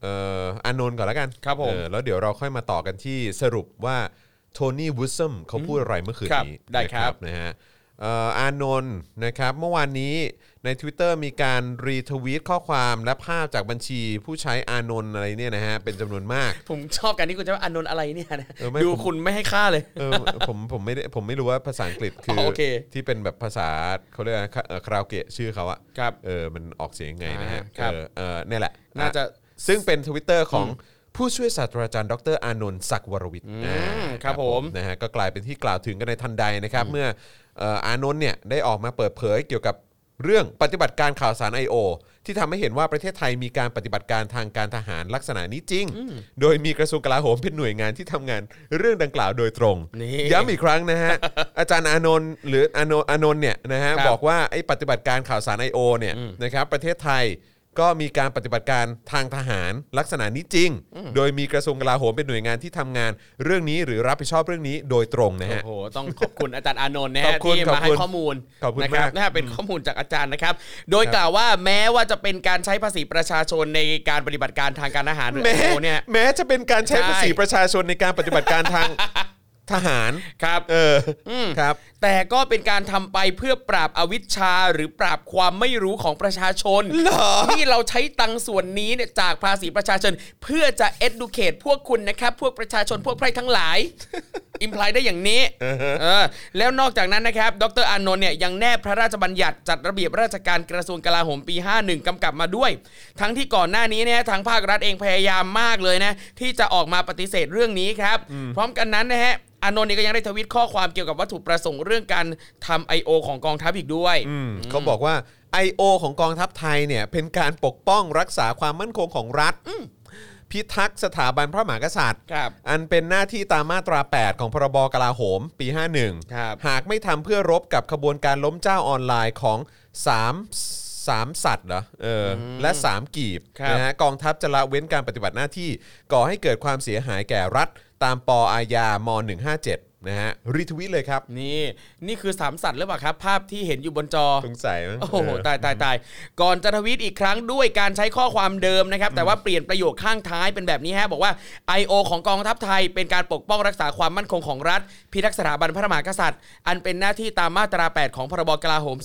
Speaker 2: เอ่ออานนท์ก่อนแล้วกัน
Speaker 3: ครับผม
Speaker 2: เออแล้วเดี๋ยวเราค่อยมาต่อกันที่สรุปว่าโทนี่วูดซัมเขาพูดอะไรเมื่อคืน
Speaker 3: ครับ
Speaker 2: นี้
Speaker 3: ได้ครับ
Speaker 2: นะนะฮะ เอ่ออานนท์นะครับเมื่อวานนี้ใน Twitter มีการรีทวีตข้อความและภาพจากบัญชีผู้ใช้อานนท์อะไรเนี่ยนะฮะเป็นจำนวนมาก
Speaker 3: ผมชอบการที่คุณจะว่าอานนท์อะไรเนี่ยนะ
Speaker 2: เออไม่
Speaker 3: ดู
Speaker 2: ผม
Speaker 3: คุณไม่ให้ค่าเลย
Speaker 2: เออผมผมไม่ได้ผมไม่รู้ว่าภาษาอังกฤษคือ
Speaker 3: อโอเค
Speaker 2: ที่เป็นแบบภาษาเขาเรียกอะไรนะเอ่อคาราโอเกะชื่อเขาอะ
Speaker 3: ครับ
Speaker 2: เออมันออกเสียงยังไงนะฮะ
Speaker 3: อ่าครับ
Speaker 2: เออเออเนี่ยแหละ
Speaker 3: น่าจะ
Speaker 2: ซึ่งเป็นทวิตเตอร์ของผู้ช่วยศาสตราจารย์ดรอานนท์ศักดิ์วรวิทย์อ่า
Speaker 3: ครับผม
Speaker 2: นะฮะก็กลายเป็นที่กล่าวถึงกันในทันใดนะครับ เมื่อเอ่ออานนท์เนี่ยได้ออกมาเปิดเผยเกี่ยวกับเรื่องปฏิบัติการข่าวสาร I.O. ที่ทำให้เห็นว่าประเทศไทยมีการปฏิบัติการทางการทหารลักษณะนี้จริง โดยมีกระทรวงกลาโหมเป็นหน่วยงานที่ทำงานเรื่องดังกล่าวโดยตรง
Speaker 3: นี่
Speaker 2: ย้ำอีกครั้งนะฮะ อาจารย์อานนท์หรืออานนท์อานนท์เนี่ยนะฮะ
Speaker 3: ครับ
Speaker 2: บอกว่าไอ้ปฏิบัติการข่าวสาร I.O. เนี่ยนะครับประเทศไทยก็มีการปฏิบัติการทางทหารลักษณะนี้จริง โดยมีกระทรวงกลาโหมเป็นหน่วยงานที่ทำงานเรื่องนี้หรือรับผิดชอบเรื่องนี้โดยตรงนะ
Speaker 3: โอ้
Speaker 2: ฮะ
Speaker 3: โห ต้องขอบคุณอาจารย์อานนท์นะ
Speaker 2: ขอ
Speaker 3: ฮะ
Speaker 2: บคุณ
Speaker 3: ที่มาให้
Speaker 2: ขอบคุณ
Speaker 3: ข้อมูล
Speaker 2: ขอบคุณ
Speaker 3: นะครั
Speaker 2: มาก
Speaker 3: นะฮะเป็นข้อมูลจากอาจารย์นะครับ โดย
Speaker 2: ครับ
Speaker 3: กล่าวว่าแม้ว่าจะเป็นการใช้ภาษีประชาชนในการปฏิบัติการทางการทหารหรือ
Speaker 2: แม้
Speaker 3: โอเนี่ย
Speaker 2: แม้จะเป็นการใช้
Speaker 3: ใช่
Speaker 2: ภาษีประชาชนในการปฏิบัติการทาง ทหาร
Speaker 3: ครับ
Speaker 2: เอออ
Speaker 3: ม
Speaker 2: ครับ
Speaker 3: แต่ก็เป็นการทำไปเพื่อปราบอวิชชาหรือปราบความไม่รู้ของประชาชนนี่เราใช้ตังค์ส่วนนี้เนี่ยจากภาษีประชาชน เพื่อจะ educate พวกคุณนะครับ พวกประชาชนพวกไพร่ทั้ง หลาย อิมพลายได้อย่างนี้เออแล้วนอกจากนั้นนะครับ ดรอานนท์เนี่ยยังแนบพระราชบัญญัติจัดระเบียบราชการกระทรวงกลาโหมปี 51กำกับมาด้วย ทั้งที่ก่อนหน้านี้เนี่ยทางภาครัฐเองพยายามมากเลยนะ ที่จะออกมาปฏิเสธเรื่องนี้ครับ พร้อมกันนั้นนะฮะ อานนท์เนี่ยก็ยังได้ทวิตข้อความเกี่ยวกับวัตถุประสงค์เรื่องการทำ I.O. ของกองทัพอีกด้วย
Speaker 2: เขาบอกว่า I.O. ของกองทัพไทยเนี่ยเป็นการปกป้องรักษาความมั่นคงของรัฐ พิทักษ์สถาบันพระมหากษัตริย์
Speaker 3: ครับ
Speaker 2: อันเป็นหน้าที่ตามมาตรา 8 ของพรบกลาโหม ปี 51
Speaker 3: ครับ
Speaker 2: หากไม่ทำเพื่อรบกับขบวนการล้มเจ้าออนไลน์ของ3สามสัตว์เหรอเอออและ 3 กีบ
Speaker 3: ครับ
Speaker 2: นะฮะกองทัพจะละเว้นการปฏิบัติหน้าที่ ก่อให้เกิดความเสียหายแก่รัฐ ตามปออาญาม157 นะฮะรีทวิตเลยครับ
Speaker 3: นี่ นี่คือสามสัตว์หรือเปล่าครับ ภาพที่เห็นอยู่บนจอ
Speaker 2: สงสัยมั้ง
Speaker 3: โอ้โห
Speaker 2: เออ
Speaker 3: ตายตายตายก่อนจะทวีตอีกครั้งด้วยการใช้ข้อความเดิมนะครับ แต่ว่าเปลี่ยนประโยคข้างท้ายเป็นแบบนี้ฮะ บอกว่า I.O. ของกองทัพไทยเป็นการปกป้องรักษาความมั่นคงของรัฐ พิทักษ์สถาบันพระมหากษัตริย์ อันเป็นหน้าที่ตามมาตรา 8 ของพรบกลาโหม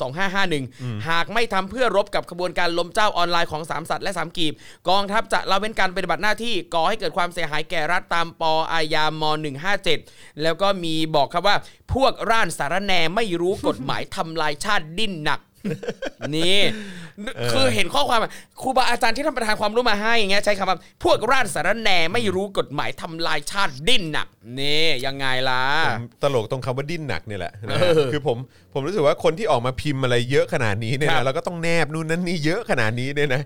Speaker 3: 2551 หากไม่ทำเพื่อรบกับขบวนการล้มเจ้าออนไลน์ของสามสัตว์และสามกีบ กองทัพจะละเว้นการปฏิบัติหน้าที่ก่อให้เกิดความเสียหายแก่รัฐตามปอาญาม 157 แล้วก็มีบอกครับว่า พวกร่านสารแหนไม่รู้กฎหมายทำลายชาติดิ้นหนัก นี่คือเห็นข้อความอะครูบาอาจารย์ที่ท่านประธานความรู้มาให้อย่างเงี้ยใช้คำว่าพวกราชสารแหนไม่รู้กฎหมายทำลายชาติดิ้นน่ะนี่ยังไงล่ะ
Speaker 2: ผมตลกตรงคำว่าดิ้นหนักเนี่ยแหละนะฮะ
Speaker 3: เออ
Speaker 2: คือผมผมรู้สึกว่าคนที่ออกมาพิมพ์อะไรเยอะขนาดนี้เนี่ย
Speaker 3: ครั
Speaker 2: นะ
Speaker 3: บ
Speaker 2: แล้วก็ต้องแนบนู่นนั่นนี่เยอะขนาดนี้เนี่ยนะ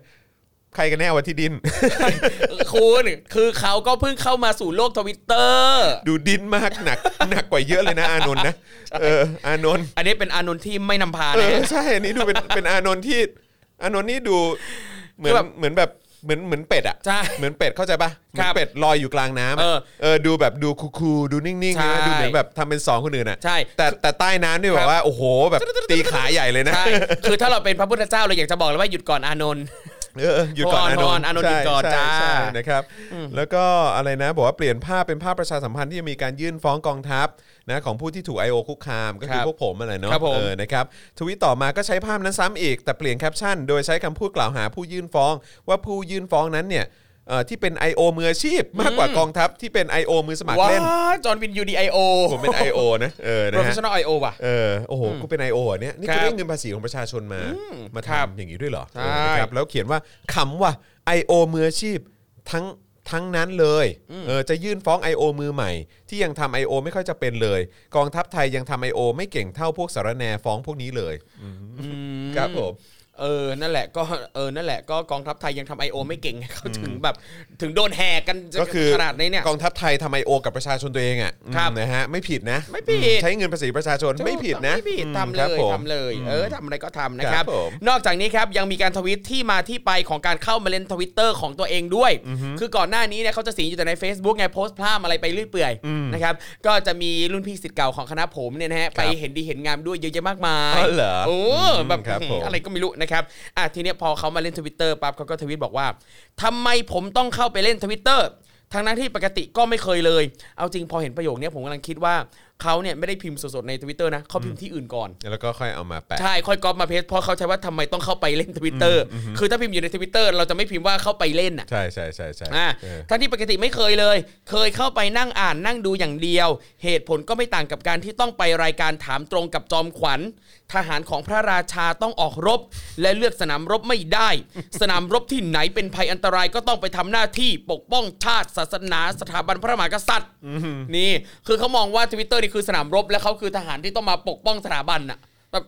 Speaker 2: ใครกันแน่ว่าที่ดิ้น
Speaker 3: คุณคือเขาก็เพิ่งเข้ามาสู่โลกทวิตเตอร์
Speaker 2: ดูดิ้นมากหนัก หนักกว่าเยอะเลยนะอานนท์นะเอออานนท์
Speaker 3: อันนี้เป็นอานนท์ที่ไม่นำพา
Speaker 2: เอ
Speaker 3: นะ
Speaker 2: อใช่อันนี้ดูเป็นเป็นอานนท์ที่อานนท์นี่ดูเหมือน
Speaker 3: คือแบบ
Speaker 2: เหมือนแบบเหมือนเหมือนเป็ดอะ
Speaker 3: ใช่
Speaker 2: เหมือนเป็ดเข้าใจปะเหมือ
Speaker 3: คนรับ
Speaker 2: เป็ดลอยอยู่กลางน้ำะ
Speaker 3: เออ
Speaker 2: เออดูแบบดูคูลๆดูนิ่งๆ
Speaker 3: ใช่
Speaker 2: นะดูเหมือนแบบทำเป็นสองคนอื่นอะ
Speaker 3: ใช่
Speaker 2: แต่แต่ใต้น้ำนี่แบ
Speaker 3: ครับ บ
Speaker 2: ว่าโอ้โหแบบตีขาใหญ่เลยนะ
Speaker 3: ใช่คือถ้าเราเป็นพระพุทธเจ้าเราอยากจะบอกเลยว่าหยุดก่อนอานนท์
Speaker 2: เออเออหยุดก่อน
Speaker 3: พออานนท์อานนท์หยุดก่อน
Speaker 2: ใช่
Speaker 3: จ้า
Speaker 2: ใช่นะครับ แล้วก็อะไรนะ บอกว่าเปลี่ยนภาพเป็นภาพประชาสัมพันธ์ที่จะมีการยื่นฟ้องกองทัพนะของผู้ที่ถูก I.O. คุกคาม ก็คือ
Speaker 3: ครับ
Speaker 2: พวกผมอะไรเนาะ
Speaker 3: ครับผม
Speaker 2: เออนะครับทวิตต่อมาก็ใช้ภาพนั้นซ้ำอีก แต่เปลี่ยนแคปชั่น โดยใช้คำพูดกล่าวหาผู้ยื่นฟ้อง ว่าผู้ยื่นฟ้องนั้นเนี่ยเอ่อที่เป็น I.O. มืออาชีพ มากกว่ากองทัพที่เป็น I.O. มือสมัคร
Speaker 3: ว้า
Speaker 2: เล่น
Speaker 3: จอห์นวินยูดีไอโอ
Speaker 2: ผมเป็น I.O. นะเออ
Speaker 3: โป
Speaker 2: นะ
Speaker 3: รเฟช
Speaker 2: ฮะ
Speaker 3: ชั่นอลไอโอว่ะ
Speaker 2: เออโอ้โหกูเป็น I.O. เนี่ยนี่
Speaker 3: ครั
Speaker 2: ก็
Speaker 3: บ
Speaker 2: ได้เงินภาษีของประชาชนมามา
Speaker 3: ครับ
Speaker 2: ทำอย่างนี้ด้วยเหรอ
Speaker 3: ใช่
Speaker 2: เออนะครับ ครับแล้วเขียนว่าคำว่า I.O. มืออาชีพทั้งทั้งนั้นเลยเออจะยื่นฟ้อง I.O. มือใหม่ ที่ยังทำ I.O. ไม่ค่อยจะเป็นเลย กองทัพไทยยังทำ I.O. ไม่เก่งเท่าพวกสารแหนฟ้องพวกนี้เลยครับผม
Speaker 3: เออ นั่นแหละ ก็ เออ นั่นแหละ ก็กองทัพไทยยังทำไอโอไม่เก่งไงเขาถึงแบบ ถึงโดนแหกกัน
Speaker 2: ก็คือ
Speaker 3: ขนาดนี้เนี่ย
Speaker 2: กองทัพไทยทำ I.O. กับประชาชนตัวเองอ่ะ
Speaker 3: ครับ
Speaker 2: อืมนะฮะไม่ผิดนะ
Speaker 3: ไม่ผิด
Speaker 2: อืใช้เงินภาษีประชาชนไม่ผิดนะ
Speaker 3: ไม่ผิด
Speaker 2: อืม
Speaker 3: ทำ
Speaker 2: ค
Speaker 3: เล
Speaker 2: รับ
Speaker 3: ย
Speaker 2: ผม
Speaker 3: ทำเลย เออทำอะไรก็ทำนะ
Speaker 2: ค
Speaker 3: ค
Speaker 2: รั
Speaker 3: รั
Speaker 2: บบ ผม
Speaker 3: นอกจากนี้ครับยังมีการทวิตที่มาที่ไปของการเข้ามาเล่นทวิตเตอร์ของตัวเองด้วย คือก่อนหน้านี้เนี่ยเขาจะสิงอยู่แต่ใน Facebook ไงโพสต์ภาพอะไรไปเรื่อยเปื่อยนะครับ ก็จะมีรุ่นพี่สิทธิ์เก่าของคณะผมเนี่ยนะฮะไปเห็นดีเห็นงามด้วยเยอะแยะมากมาย
Speaker 2: อ๋อเหรอ
Speaker 3: โอ้แบบ
Speaker 2: ครับผม
Speaker 3: อะไร ก็ไม่รู้นะครับ อ่ะทีเนี้ยพอเขามาเล่นทวิตเตอร์ปั๊บเขาก็ทวิตบอกว่าทำไมผมต้องเข้าไปเล่นทวิตเตอร์ทั้งนั้นที่ปกติก็ไม่เคยเลย เอาจริงพอเห็นประโยคเนี้ยผมกำลังคิดว่า เขาเนี่ยไม่ได้พิมพ์สดๆในทวิตเตอร์นะเขาพิมพ์ที่อื่นก่อน
Speaker 2: แล้วก็ค่อยเอามาแปะ
Speaker 3: ใช่ค่อยก๊อปมาเพจเพราะเขาใช้ว่าทำไมต้องเข้าไปเล่นทวิตเตอร์คือถ้าพิมพ์อยู่ในทวิตเตอร์เราจะไม่พิมพ์ว่าเข้าไปเล่นอ่ะ
Speaker 2: ใช่ใช่ใช่ใช่
Speaker 3: อ่า
Speaker 2: เออ
Speaker 3: ทั้งที่ปกติไม่เคยเลย เคยเข้าไปนั่งอ่านนั่งดูอย่างเดียว เหตุผลก็ไม่ต่างกับการที่ต้องไปรายการถามตรงกับจอมขวัญ ทหารของพระราชาต้องออกรบ และเลือกสนามรบไม่ได้ สนามรบที่ไหนเป็นภัยอันตรายก็ต้องไปทำหน้าที่ปกป้องชาติศาสนาสถาบันพระมหากษัตริย์นี่คือเขามองว่าทวิตเตอร์นี่คือสนามรบ และเขาคือทหารที่ต้องมาปกป้องสถาบันอ่ะแบบ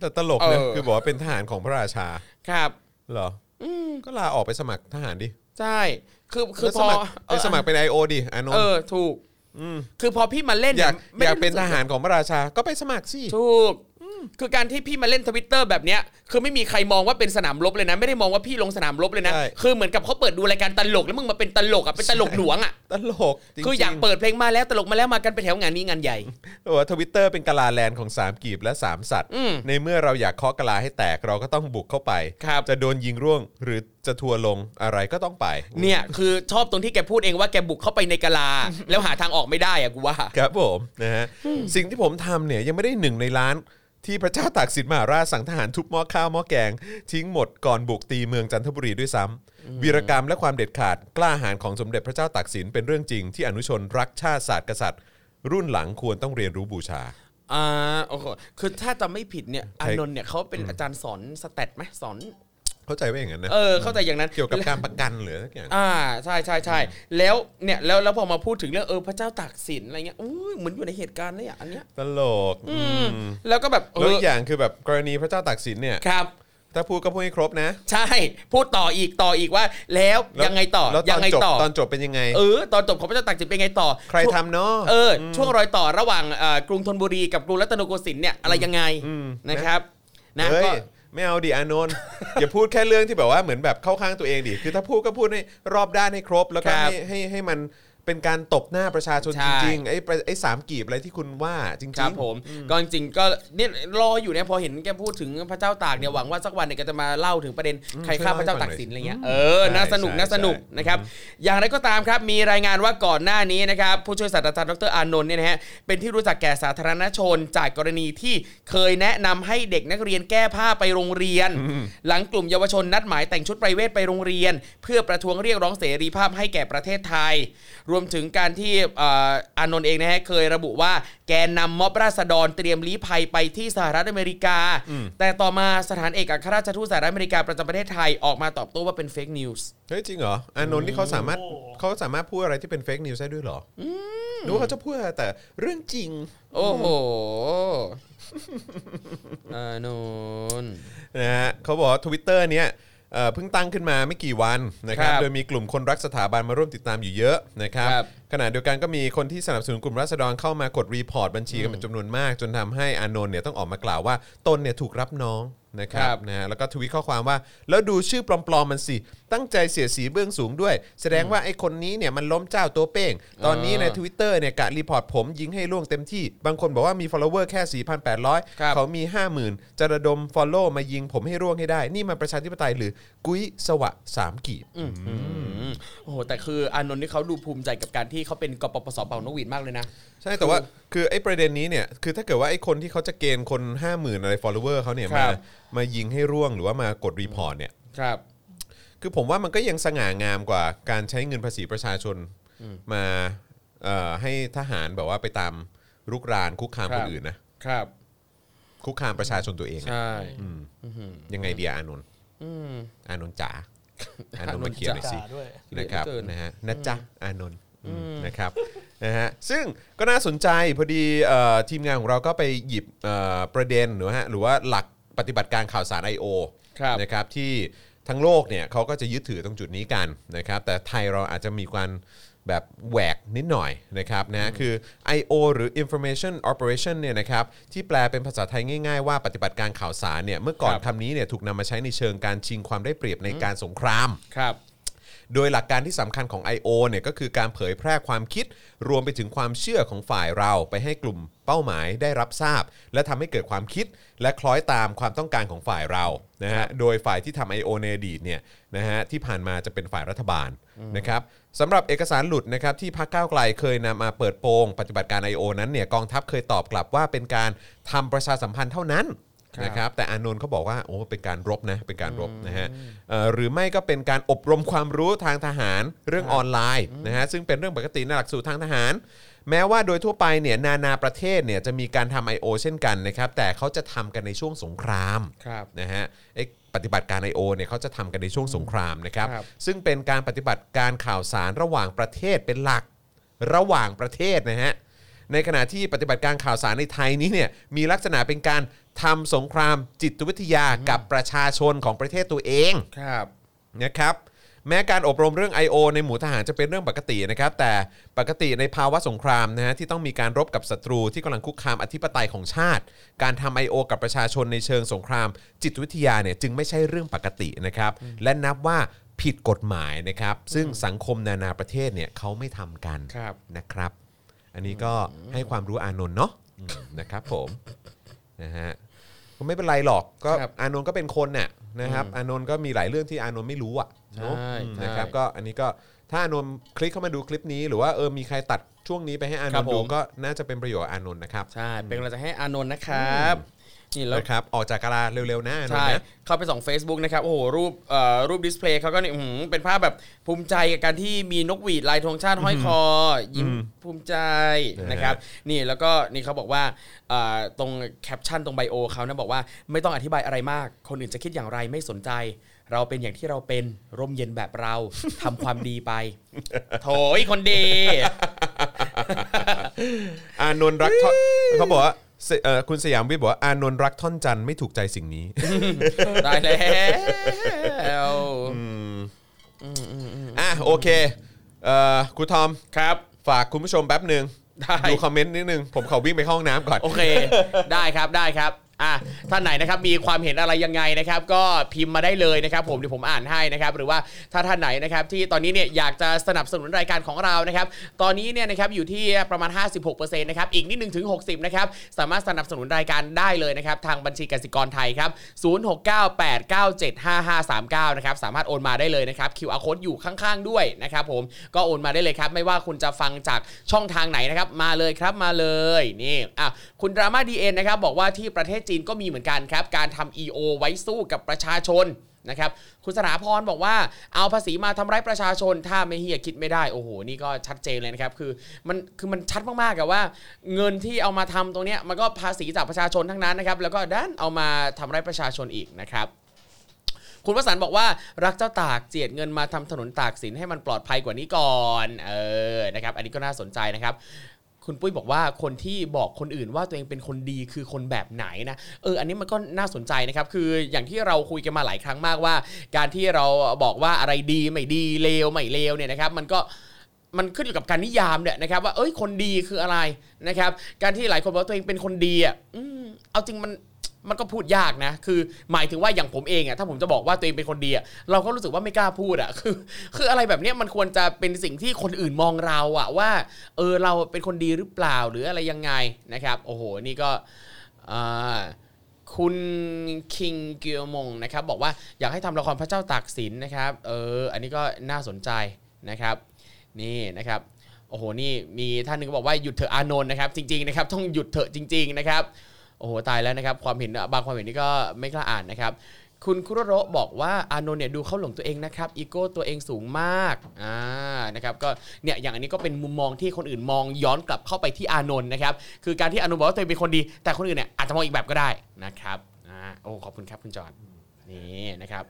Speaker 2: แต่ตลกเลย
Speaker 3: เออ
Speaker 2: คือบอกว่าเป็นทหารของพระราชา
Speaker 3: ครับ
Speaker 2: เหรออก็ลาออกไปสมัครทหารดิ
Speaker 3: ใช่ คือ คือ
Speaker 2: แล้วส
Speaker 3: พอ
Speaker 2: มัครไป
Speaker 3: เออ
Speaker 2: สมัครเป็นไอโอดิอานน
Speaker 3: เอ
Speaker 2: ท์
Speaker 3: อ ถูก คือพอพี่มาเล่นเนี่ย
Speaker 2: อาย ก
Speaker 3: ไม่
Speaker 2: อ
Speaker 3: ได้
Speaker 2: ยากเป็นทหารของพระราชาก็ไปสมัครสิ
Speaker 3: ถูก คือการที่พี่มาเล่นทวิตเตอร์แบบเนี้ย คือไม่มีใครมองว่าเป็นสนามรบเลยนะ ไม่ได้มองว่าพี่ลงสนามรบเลยนะ
Speaker 2: ใช่
Speaker 3: คือเหมือนกับเขาเปิดดูรายการตลกแล้วมึงมาเป็นตลกอ่ะ เป็นตลกหลวงอ่ะ
Speaker 2: ตลกจริงๆ
Speaker 3: คืออยากเปิดเพลงมาแล้วตลกมาแล้วมากันเป็นแถวงานนี้งานใหญ่
Speaker 2: บอกว่าทวิตเตอร์เป็นกะลาแลนด์ของสามกีบและสามสัตว์
Speaker 3: อืม
Speaker 2: ในเมื่อเราอยากเคาะกะลาให้แตกเราก็ต้องบุกเข้าไป
Speaker 3: ครับ
Speaker 2: จะโดนยิงร่วงหรือจะทัวร์ลงอะไรก็ต้องไป
Speaker 3: เนี่ย คือชอบตรงที่แกพูดเองว่าแกบุกเข้าไปในกะลา แล้วหาทางออกไม่ได้อ่ะกูว่า
Speaker 2: ครับผมนะฮะสิ่งที่ผมทำเนี่ยยังไม่ได้หนึ่งในล้านที่พระเจ้าตากสินมหาราชสั่งทหารทุบหม้อข้าวหม้อแกง ทิ้งหมดก่อนบุกตีเมืองจันทบุรีด้วยซ้ำวีรกรรมและความเด็ดขาดกล้าหาญของสมเด็จพระเจ้าตากสินเป็นเรื่องจริง ที่อนุชนรักชาติศาสตร์กษัตริย์ รุ่นหลังควรต้องเรียนรู้บูชา
Speaker 3: อ่าโอ้โหคือถ้าจำไม่ผิดเนี่ย อานนท์เนี่ยเขาเป็นอาจารย์สอนสแตทไหมสอน
Speaker 2: เข้าใจว่าอย่างนั้นนะ
Speaker 3: เออ เข้าใจอย่างนั้น
Speaker 2: เกี่ยวกับการประกันหรือสักอย่าง
Speaker 3: อ่าใช่ใช่ใช่แล้วเนี่ยแล้วแล้วพอมาพูดถึงเรื่องเออพระเจ้าตากสินอะไรเงี้ยอุ้ยเหมือนอยู่ในเหตุการณ์เลยอ่ะอันเนี้ย
Speaker 2: ตลกอืม
Speaker 3: แล้วก็แบบเอ
Speaker 2: แล้ว
Speaker 3: อ
Speaker 2: อีกอย่างคือแบบกรณีพระเจ้าตากสินเนี่ย
Speaker 3: ครับ
Speaker 2: ถ้าพูดก็พูดให้ครบนะ
Speaker 3: ใช่ พูดต่ออีกต่ออีกว่า แล้ว
Speaker 2: แล้ว
Speaker 3: ยังไงต่อ
Speaker 2: แล้วต
Speaker 3: ยั
Speaker 2: อน
Speaker 3: งไง
Speaker 2: จบ
Speaker 3: ต่อ
Speaker 2: ตอนจบเป็นยังไง
Speaker 3: เออตอนจบของพระเจ้าตากสินเป็นไงต่อ
Speaker 2: ใคร
Speaker 3: ช่วง
Speaker 2: ทำเนาะ
Speaker 3: เอออ ช่วงรอยต่อระหว่างเอ่อกรุงธนบุรีกับกรุงรัตนโกสินทร์เนี่ยอะไรยังไงนะครับนะ
Speaker 2: เฮ้ย
Speaker 3: ก็
Speaker 2: ไม่เอาดิอานนท์ อย่าพูดแค่เรื่องที่แบบว่าเหมือนแบบเข้าข้างตัวเองดิคือถ้าพูดก็พูดให้รอบด้านให้ครบ แล้วก็
Speaker 3: ครับ
Speaker 2: ให้ให้ให้มันเป็นการตบหน้าประชาชน
Speaker 3: ใช่
Speaker 2: จริงๆไอ้ประไอ้สามกีบอะไรที่คุณว่าจริงๆ
Speaker 3: ครับผมก็จริงๆก็เนี่ยรออยู่เนี่ยพอเห็นแกพูดถึงพระเจ้าตากเนี่ยหวังว่าสักวันเนี่ยแกจะมาเล่าถึงประเด็นใครฆ่าพระเจ้าตากสินอะไรเงี้ยเออน่าสนุก
Speaker 2: ใช่
Speaker 3: น่าสนุก
Speaker 2: ใช่
Speaker 3: นะครับอย่างไรก็ตามครับมีรายงานว่าก่อนหน้านี้นะครับผู้ช่วยศาสตราจารย์ดรอานนท์เนี่ยนะฮะเป็นที่รู้จักแก่สาธารณชนจากกรณีที่เคยแนะนำให้เด็กนักเรียนแก้ผ้าไปโรงเรียน หลังกลุ่มเยาวชนนัดหมายแต่งชุดไพรเวทไปโรงเรียน เพื่อประท้วงเรียกร้องเสรีภาพให้แก่ประเทศไทย รวมถึงการที่เอ่ออานนท์เองนะฮะเคยระบุว่าแกนนำม็อบราษฎรเตรียมลี้ภัยไปที่สหรัฐอเมริกา แต่ต่อมาสถานเอกอัครราชทูตสหรัฐอเมริกาประจำประเทศไทยออกมาตอบโต้ว่าเป็นเฟกนิวส์
Speaker 2: เฮ้ยจริงเหรออานนท์นี่เขาสามารถ
Speaker 4: โอ้
Speaker 2: เขาสามารถพูดอะไรที่เป็นเฟกนิวส์ได้ด้วยเหรออหรือว่าเขาจะพูดแต่เรื่องจริง
Speaker 3: โอ้โหอานนท์
Speaker 2: นะฮะเขาบอกว่าทวิตเตอร์เนี้ยเอ่อเพิ่งตั้งขึ้นมาไม่กี่วันนะครับ
Speaker 3: ครับ
Speaker 2: โดยมีกลุ่มคนรักสถาบันมาร่วมติดตามอยู่เยอะนะครับ
Speaker 3: ครับ
Speaker 2: ขณะเดียวกันก็มีคนที่สนับสนุนกลุ่มราษฎรเข้ามากดรีพอร์ตบัญชีกันเป็นจำนวนมาก จนทำให้อานนท์เนี่ยต้องออกมากล่าวว่าตนเนี่ยถูกรับน้องนะครั
Speaker 3: ครับ บ
Speaker 2: นะฮะแล้วก็ทวิตข้อความว่า แล้วดูชื่อปลอมๆมันสิตั้งใจเสียดสีเบื้องสูงด้วย แสดงว่าไอ้คนนี้เนี่ยมันล้มเจ้าตัวเป้ง ตอนนี้ใน Twitter เนี่ยกะรีพอร์ตผมยิงให้ล่วงเต็มที่ บางคนบอกว่ามี follower แค่
Speaker 3: ครับ
Speaker 2: 4,800 เขามี 50,000 จะระดม follow มายิงผมให้ร่วงให้ได้ นี่มันประชาธิปไตยหรือกุ้ยสวะสามกีบ
Speaker 3: โอ้โหแต่คืออานนท์นี่เขาดูภูมิใจกับการที่เขาเป็นกปปสเป่านกหวีดมากเลยนะ
Speaker 2: ใช่แต่ว่าคือไอ้ประเด็นนี้เนี่ยคือถ้าเกิดว่าไอ้คนที่เขาจะเกณฑ์คน 50,000 อะไร follower เขาเนี่ย
Speaker 3: ครั
Speaker 2: มา
Speaker 3: บ
Speaker 2: มายิงให้ร่วงหรือว่ามากดรีพอร์ตเนี่ย
Speaker 3: ครับ
Speaker 2: คือผมว่ามันก็ยังสง่างามกว่าการใช้เงินภาษีประชาชนมาเอ่อให้ทหารแบบว่าไปตามรุกรานคุกคาม
Speaker 3: ครั
Speaker 2: ค
Speaker 3: บ
Speaker 2: นอื่นนะครับ คุกคามประชาชนตัวเองอะ
Speaker 3: ใช่
Speaker 2: ยังไงเดียอานนท์
Speaker 3: อืม
Speaker 2: อานนท์จ๋าอานนท์มาเขียนหน่อยสิ
Speaker 4: จ่าด้วย
Speaker 2: นะครับ
Speaker 3: เหลือเกิน
Speaker 2: นะฮะนะจ๊ะอานนท์นะครับนะฮะซึ่งก็น่าสนใจพอดีเอ่อทีมงานของเราก็ไปหยิบเอ่อประเด็นหรือว่าหรือว่าหลักปฏิบัติการข่าวสาร I.O.
Speaker 3: ครับ
Speaker 2: นะครับที่ทั้งโลกเนี่ยเขาก็จะยึดถือตรงจุดนี้กันนะครับแต่ไทยเราอาจจะมีการแบบแหวกนิดหน่อยนะครับนะฮะคือ I.O. หรือ Information Operation เนี่ยนะครับที่แปลเป็นภาษาไทยง่าย ๆ ว่าปฏิบัติการข่าวสารเนี่ยเมื่อก่อน
Speaker 3: ครับ
Speaker 2: คำนี้เนี่ยถูกนำมาใช้ในเชิงการชิงความได้เปรียบในการสงคราม
Speaker 3: ครับ
Speaker 2: โดยหลักการที่สำคัญของ I.O. เนี่ยก็คือการเผยแพร่ความคิด รวมไปถึงความเชื่อของฝ่ายเราไปให้กลุ่มเป้าหมายได้รับทราบ และทำให้เกิดความคิดและคล้อยตามความต้องการของฝ่ายเรานะฮะโดยฝ่ายที่ทำ I.O. ในอดีตเนี่ยนะฮะที่ผ่านมาจะเป็นฝ่ายรัฐบาลนะครับสำหรับเอกสารหลุดนะครับที่พรรคก้าวไกลเคยนำมาเปิดโปงปฏิบัติการ I.O. นั้นเนี่ยกองทัพเคยตอบกลับว่าเป็นการทำประชาสัมพันธ์เท่านั้น
Speaker 3: ครับ
Speaker 2: นะครับแต่อานนท์เขาบอกว่าโอ้เป็นการรบนะเป็นการรบนะฮะเอ่อหรือไม่ก็เป็นการอบรมความรู้ทางทหารเรื่องออนไลน์นะฮะซึ่งเป็นเรื่องปกติในหลักสูตรทางทหาร แม้ว่าโดยทั่วไปเนี่ยนานาประเทศเนี่ยจะมีการทำ I.O. เช่นกันนะครับแต่เขาจะทำกันในช่วงสงคราม
Speaker 3: ครับ
Speaker 2: นะฮะไอ้ปฏิบัติการ I.O. เนี่ยเขาจะทำกันในช่วงสงครามนะครับ
Speaker 3: ครับ
Speaker 2: ซึ่งเป็นการปฏิบัติการข่าวสารระหว่างประเทศเป็นหลักระหว่างประเทศนะฮะในขณะที่ปฏิบัติการข่าวสารในไทยนี้เนี่ยมีลักษณะเป็นการทำสงครามจิตวิทยากับประชาชนของประเทศตัวเอง
Speaker 3: ครับ
Speaker 2: นะครับแม้การอบรมเรื่อง I.O. ในหมู่ทหารจะเป็นเรื่องปกตินะครับแต่ปกติในภาวะสงครามนะฮะที่ต้องมีการรบกับศัตรูที่กำลังคุกคามอธิปไตยของชาติ การทำ I.O. กับประชาชนในเชิงสงคราม จิตวิทยาเนี่ยจึงไม่ใช่เรื่องปกตินะครับและนับว่าผิดกฎหมายนะครับซึ่งสังคมนานาประเทศเนี่ยเขาไม่ทำกัน
Speaker 3: ครับ
Speaker 2: นะครับ อันนี้ก็ให้ความรู้อานนท์เนาะอืมนะครับผมนะฮะก็ไม่เป็นไรหรอกก็
Speaker 3: ครับ
Speaker 2: อานนท์ก็เป็นคนน่ะนะครับ อานนท์ก็มีหลายเรื่องที่อานนท์ไม่รู้อ่ะเน
Speaker 3: ใช่
Speaker 2: อะอืม
Speaker 3: ใช่
Speaker 2: นะครับก็อันนี้ก็ถ้าอานนท์คลิกเข้ามาดูคลิปนี้ หรือว่าเออมีใครตัดช่วงนี้ไปให้อาน
Speaker 3: ครั
Speaker 2: นท์
Speaker 3: บผม
Speaker 2: ดูก็น่าจะเป็นประโยชน์กับอานนท์นะครับ
Speaker 3: ใช่เป็นกำลังใจให้อานนท์นะครับนี่แล้ว
Speaker 2: นะครับออกจากกาลาเร็วๆนะอานน
Speaker 3: ใช่
Speaker 2: ท์นะ
Speaker 3: เข้าไปส่อง Facebook นะครับ โอ้โห รูปเอ่อรูปดิสเพลย์เขาก็เนี่ยอื้อหือเป็นภาพแบบภูมิใจกับการที่มีนกหวีดลายธงชาติห้อยคอ ยิ้มภูมิใจนะครับ นี่แล้วก็นี่เขาบอกว่าเอ่อตรงแคปชั่นตรงไบโอเขานะบอกว่าไม่ต้องอธิบายอะไรมาก คนอื่นจะคิดอย่างไรไม่สนใจ เราเป็นอย่างที่เราเป็นร่มเย็นแบบเรา ทำความดี ไป โถยคนดี
Speaker 2: อานนท์รักท่อนเขาบอกว่าเอ่อคุณสยามวิทย์บอกว่าอานนท์รักท่อนจันทร์ไม่ถูกใจสิ่งนี้
Speaker 3: ได้แล้ว
Speaker 2: อ่ะโอเคเอ่อครูทอมครับ ฝากคุณผู้ชมแป๊บหนึ่ง
Speaker 3: ได้
Speaker 2: ดูคอมเมนต์นิดนึง ผมขอวิ่งไปเข้าห้องน้ำก่อน
Speaker 3: โอเค ได้ครับ ได้ครับ อ่ะ ท่านไหนนะครับ มีความเห็นอะไรยังไงนะครับ ก็พิมพ์มาได้เลยนะครับ ผม เดี๋ยวผมอ่านให้นะครับ หรือว่าถ้าท่านไหนนะครับ ที่ตอนนี้เนี่ยอยากจะสนับสนุนรายการของเรา นะครับ ตอนนี้เนี่ยนะครับ อยู่ที่ประมาณ 56%นะครับ อีกนิดหนึ่งถึง 60 นะครับ สามารถสนับสนุนรายการได้เลยนะครับ ทางบัญชีกสิกรไทยครับ 0698975539 นะครับ สามารถโอนมาได้เลยนะครับ QR code อยู่ข้างๆด้วยนะครับ ผม ก็โอนมาได้เลยครับ ไม่ว่าคุณจะฟังจากช่องทางไหนนะครับ มาเลยครับ มาเลย นี่ อ่ะ คุณดราม่าดีเอ็นนะครับ บอกว่าที่ประเทศจีนก็มีเหมือนกันครับ การทำ EO ไว้สู้กับประชาชนนะครับ คุณสถาพรบอกว่าเอาภาษีมาทำร้ายประชาชน ถ้าไม่เฮียคิดไม่ได้ โอ้โห นี่ก็ชัดเจนเลยนะครับ คือมัน คือมันชัดมากๆกับว่า เงินที่เอามาทำตรงเนี้ย มันก็ภาษีจากประชาชนทั้งนั้นนะครับ แล้วก็ด้านเอามาทำร้ายประชาชนอีกนะครับ คุณวสันต์บอกว่ารักเจ้าตากเจียดเงินมาทำถนนตากสินให้มันปลอดภัยกว่านี้ก่อน เออ นะครับ อันนี้ก็น่าสนใจนะครับ คุณปุ้ยบอกว่าคนที่บอกคนอื่นว่าตัวเองเป็นคนดีคือคนแบบไหนนะ เออ อันนี้มันก็น่าสนใจนะครับ คืออย่างที่เราคุยกันมาหลายครั้งมากว่า การที่เราบอกว่าอะไรดีไม่ดีเลวไม่เลวเนี่ยนะครับ มันก็ มันขึ้นอยู่กับการนิยามเนี่ยนะครับ ว่าเอ้ยคนดีคืออะไรนะครับ การที่หลายคนบอกว่าตัวเองเป็นคนดีอ่ะอืมเอาจริงมันมันก็พูดยากนะ คือ หมายถึงว่าอย่างผมเองอ่ะถ้าผมจะบอกว่าตัวเองเป็นคนดีอ่ะเราก็รู้สึกว่าไม่กล้าพูดอ่ะ คือ คืออะไรแบบเนี้ยมันควรจะเป็นสิ่งที่คนอื่นมองเราอ่ะว่า เออเราเป็นคนดีหรือเปล่าหรืออะไรยังไงนะครับ โอ้โหนี่ก็อ่า คุณคิงเกียวมงนะครับบอกว่าอยากให้ทำละครพระเจ้าตากสินนะครับเอออันนี้ก็น่าสนใจนะครับ นี่นะครับโอ้โหนี่มีท่านหนึงก็บอกว่าหยุดเถอะอานนท์นะครับจริงๆนะครับต้องหยุดเถอะจริง ๆนะครับโอ้โหตายแล้วนะครับความเห็นบางความเห็นนี่ก็ไม่กล้าอ่านนะครับ คุณคุโรโรบอกว่าอานนท์เนี่ยดูเข้าหลงตัวเองนะครับอีโก้ตัวเองสูงมากอ่านะครับก็เนี่ยอย่างอันนี้ก็เป็นมุมมองที่คนอื่นมองย้อนกลับเข้าไปที่อานนท์นะครับคือการที่อานนท์บอกว่าตัวเองเป็นคนดี แต่คนอื่นเนี่ยอาจจะมองอีกแบบก็ได้นะครับอ่าโอ้ขอบคุณครับคุณจอห์นนี่นะครับ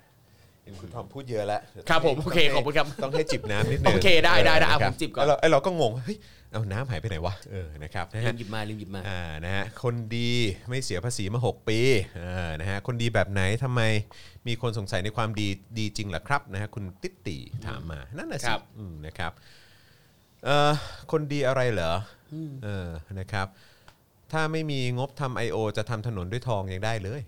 Speaker 2: เห็นคุณทอมพูดเยอะแล้ว
Speaker 3: ครับผมโอเคขอบคุณครับ
Speaker 2: ต้องให้จิบน้ำนิดนึง
Speaker 3: โอเคได้ได้ได้อ่ะ
Speaker 2: ะครับ
Speaker 3: ผมจิบก่อน
Speaker 2: แล้วเราไอ้เราก็งงเฮ้ยเอาน้ำหายไปไหนวะเออนะครับนะ
Speaker 3: ลื
Speaker 2: ฮะ
Speaker 3: มหยิบมาลืมหยิบมา
Speaker 2: อ่านะฮะคนดีไม่เสียภาษีมา 6 ปีเออนะฮะคนดีแบบไหนทำไมมีคนสงสัยในความดีดีจริงเหรอครับนะฮะคุณติตติถามมานั่นน่ะสิ
Speaker 3: ครับ
Speaker 2: อืมนะครับเอ่อคนดีอะไรเหรออเออนะครับ ถ้าไม่มีงบทำ I.O. จะทำถนนด้วยทองยังได้เลย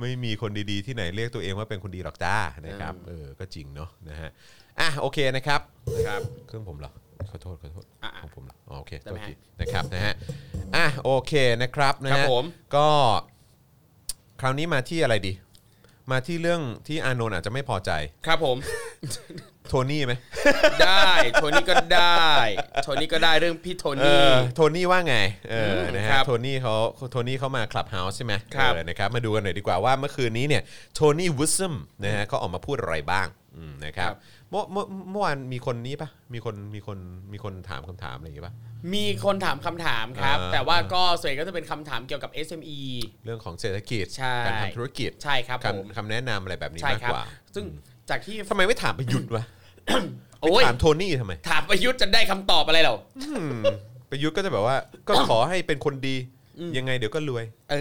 Speaker 2: ไม่มีคนดีๆที่ไหนเรียกตัวเองว่าเป็นคนดีหรอกจ้านะครับเออก็จริงเนาะนะฮะอ่ะโอเคนะครับครับเครื่องผมเหรอขอโทษขอโทษ
Speaker 3: อ่ะ
Speaker 2: ของผมเหรออ๋อโอเค
Speaker 3: ได้ไหม
Speaker 2: โทษ
Speaker 3: ฮะ
Speaker 2: ทีนะครับนะฮะอ่ะโอเคนะครับนะ
Speaker 3: ครั
Speaker 2: ฮะ
Speaker 3: บผม
Speaker 2: ก็คราวนี้มาที่อะไรดี มาที่เรื่องที่อานนท์อาจจะไม่พอใจ
Speaker 3: ครับผม
Speaker 2: โทนี่ไหม
Speaker 3: ได้โทนี่ก็ได้โทนี่ก็ได้เรื่องพี่โท
Speaker 2: เอ
Speaker 3: นี่
Speaker 2: อโทนี่ว่าไงเออ
Speaker 3: ม
Speaker 2: นะ
Speaker 3: ค
Speaker 2: ฮะ
Speaker 3: รับ
Speaker 2: โทนี่เขาโทนี่เขามาคลับเฮาส์ใช่ไหม
Speaker 3: ครับ
Speaker 2: เออนะครับมาดูกันหน่อยดีกว่าว่าเมื่อคืนนี้เนี่ยโทนี่วูซึมนะฮะเขาออกมาพูดอะไรบ้างอืมนะครับเมื่อเมื่อเมื่อวานมีคนนี้ปะมีคนมีคนมีคนถามคำถามอะไรอย่างงี้ปะ
Speaker 3: มีคนถามคำถามครับ
Speaker 2: อ่า
Speaker 3: แต่ว่าก็ส่วนใหญ่ก็จะเป็นคำถามเกี่ยวกับ SME
Speaker 2: เรื่องของเศรษฐกิจ
Speaker 3: ใช่
Speaker 2: การทำธุรกิจ
Speaker 3: ใช่ครับผม
Speaker 2: คำคำแนะนำอะไรแบบนี้
Speaker 3: ใช่
Speaker 2: มาก
Speaker 3: ครับ
Speaker 2: กว่า
Speaker 3: ซึ่งจากที่
Speaker 2: ทำไมไม่ถามประยุทธ์วะ
Speaker 3: โอ้ย
Speaker 2: ถามโทนี่ทำไม
Speaker 3: ถามประยุทธ์จะได้คำตอบอะไรเหรอ
Speaker 2: อืมประยุทธ์ก็จะแบบว่า ก็ขอให้เป็นคนดียังไงเดี๋ยวก็รวย
Speaker 3: เอ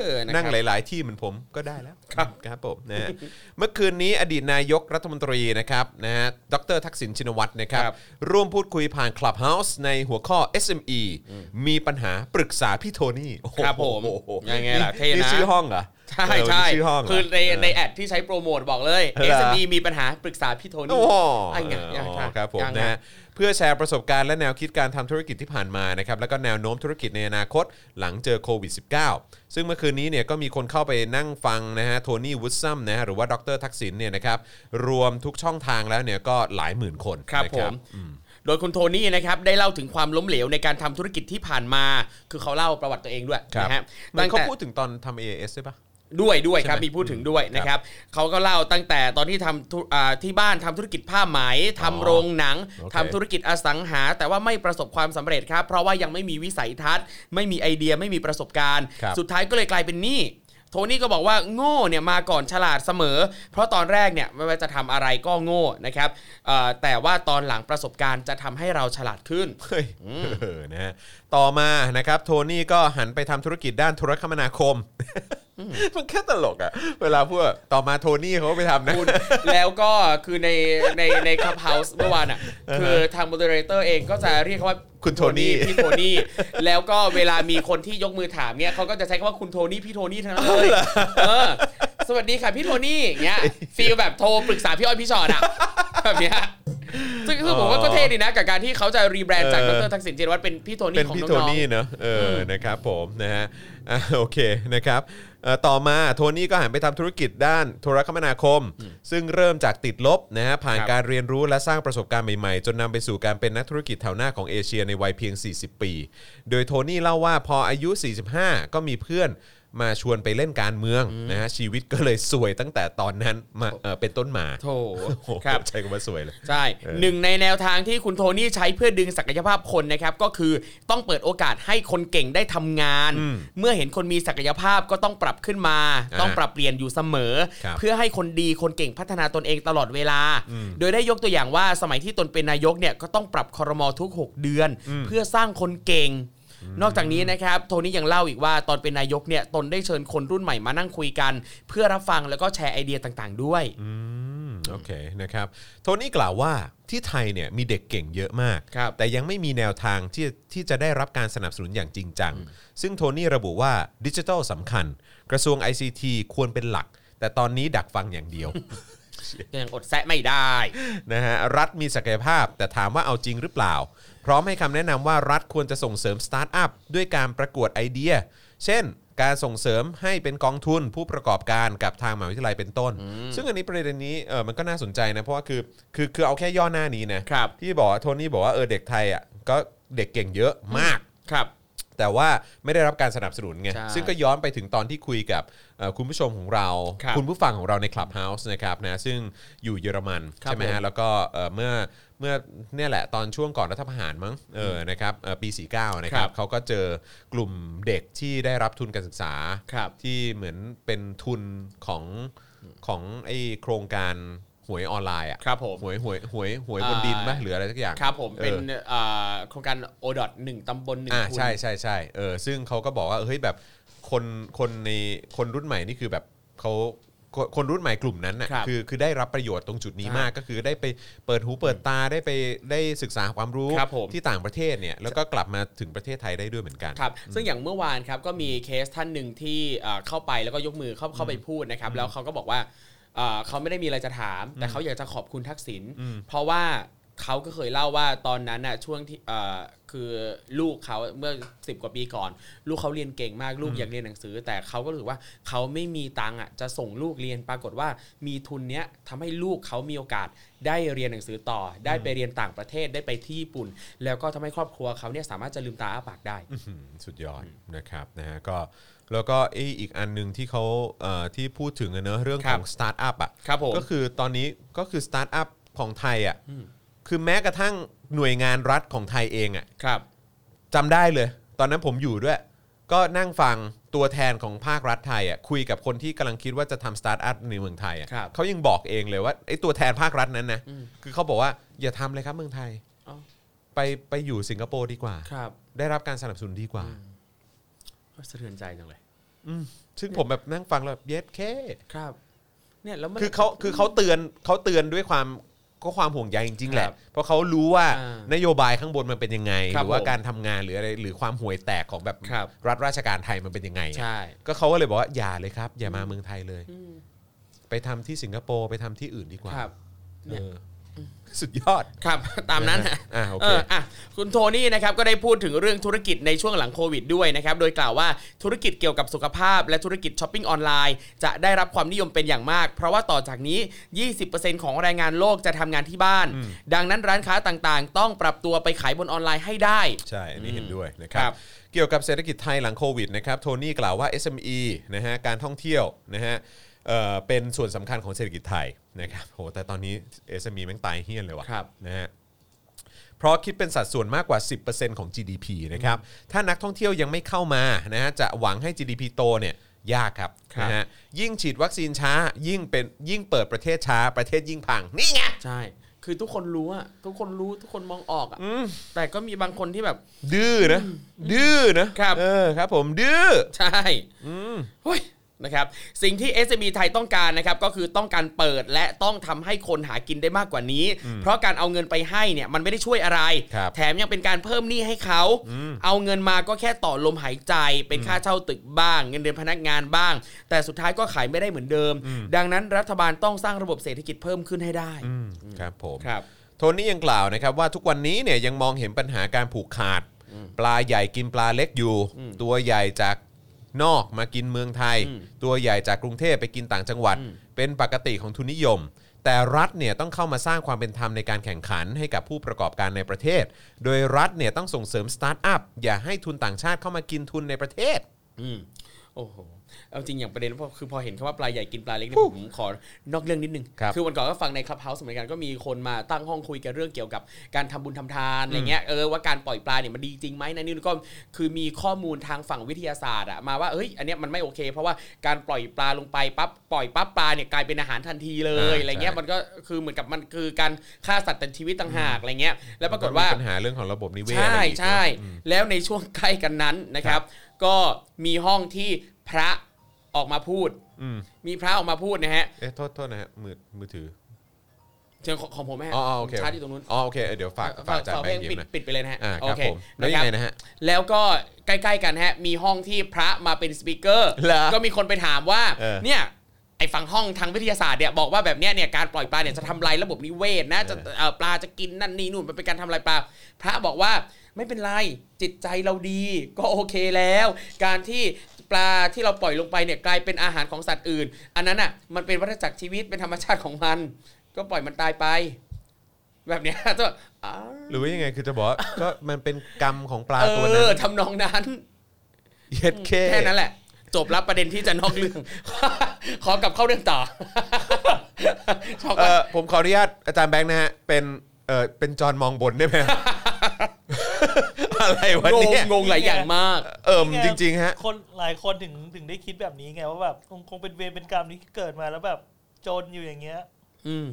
Speaker 3: อนะค
Speaker 2: นั่ง
Speaker 3: รับ
Speaker 2: หลาย ๆ ที่เหมือนผมก็ได้แล้ว
Speaker 3: ครับ
Speaker 2: ครับผมนะฮะเมื่อคืนนี้อดีตนายกรัฐมนตรีนะครับนะฮะดรทักษิณชินวัตรนะครับ ร่วมพูดคุยผ่าน Clubhouse ในหัวข้อ SME มีปัญหาปรึกษาพี่โทนี่โอ้โห
Speaker 3: ครับผม
Speaker 2: โอ้โห
Speaker 3: ยังไงล่ะเท่นะ
Speaker 2: นี่ชื่อห้องเหรอ
Speaker 3: ใช่
Speaker 2: เออ
Speaker 3: ใช่
Speaker 2: นี่ชื่อห้องเหร
Speaker 3: คือใน
Speaker 2: เ
Speaker 3: ในแอดที่ใช้โปรโมทบอกเลย
Speaker 2: เออ
Speaker 3: SME มีปัญหาปรึกษาพี่โทนี่
Speaker 2: โอ้โห
Speaker 3: ไอ้ไง
Speaker 2: เอออ๋อ
Speaker 3: ไง
Speaker 2: ครับผม
Speaker 3: ยังไง
Speaker 2: นะฮะเพื่อแชร์ประสบการณ์และแนวคิดการทำธุรกิจที่ผ่านมานะครับแล้วก็แนวโน้มธุรกิจในอนาคตหลังเจอโควิด -19 ซึ่งเมื่อคืนนี้เนี่ยก็มีคนเข้าไปนั่งฟังนะฮะโทนี่วูดซัมนะฮะหรือว่าดรทักษิณเนี่ยนะครับรวมทุกช่องทางแล้วเนี่ยก็หลายหมื่นคน
Speaker 3: ครับ
Speaker 2: นะ
Speaker 3: ผม โดยคุณโทนี่นะครับได้เล่าถึงความล้มเหลวในการทำธุรกิจที่ผ่านมา คือเขาเล่าประวัติตัวเองด้วย
Speaker 2: ครับ
Speaker 3: นะฮะ
Speaker 2: เหมัน
Speaker 3: ตั้ง
Speaker 2: เขา
Speaker 3: แต่
Speaker 2: พูดถึงตอนทำ AS ด้วยปะ
Speaker 3: ด้วยด้วยครับ
Speaker 2: ใช่ไหม
Speaker 3: มีพูดถึงด้วยนะครับเขาก็เล่าตั้งแต่ตอนที่ทำธุอ่าที่บ้านทำธุรกิจผ้าไหมทำ
Speaker 2: อ๋อ
Speaker 3: โรงหนัง
Speaker 2: โอเค
Speaker 3: ทำธุรกิจอสังหา แต่ว่าไม่ประสบความสำเร็จครับ เพราะว่ายังไม่มีวิสัยทัศน์ ไม่มีไอเดียไม่มีประสบการณ์
Speaker 2: ครับ
Speaker 3: สุดท้ายก็เลยกลายเป็นหนี้โทนี่ก็บอกว่าโง่เนี่ยมาก่อนฉลาดเสมอ เพราะตอนแรกเนี่ยไม่ว่าจะทำอะไรก็โง่นะครับเอ่อแต่ว่าตอนหลังประสบการณ์จะทำให้เราฉลาดขึ้น
Speaker 2: เฮ้ยเออนะฮะต่อมานะครับโทนี่ก็หันไปทำธุรกิจด้านโทรคมนาคม มันแค่ตลกอะเวลาพูดว่าต่อมาโทนี่เขาก็ไปทำนะ
Speaker 3: คุณแล้วก็คือในในในคลับเฮาส์เมื่อวานอ่ะ คือทางโมเดเลเตอร์เองก็จะเรียกเขาว่า
Speaker 2: คุณโทนี่
Speaker 3: พี่โทนี่ แล้วก็เวลามีคนที่ยกมือถามเนี่ยเขาก็จะใช้คำว่าคุณโทนี่พี่โทนี่ทั้งนั้นเลยเออ สวัสดีค่ะพี่โทนี่อย่างเงี้ยฟีลแบบโทรปรึกษาพี่อ้อยพี่ชอตอ่ะแบบเนี้ยซึ่งคือผมว่าก็เท่ดีนะ กับการที่เขาจะรีแบรนด์จากดรทักษิณเจนวัฒน์เป็นพี่โทนี่
Speaker 2: เป็น
Speaker 3: ของ
Speaker 2: พี่
Speaker 3: น้
Speaker 2: โท
Speaker 3: อง
Speaker 2: นี่เนอะเอออนะครับผมนะฮะอ่ะโอเคนะครับเอ่อต่อมาโทนี่ก็หันไปทำธุรกิจด้านโทรคมนาคม ซึ่งเริ่มจากติดลบนะฮะผ่านการเรียนรู้และสร้างประสบการณ์ใหม่ๆ จนนำไปสู่การเป็นนักธุรกิจแถวหน้าของเอเชียในวัยเพียง 40 ปี โดยโทนี่เล่าว่าพออายุ 45 ก็มีเพื่อนมาชวนไปเล่นการเมืองนะฮะชีวิตก็เลยสวยตั้งแต่ตอนนั้นมาเอ่อเป็นต้นมา
Speaker 3: ๆโถ
Speaker 2: โอ้โห
Speaker 3: ครับ
Speaker 2: ใช้คำว่าสวยเลย
Speaker 3: ใช่
Speaker 2: เออ
Speaker 3: หนึ่งในแนวทางที่คุณโทนี่ใช้เพื่อดึงศักยภาพคนนะครับ ก็คือต้องเปิดโอกาสให้คนเก่งได้ทำงาน
Speaker 2: อืม
Speaker 3: เมื่อเห็นคนมีศักยภาพก็ต้องปรับขึ้นมา
Speaker 2: อ่า
Speaker 3: ต้องปรับเปลี่ยนอยู่เสมอ
Speaker 2: ครับ
Speaker 3: เพื่อให้คนดีคนเก่งพัฒนาตนเองตลอดเวลา
Speaker 2: อืม
Speaker 3: โดยได้ยกตัวอย่างว่าสมัยที่ตนเป็นนายกเนี่ยก็ต้องปรับคอรมอทุก 6 เดือน
Speaker 2: อืม
Speaker 3: เพื่อสร้างคนเก่ง นอกจากนี้นะครับโทนี่ยังเล่าอีกว่าตอนเป็นนายกเนี่ยตนได้เชิญคนรุ่นใหม่มานั่งคุยกัน เพื่อรับฟังแล้วก็แชร์ไอเดียต่างๆ ด้วย
Speaker 2: อืมโอเคนะครับโทนี่กล่าวว่าที่ไทยเนี่ยมีเด็กเก่งเยอะมาก
Speaker 3: ครับ
Speaker 2: แต่ยังไม่มีแนวทางที่ที่จะได้รับการสนับสนุนอย่างจริงจัง ซึ่งโทนี่ระบุว่าดิจิทัลสำคัญ กระทรวง ICT ควรเป็นหลัก แต่ตอนนี้ดักฟังอย่างเดียว
Speaker 3: ก็ยังอดแซะไม่ได้
Speaker 2: นะฮะรัฐมีศักยภาพ แต่ถามว่าเอาจริงหรือเปล่า พร้อมให้คำแนะนำว่ารัฐควรจะส่งเสริมสตาร์ทอัพด้วยการประกวดไอเดีย เช่น การส่งเสริมให้เป็นกองทุนผู้ประกอบการกับทางมหาวิทยาลัยเป็นต้น ซึ่งอันนี้ประเด็นนี้เออมันก็น่าสนใจนะ เพราะว่าคือคือคือเอาแค่ย่อหน้านี้นะครับ ที่บอกว่าโทนี่บอกว่าเออเด็กไทยอ่ะก็เด็กเก่งเยอะมาก
Speaker 3: ครับ
Speaker 2: แต่ว่าไม่ได้รับการสนับสนุนไง
Speaker 3: ใช่
Speaker 2: ซึ่งก็ย้อนไปถึงตอนที่คุยกับเอ่อคุณผู้ชมของเรา
Speaker 3: ครับ
Speaker 2: ณผู้ฟังของเราใน Clubhouse นะครับนะซึ่งอยู่เยอรมัน
Speaker 3: ครับ
Speaker 2: ใช่ไหมฮะ
Speaker 3: ผม
Speaker 2: แล้วก็เอ่อเมื่อเมื่อเนี่ยแหละตอนช่วงก่อนรัฐประหารมั้งเออนะครับเอ่อปี 49 นะครั
Speaker 3: ครับ บ
Speaker 2: เขาก็เจอกลุ่มเด็กที่ได้รับทุนการศึกษา
Speaker 3: ครับ
Speaker 2: ที่เหมือนเป็นทุนของของไอโครงการหวยออนไลน์อะ
Speaker 3: ครับผม
Speaker 2: หวยหวยหวยหวยบนดินไหม
Speaker 3: อ่า
Speaker 2: หรืออะไรสักอย่าง
Speaker 3: ครับผมเป็น
Speaker 2: ออ
Speaker 3: เอ่อโครงการโอดอทหนึ่งตำบลหนึ่ง
Speaker 2: อ่า
Speaker 3: ทุน
Speaker 2: ใช่ใช่ใช่เออซึ่งเขาก็บอกว่าเฮ้ยแบบคนคนในคนรุ่นใหม่นี่คือแบบเขา คนคนรุ่นใหม่กลุ่มนั้นน่ะ
Speaker 3: ครับ
Speaker 2: คือคือได้รับประโยชน์ตรงจุดนี้
Speaker 3: อ่าม
Speaker 2: มากก็คือได้ไปเปิดหูเปิดตาได้ไปได้ศึกษาความรู้
Speaker 3: ครับผม
Speaker 2: ที่ต่างประเทศเนี่ยแล้วก็กลับมาถึงประเทศไทยได้ด้วยเหมือนกัน
Speaker 3: ครับซึ่งอย่างเมื่อวานครับก็มีเคสท่านหนึ่งที่เอ่อเข้าไปแล้วก็ยกมือเข้าเข้าไปพูดนะครับ แล้วเขาก็บอกว่าเอ่อเขาไม่ได้มีอะไรจะถาม แต่เขาอยากจะขอบคุณทักษิณ
Speaker 2: อืม
Speaker 3: เพราะว่าเขาก็เคยเล่าว่าตอนนั้นน่ะช่วงที่เอ่อคือลูกเขาเมื่อ 10 กว่าปีก่อน ลูกเขาเรียนเก่งมากลูกอยากเรียนหนังสือ แต่เขาก็รู้สึกว่าเขาไม่มีตังค์อ่ะจะส่งลูกเรียนปรากฏว่ามีทุนเนี้ยทำให้ลูกเขามีโอกาสได้เรียนหนังสือต่อ ได้ไปเรียนต่างประเทศได้ไปที่ญี่ปุ่น แล้วก็ทำให้ครอบครัวเขาเนี่ยสามารถจะลืมตาอ้าปากได้
Speaker 2: อื้อหือสุดยอดนะครับนะฮะก็แล้วก็ไออีกอันหนึ่งที่เขาเอ่อที่พูดถึงอะเนอะเรื่อง
Speaker 3: ครั
Speaker 2: ข
Speaker 3: บ
Speaker 2: องสตาร์ทอัพอ่ะ
Speaker 3: ครับผม
Speaker 2: ก็คือตอนนี้ก็คือสตาร์ทอัพของไทยอ่ะคือแม้กระทั่งหน่วยงานรัฐของไทยเองอ่ะ
Speaker 3: ครับ
Speaker 2: จำได้เลย ตอนนั้นผมอยู่ด้วย ก็นั่งฟังตัวแทนของภาครัฐไทยอ่ะคุยกับคนที่กำลังคิดว่าจะทำสตาร์ทอัพในเมืองไทยอ่ะ
Speaker 3: ครับ
Speaker 2: เขายังบอกเองเลยว่าไอ้ตัวแทนภาครัฐนั้นนะ
Speaker 3: อืม
Speaker 2: คือเขาบอกว่าอย่าทำเลยครับเมืองไทย
Speaker 3: เอ้า
Speaker 2: ไปไปอยู่สิงคโปร์ดีกว่า
Speaker 3: ครับ
Speaker 2: ได้รับการสนับสนุนดีกว่า
Speaker 3: สะเทือนใจจังเลย
Speaker 2: ซึ่งผมแบบนั่งฟังแล้วแบบเย็ดเค
Speaker 3: ครับ เนี่ยแล้วมัน
Speaker 2: คือเขาคือเขาเตือนเขาเตือนด้วยความก็ความห่วงใยจริงๆแหละ
Speaker 3: ครับ
Speaker 2: เพราะเขารู้ว่า
Speaker 3: อ่าน
Speaker 2: โยบายข้างบนมันเป็นยังไง
Speaker 3: ค
Speaker 2: ห
Speaker 3: รับ
Speaker 2: รือว่า
Speaker 3: ผม
Speaker 2: การทำงานหรืออะไรหรือความห่วยแตกของแบบ
Speaker 3: ครับ
Speaker 2: รัฐราชการไทยมันเป็นยังไงอะ
Speaker 3: ใช่
Speaker 2: ก็เขาก็เลยบอกว่าอย่าเลยครับ อย่ามาเมืองไทยเลย
Speaker 3: อืม
Speaker 2: ไปทำที่สิงคโปร์ไปทำที่อื่นดีกว่า
Speaker 3: ครับ
Speaker 2: เออสุดยอด
Speaker 3: ครับ ตามนั้นฮะ
Speaker 2: อ่าโอ
Speaker 3: เอ
Speaker 2: เค
Speaker 3: ออ่ะคุณโทนี่นะครับก็ได้พูดถึงเรื่องธุรกิจในช่วงหลังโควิดด้วยนะครับ โดยกล่าวว่าธุรกิจเกี่ยวกับสุขภาพ และธุรกิจช้อปปิ้งออนไลน์จะได้รับความนิยมเป็นอย่างมาก เพราะว่าต่อจากนี้ 20%ของแรงงานโลกจะทำงานที่บ้าน ดังนั้นร้านค้าต่างๆ ต้องปรับตัวไปขายบนออนไลน์ให้ได้
Speaker 2: ใช่ อันนี้เห็นด้วยนะค
Speaker 3: ค
Speaker 2: รั
Speaker 3: รับ บ
Speaker 2: เกี่ยวกับเศรษฐกิจไทยหลังโควิดนะครับโทนี่กล่าวว่า SME นะฮะการท่องเที่ยวนะฮะเอ่อเป็นส่วนสำคัญของเศรษฐกิจไทยนะครับโหแต่ตอนนี้ SME แม่งตายเฮี้ยนเลยว่ะ
Speaker 3: ครับ
Speaker 2: นะฮะเพราะคิดเป็นสัดส่วนมากกว่า 10%ของ GDP นะครับถ้านักท่องเที่ยวยังไม่เข้ามานะฮะจะหวังให้ GDP โตเนี่ยยากครับ
Speaker 3: ครับ
Speaker 2: นะฮะยิ่งฉีดวัคซีนช้ายิ่งเป็นยิ่งเปิดประเทศช้าประเทศยิ่งพังนี่ไง
Speaker 3: ใช่ คือทุกคนรู้อะทุกคนรู้ทุกคนมองออกอะแต่ก็มีบางคนที่แบบ
Speaker 2: ดื้อนะดื้อนะครับ เออครับผมดื้อ
Speaker 3: ใช่เฮ้ยนะครับ สิ่งที่ SME ไทยต้องการนะครับ ก็คือต้องการเปิดและต้องทำให้คนหากินได้มากกว่านี้ เพราะการเอาเงินไปให้เนี่ยมันไม่ได้ช่วยอะไร
Speaker 2: ครับ
Speaker 3: แถมยังเป็นการเพิ่มหนี้ให้เขา เอาเงินมาก็แค่ต่อลมหายใจ เป็นค่าเช่าตึกบ้าง เงินเดือนพนักงานบ้าง แต่สุดท้ายก็ขายไม่ได้เหมือนเดิม ดังนั้นรัฐบาลต้องสร้างระบบเศรษฐกิจเพิ่มขึ้นให้ได้
Speaker 2: ครับผม
Speaker 3: ครับ
Speaker 2: โทนี่ยังกล่าวนะครับว่าทุกวันนี้เนี่ยยังมองเห็นปัญหาการผูกขาด ปลาใหญ่กินปลาเล็กอยู่ ตัวใหญ่จากนอกมากินเมืองไทย
Speaker 3: อืม
Speaker 2: ตัวใหญ่จากกรุงเทพไปกินต่างจังหวัด
Speaker 3: อืม
Speaker 2: เป็นปกติของทุนนิยม แต่รัฐเนี่ยต้องเข้ามาสร้างความเป็นธรรมในการแข่งขันให้กับผู้ประกอบการในประเทศ โดยรัฐเนี่ยต้องส่งเสริมสตาร์ทอัพอย่าให้ทุนต่างชาติเข้ามากินทุนในประเทศ
Speaker 3: ืมโอ้โหเอาจริงอย่างประเด็นพวกคือพอเห็นคำว่าปลาใหญ่กินปลาเล็กเนี่ยผมขอนอกเรื่องนิดนึง
Speaker 2: ครับ
Speaker 3: อวันก่อนก็ฟังในคลับเฮาส์เหมือนกันก็มีคนมาตั้งห้องคุยกันเรื่องเกี่ยวกับการทำบุญทำทานอะไรเงี้ยเออว่าการปล่อยปลาเนี่ยมันดีจริงไหมนะนี่ก็คือมีข้อมูลทางฝั่งวิทยาศาสตร์อะมาว่าเฮ้ยอันเนี้ยมันไม่โอเค เพราะว่าการปล่อยปลาลงไปปั๊บปล่อยปั๊บปลาเนี่ยกลายเป็นอาหารทันทีเลยอะไรเงี้ยมันก็คือเหมือนกับมันคือการฆ่าสัตว์แต่ชีวิตต่างหากอะไรเงี้ยแล้วปรากฏว่า
Speaker 2: ปัญหาเรื่องของระบบนิเวศ
Speaker 3: ใช่
Speaker 2: อะไรอีก
Speaker 3: ใช่แล้วในช่วงใกล้กันนั้นนะครับ ก็มีห้องที่พระออกมาพูด
Speaker 2: อืม
Speaker 3: มีพระออกมาพูดนะฮะ
Speaker 2: เอ๊ะโทษโทษนะฮะมือมือถือ
Speaker 3: เชิงของของผมแม่
Speaker 2: อ๋ออ๋อโอเค
Speaker 3: ชาร์จอยู่ตรงนู้น
Speaker 2: อ๋อโอเคเออเดี๋ยวฝากฝากอาจารย์
Speaker 3: เพ
Speaker 2: แบ
Speaker 3: ล
Speaker 2: ง
Speaker 3: ง
Speaker 2: ค์ยืม
Speaker 3: ปิด
Speaker 2: นะ
Speaker 3: ปิดไปเลยนะฮะ
Speaker 2: อ่าค
Speaker 3: โอ
Speaker 2: รับ
Speaker 3: เค
Speaker 2: ผมแล้วยังไงนะฮะ
Speaker 3: แล้วก็ใกล้ๆกันฮะมีห้องที่พระมาเป็นสปีกเกอร์
Speaker 2: เหรอ
Speaker 3: ก็มีคนไปถามว่า
Speaker 2: เออ
Speaker 3: เนี่ยไอ้ฝั่งห้องทางวิทยาศาสตร์เนี่ยบอกว่าแบบเนี้ยเนี่ยการปล่อยปลาเนี่ยจะทำลายระบบนิเวศนะจะเอ่อปลาจะกินนั่นนี่นู่นมันเป็นการทำลายปลา พระบอกว่าไม่เป็นไรจิตใจเราดีก็โอเคแล้ว การที่ปลาที่เราปล่อยลงไปเนี่ยกลายเป็นอาหารของสัตว์อื่น อันนั้นอ่ะมันเป็นวัฏจักรชีวิตเป็นธรรมชาติของมัน ก็ปล่อยมันตายไป แบบเนี้ย จะแบบอ้าว
Speaker 2: หรือว่ายังไงคือจะบอกว่า ก็มันเป็นกรรมของปลา
Speaker 3: เอ
Speaker 2: ตัวนั้
Speaker 3: อน ทำนองนั้น
Speaker 2: เย็ดเค
Speaker 3: แค่นั้นแหละ จบรับประเด็นที่จะนอกเรื่อง ขอกลับเข้าเรื่อง ต่อ ชอบ
Speaker 2: เอ
Speaker 3: ว่า
Speaker 2: อผมขออนุญาตอาจารย์แบงค์นะฮะ เป็นเออเป็นจอห์นมองบนได้ไหม อะไรวะ
Speaker 3: งง
Speaker 2: เนี่ย
Speaker 3: งงหลายอย่างมาก
Speaker 2: เอิ่มจริง ๆ ฮะ
Speaker 4: คนหลายคนถึงถึงได้คิดแบบนี้ไงว่าแบบคงคงเป็นเวรเป็นกรรมที่เกิดมาแล้วแบบจนอยู่อย่างเงี้ย
Speaker 3: อืม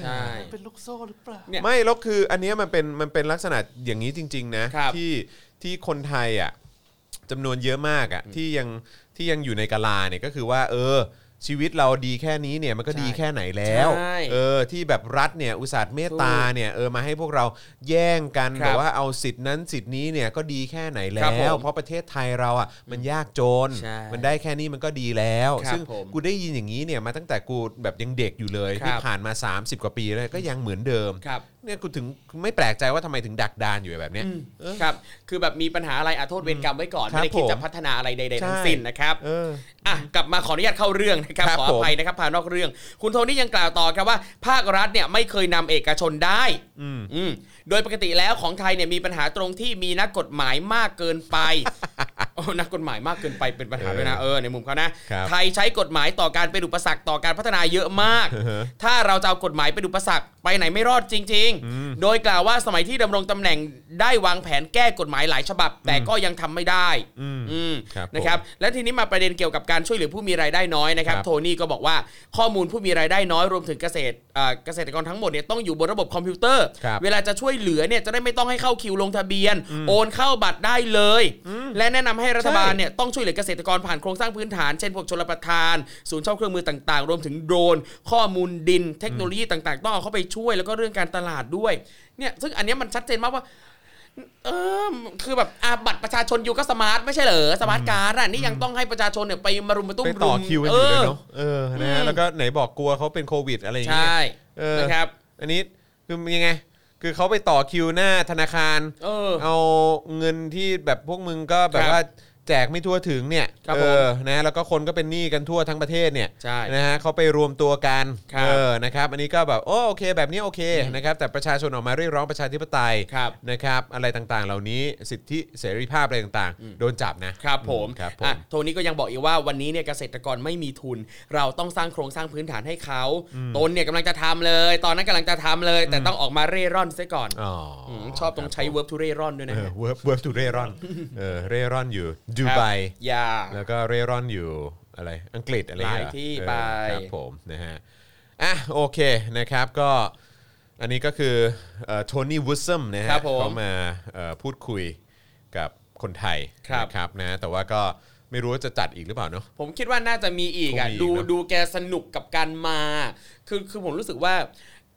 Speaker 3: ใช่
Speaker 4: มันเป็นลูกโซ่หรือเปล่า
Speaker 3: เนี่ย
Speaker 2: ไม่แล้วคืออันเนี้ยมันเป็นมันเป็นลักษณะอย่างนี้จริง ๆ นะครับ ที่ที่คนไทยอ่ะจำนวนเยอะมากอ่ะที่ยังที่ยังอยู่ในกาลาเนี่ยก็คือว่า เออ ชีวิตเราดีแค่นี้เนี่ยมันก็ดีแค่ไหนแล้ว
Speaker 3: ใช่
Speaker 2: เออที่แบบรัฐเนี่ยอุตส่าห์เมตตาเนี่ยเออมาให้พวกเราแย่งกัน
Speaker 3: ครับ
Speaker 2: แบบว่าเอาสิทธินั้นสิทธินี้เนี่ยก็ดีแค่ไหน
Speaker 3: ค
Speaker 2: แล้
Speaker 3: รับผ
Speaker 2: ว
Speaker 3: ม
Speaker 2: เพราะประเทศไทยเราอ่ะมันยากจน
Speaker 3: ใช่
Speaker 2: มันได้แค่นี้มันก็ดีแล้ว
Speaker 3: ครับ
Speaker 2: ซึ่ง
Speaker 3: ผม
Speaker 2: กูได้ยินอย่างนี้เนี่ยมาตั้งแต่กูแบบยังเด็กอยู่เลย
Speaker 3: ครับ
Speaker 2: ที่ผ่านมา 30 กว่าปีแล้วก็ยังเหมือนเดิม
Speaker 3: ครับ
Speaker 2: เนี่ยกูถึงไม่แปลกใจว่าทำไมถึงดักดานอยู่แบบเนี้ย
Speaker 3: ครับ คือแบบมีปัญหาอะไรอาโทษเวรกรรมไว้ก่อน
Speaker 2: ครับ
Speaker 3: ไม่ได้คิด
Speaker 2: ผม
Speaker 3: จะพัฒนาอะไรใดๆทั้ง
Speaker 2: ใช่
Speaker 3: สิ้นนะครับ
Speaker 2: เออ
Speaker 3: อ่ะกลับมาขออนุญาตเข้าเรื่องนะครับ
Speaker 2: ครับ
Speaker 3: ขออภัยนะครับพานอกเรื่อง คุณโทนี่ยังกล่าวต่อครับว่า ภาครัฐเนี่ยไม่เคยนำเอกชนได้
Speaker 2: อืม
Speaker 3: อืมโดยปกติแล้วของไทยเนี่ยมีปัญหาตรงที่มีนักกฎหมายมากเกินไปโอ้นักกฎหมายมากเกินไปเป็นปัญหาด้วยนะเออในมุมเขานะครับ ไทยใช้กฎหมายต่อการเป็นอุปสรรคต่อการพัฒนาเยอะมาก
Speaker 2: อือฮะ
Speaker 3: ถ้าเราจะเอากฎหมายเป็นอุปสรรคไปไหนไม่รอดจริง
Speaker 2: อืม
Speaker 3: ๆ โดยกล่าวว่าสมัยที่ดำรงตำแหน่งได้วางแผนแก้กฎหมายหลายฉบับ แต่ก็ยังทำไม่ได้
Speaker 2: อืม
Speaker 3: อืม
Speaker 2: ครับผม
Speaker 3: นะครับและทีนี้มาประเด็นเกี่ยวกับการช่วยเหลือผู้มีรายได้น้อยนะครับ
Speaker 2: ครับ
Speaker 3: โทนี่ก็บอกว่าข้อมูลผู้มีรายได้น้อยรวมถึงเกษตรเอ่อเกษตรกรทั้งหมดเนี่ยต้องอยู่บนระบบคอมพิวเตอร์
Speaker 2: ครับ
Speaker 3: เวลาจะช่วยเหลือเนี่ยจะได้ไม่ต้องให้เข้าคิวลงทะเบียน โอนเข้าบัตรได้เลย และแนะนำให้รัฐบาลเนี่ยต้องช่วยเหลือเกษตรกรผ่านโครงสร้างพื้นฐานเช่นพวกชลประทาน ศูนย์เช่าเครื่องมือต่างๆ รวมถึงโดรน ข้อมูลดิน เทคโนโลยีต่างๆต้องเอาเข้าไปช่วยแล้วก็เรื่องการตลาดด้วยเนี่ยซึ่งอันเนี้ยมันชัดเจนมากว่า เออคือแบบอาบัตรประชาชนอยู่ก็สมาร์ทไม่ใช่เหรอสมาร์ทการ์ดอ่ะนี่ยังต้องให้ประชาชนเนี่ยไปมารุมมาตุ้ม
Speaker 2: ไปต่อ
Speaker 3: รุม
Speaker 2: คิวกันอยู่เลยเนาะ
Speaker 3: อ
Speaker 2: เออนะฮะ
Speaker 3: อืม
Speaker 2: แล้วก็ไหนบอกกลัวเขาเป็นโควิดอะไรอ
Speaker 3: อย่าง
Speaker 2: เงี้ย
Speaker 3: ใช่
Speaker 2: เออ
Speaker 3: นะครับ
Speaker 2: อันนี้คือยังไง คือเขาไปต่อคิวหน้าธนาคาร
Speaker 3: เออ
Speaker 2: เอาเงินที่แบบพวกมึงก็แบ
Speaker 3: ครับ บ
Speaker 2: ว่าแจกไม่ทั่วถึงเนี่ย
Speaker 3: ครับ
Speaker 2: เออนะแล้วก็คนก็เป็นหนี้กันทั่วทั้งประเทศเนี่ย
Speaker 3: ใช่
Speaker 2: นะฮะเขาไปรวมตัวกัน
Speaker 3: ครับ
Speaker 2: เออนะครับอันนี้ก็แบบโอ้โอเคแบบนี้โอเคนะครับแต่ประชาชนออกมาเรียกร้องประชาธิปไตย
Speaker 3: ครับ
Speaker 2: นะครับอะไรต่างๆ เหล่านี้สิทธิเสรีภาพอะไรต่างๆ โดนจับนะครับ
Speaker 3: ผม
Speaker 2: อืครับผม
Speaker 3: อ่ะโทนี่ก็ยังบอกอีกว่าวันนี้เนี่ยเกษตรกรไม่มีทุน เราต้องสร้างโครงสร้างพื้นฐานให้เขาตนเนี่ยกำลังจะทำเลย ตอนนั้นกำลังจะทำเลย แต่ต้องออกมาเร่ร่อนซะก่อน
Speaker 2: อ๋อ
Speaker 3: มชอบตรงใช้เวิร์บทูเร่ร่อนด้วยนะ
Speaker 2: เออเวิร์บเวิร์บทูเร่ร่อนเออเร่ร่อนอยู่ดูไบ
Speaker 3: อย่า
Speaker 2: แล้วก็เร่ร่อนอยู่อะไรอังกฤษอะไรเงี้เหร
Speaker 3: ห
Speaker 2: อ
Speaker 3: ลายที่ไป
Speaker 2: เออครับผมนะฮะอ่ะโอเคนะครับก็อันนี้ก็คือโทนี่วูซัมนะฮะ
Speaker 3: ครับผม
Speaker 2: เขามาเอ่อพูดคุยกับคนไทย
Speaker 3: ครับ
Speaker 2: นะครับนะแต่ว่าก็ไม่รู้ว่าจะจัดอีกหรือเปล่าเนาะ
Speaker 3: ผมคิดว่าน่าจะมีอีกอ่ะ
Speaker 2: คงมีอีก
Speaker 3: ดู
Speaker 2: เนอะ
Speaker 3: ดูแกสนุกกับการมา คือคือผมรู้สึกว่า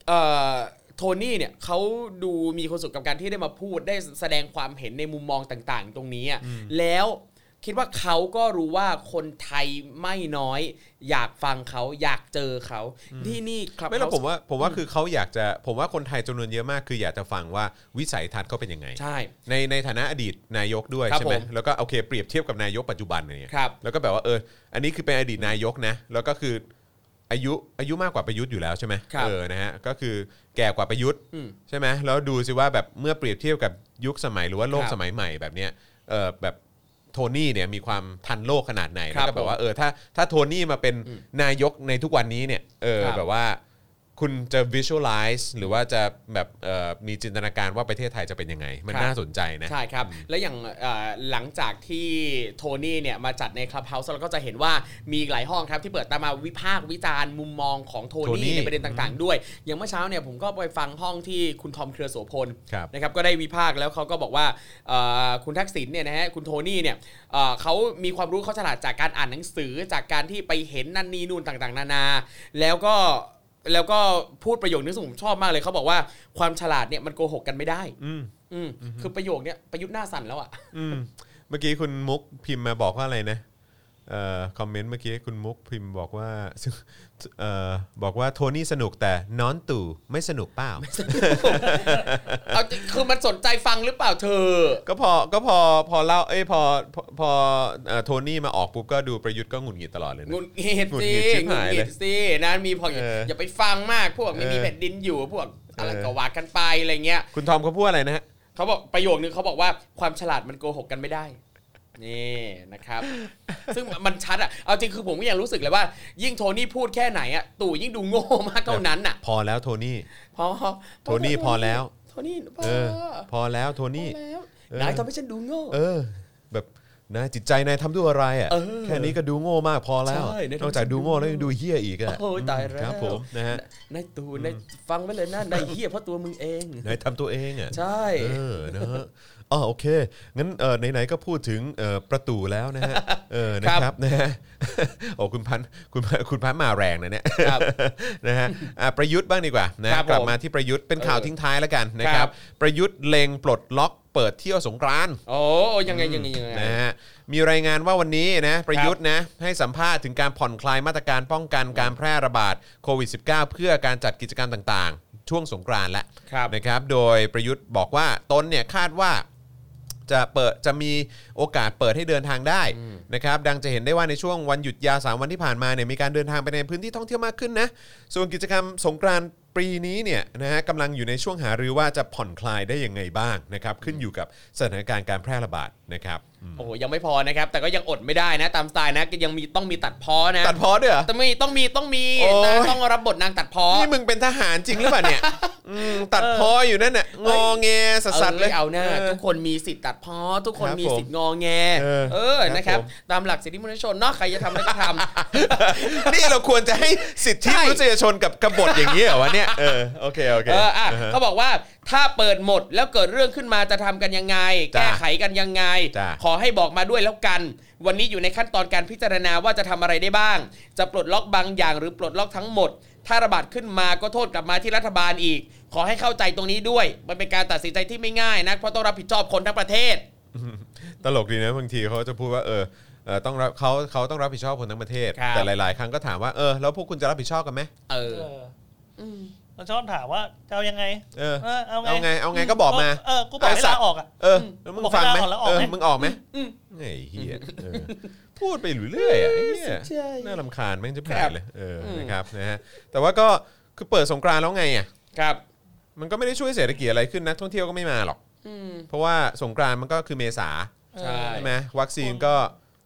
Speaker 3: เอ่อโทนี่เนี่ยเขาดูมีความสุขกับการที่ได้มาพูดได้แสดงความเห็นในมุมมองต่างๆ ตรงนี้อ่ะแล้วคิดว่าเขาก็รู้ว่าคนไทยไม่น้อย อยากฟังเขาอยากเจอเขาที่นี่ครับ
Speaker 2: ไม่หรอกผมว่าผมว่าคือเขาอยากจะผมว่าคนไทยจำนวนเยอะมาก คืออยากจะฟังว่าวิสัยทัศน์เขาเป็นยังไง
Speaker 3: ใช่
Speaker 2: ในในฐานะอดีตนายกด้วย
Speaker 3: ครับ
Speaker 2: ใช่ไหม
Speaker 3: ผม
Speaker 2: แล้วก็โอเคเปรียบเทียบกับนายกปัจจุบันเนี่ย
Speaker 3: ครับ
Speaker 2: แล้วก็แบบว่าเอออันนี้คือเป็นอดีตนายกนะ แล้วก็คืออายุอายุมากกว่าประยุทธ์อยู่แล้วใช่ไหม
Speaker 3: ครับ
Speaker 2: เออนะฮะก็คือแก่กว่าประยุทธ์
Speaker 3: อืม
Speaker 2: ใช่ไหมแล้วดูสิว่าแบบเมื่อเปรียบเทียบกับยุคสมัยหรือว่าโลก
Speaker 3: ครับ
Speaker 2: สมัยใหม่แบบเนี้ยเออแบบโทนี่เนี่ยมีความทันโลกขนาดไหน
Speaker 3: ครั
Speaker 2: แล้
Speaker 3: บ
Speaker 2: วก็แบบว่าเออถ้าถ้าโทนี่มาเป็นนายกในทุกวันนี้เนี่ยเออ
Speaker 3: ครับ
Speaker 2: แบบว่าคุณจะ visualize หรือว่าจะแบบเอ่อมีจินตนาการว่าประเทศไทยจะเป็นยังไง มัน
Speaker 3: ครับ
Speaker 2: น่าสนใจนะ
Speaker 3: ใช่ครับ และอย่างเอ่อหลังจากที่โทนี่เนี่ยมาจัดในคลับเฮาส์เราก็จะเห็นว่ามีอีกหลายห้องครับ ที่เปิดตามมาวิพากษ์วิจารณ์มุมมองของโท
Speaker 2: โทนี่
Speaker 3: นี่ในประเด็นต่างๆ ด้วย อย่างเมื่อเช้าเนี่ยผมก็ไปฟังห้องที่คุณทอมเครือโสพล
Speaker 2: ครับ
Speaker 3: นะครับก็ได้วิพากษ์แล้วเขาก็บอกว่าเอ่อคุณทักษิณเนี่ยนะฮะคุณโทนี่เนี่ยเอ่อเขามีความรู้เขาฉลาดจากการอ่านหนังสือจากการที่ไปเห็นนั่นนี่นู่นต่างๆ นานา แล้วก็แล้วก็พูดประโยคนึงซึ่งผมชอบมากเลยเขาบอกว่าความฉลาดเนี่ยมันโกหกกันไม่ได้
Speaker 2: อืม
Speaker 3: อืมคือประโยคเนี้ยประยุทธ์หน้าสั่นแล้วอ่ะ
Speaker 2: อืมเมื่อกี้คุณมุกพิมพ์มาบอกว่าอะไรนะเอ่อคอมเมนต์เมื่อกี้คุณมุกพิมพ์บอกว่า เอ่อบอกว่าโทนี่สนุกแต่น้อนตู่ไม่สนุกเปล่า
Speaker 3: เอาจริงคือมันสนใจฟังหรือเปล่าเธอ
Speaker 2: ก็พอก็พอพอเล่าเอ้ยพอพอพอเอ่อโทนี่มาออกปุ๊บก็ดูประยุทธ์ก็หงุดหงิดตลอดเลยนะ
Speaker 3: งุนงิด
Speaker 2: หงุด
Speaker 3: สิ
Speaker 2: หงิดชิบ
Speaker 3: งุน
Speaker 2: หาย
Speaker 3: งิ
Speaker 2: เลย
Speaker 3: ดสินะมีพออย่า
Speaker 2: เอออย่
Speaker 3: อาไปฟังมากพวกไม่มี
Speaker 2: เออ
Speaker 3: แผ่นดินอยู่พวกอะไร
Speaker 2: เออ
Speaker 3: ก็ว่ากันไปอะไรเงี้ย
Speaker 2: คุณทอมเขาพูดอะไรนะฮะ
Speaker 3: เขาบอกประโยคนึงเขาบอกว่าความฉลาดมันโกหกกันไม่ได้ นี่นะครับ ซึ่งมันชัดอ่ะเอาจริงคือผมก็ยังรู้สึกเลยว่า ยิ่งโทนี่พูดแค่ไหนอ่ะตู่ยิ่งดูโง่มากเท่านั้นอ่ะ
Speaker 2: พอแล้วโทนี่
Speaker 3: พอ
Speaker 2: โทนี่พอแล้ว
Speaker 3: โทนี่พอ
Speaker 2: เออ พอแล้วโทนี่
Speaker 3: พอแล้ว
Speaker 2: เออ
Speaker 3: นายทำให้ฉันดูโง่
Speaker 2: เออ แบบ นะจิตใจนายทำด้วยอะไรอ่ะแค่นี้ก็ดูโง่มากพอแล้ว
Speaker 3: ใช่นายทำ
Speaker 2: นอกจากดูโง่แล้วยังดูเฮี้ยอีกอ่ะ
Speaker 3: โอ้ยตายแล้ว
Speaker 2: ครับผมนะฮะ
Speaker 3: นายตูนายฟังไว้เลยนะนายเฮียเพราะตัวมึงเอง
Speaker 2: นายทำตัวเองอ่ะ
Speaker 3: ใช่
Speaker 2: เออนะฮะอ๋อโอเค งั้นเออไหนๆก็พูดถึงเอ่อประตูแล้วนะฮะ เออ นะครับ นะฮะ โอ้คุณพันธ์คุณพันธ์คุณพันธ์มาแรงนะเนี่ย
Speaker 3: ครับ
Speaker 2: นะฮะอ่ะประยุทธ์บ้างดีกว่านะฮะ
Speaker 3: ครับผม
Speaker 2: กลับมาที่ประยุทธ์ เป็นข่าว
Speaker 3: เออ
Speaker 2: ทิ้งท้ายแล้วกันนะค
Speaker 3: ครั
Speaker 2: รับ
Speaker 3: บ
Speaker 2: ประยุทธ์เลงปลดล็อกเปิดเที่ยวสงกรานต์
Speaker 3: โอ้ยังไงยังไงยังไง
Speaker 2: นะฮะมีรายงานว่าวันนี้นะประยุทธ์นะให้สัมภาษณ์ถึงการผ่อนคลายมาตรการป้องกันการแพร่ระบาดโควิด -19 เพื่อการจัดกิจกรรมต่างๆ ช่วงสงกรานต์และ
Speaker 3: ครับ
Speaker 2: นะครับโดยประยุทธ์บอกว่าตนเนี่ยคาดว่าจะเปิดจะมีโอกาสเปิดให้เดินทางได้นะครับดังจะเห็นได้ว่าในช่วงวันหยุดยาว3วันที่ผ่านมาเนี่ยมีการเดินทางไปในพื้นที่ท่องเที่ยวมากขึ้นนะส่วนกิจกรรมสงกรานต์ปีนี้เนี่ยนะฮะกำลังอยู่ในช่วงหารือว่าจะผ่อนคลายได้ยังไงบ้างนะครับขึ้นอยู่กับสถานการณ์การแพร่ระบาดนะครับอืม
Speaker 3: โอ้โหยังไม่พอนะครับ แต่ก็ยังอดไม่ได้นะ ตามสไตล์นะก็ยังมีต้องมีตัดพ้อนะ
Speaker 2: ตัดพอด้วยเหรอ
Speaker 3: ต้องมีต้องมีต้องมี
Speaker 2: โอ้ย
Speaker 3: นะต้องรับบทนางตัดพ้อ
Speaker 2: นี่มึงเป็นทหารจริงหรือเปล่าเนี่ย อืมตัดพออยู่นั่นน่ะ งอแงสัสๆเลย
Speaker 3: อ้เอาหน้าทุกคนมีสิทธิ์ตัดพ้อทุกคน
Speaker 2: ครับ
Speaker 3: มีสิทธิ์งอแง
Speaker 2: เออ
Speaker 3: เออนะค
Speaker 2: ค
Speaker 3: รั
Speaker 2: รับ บผม
Speaker 3: ตามหลักสิทธิมนุษยชนเนาะใครจะทำอะไรก็ทำ
Speaker 2: นี่เราควรจะให้สิทธิ
Speaker 3: ใช่
Speaker 2: มนุษยชนกับกบฏอย่างนี้เหรอวะเนี่ย เออ โอเค โอเค
Speaker 3: เอออ่ะเขาบอกว่าถ้าเปิดหมดแล้วเกิดเรื่องขึ้นมาจะทำกันยังไง
Speaker 2: จ้ะ
Speaker 3: แก้ไขกันยังไง
Speaker 2: จ้ะ
Speaker 3: ขอให้บอกมาด้วยแล้วกัน วันนี้อยู่ในขั้นตอนการพิจารณาว่าจะทำอะไรได้บ้าง จะปลดล็อกบางอย่างหรือปลดล็อกทั้งหมด ถ้าระบาดขึ้นมาก็โทษกลับมาที่รัฐบาลอีก ขอให้เข้าใจตรงนี้ด้วย มันเป็นการตัดสินใจที่ไม่ง่ายนะเพราะต้องรับผิดชอบคนทั้งประเทศ
Speaker 2: ตลกดีนะบางทีเขาจะพูดว่าเออเออต้องรับเขาเขาต้องรับผิดชอบคนทั้งประเทศ
Speaker 3: ครับ
Speaker 2: แต่หลาย ๆ ครั้งก็ถามว่าเออแล้วพวกคุณจะรับผิดชอบกันไหม
Speaker 3: เออ
Speaker 4: เออเราชอบถามว่าจะเอายังไง
Speaker 2: เออ
Speaker 4: เออเอาไง
Speaker 2: เอาไงเอาไงก็บอกมา
Speaker 4: เออกูบอกให้
Speaker 2: ไอ้สัต
Speaker 4: ลา
Speaker 2: ว์
Speaker 4: ออกอ่ะ
Speaker 2: เออแล้วมึง
Speaker 4: บอก
Speaker 2: ฟังไหม
Speaker 4: ให้ลาออกแล้วออก
Speaker 2: เออ
Speaker 4: ไหม
Speaker 2: มึงออกไหมไอ้เฮียเออพูดไปเรื่อยๆอ่ะไอ้เฮียน่าลำคาญแม่งจะแผลเลยเอออ
Speaker 3: ม
Speaker 2: นะครับนะฮะแต่ว่าก็คือเปิดสงกรานต์แล้วไงอ่ะ
Speaker 3: ครับ
Speaker 2: มันก็ไม่ได้ช่วยเศรษฐกิจอะไรขึ้นนักท่องเที่ยวก็ไม่มาหรอก
Speaker 3: อืม
Speaker 2: เพราะว่าสงกรานต์มันก็คือเมษา
Speaker 3: ใช่
Speaker 2: ใช่ไหมวัคซีนก็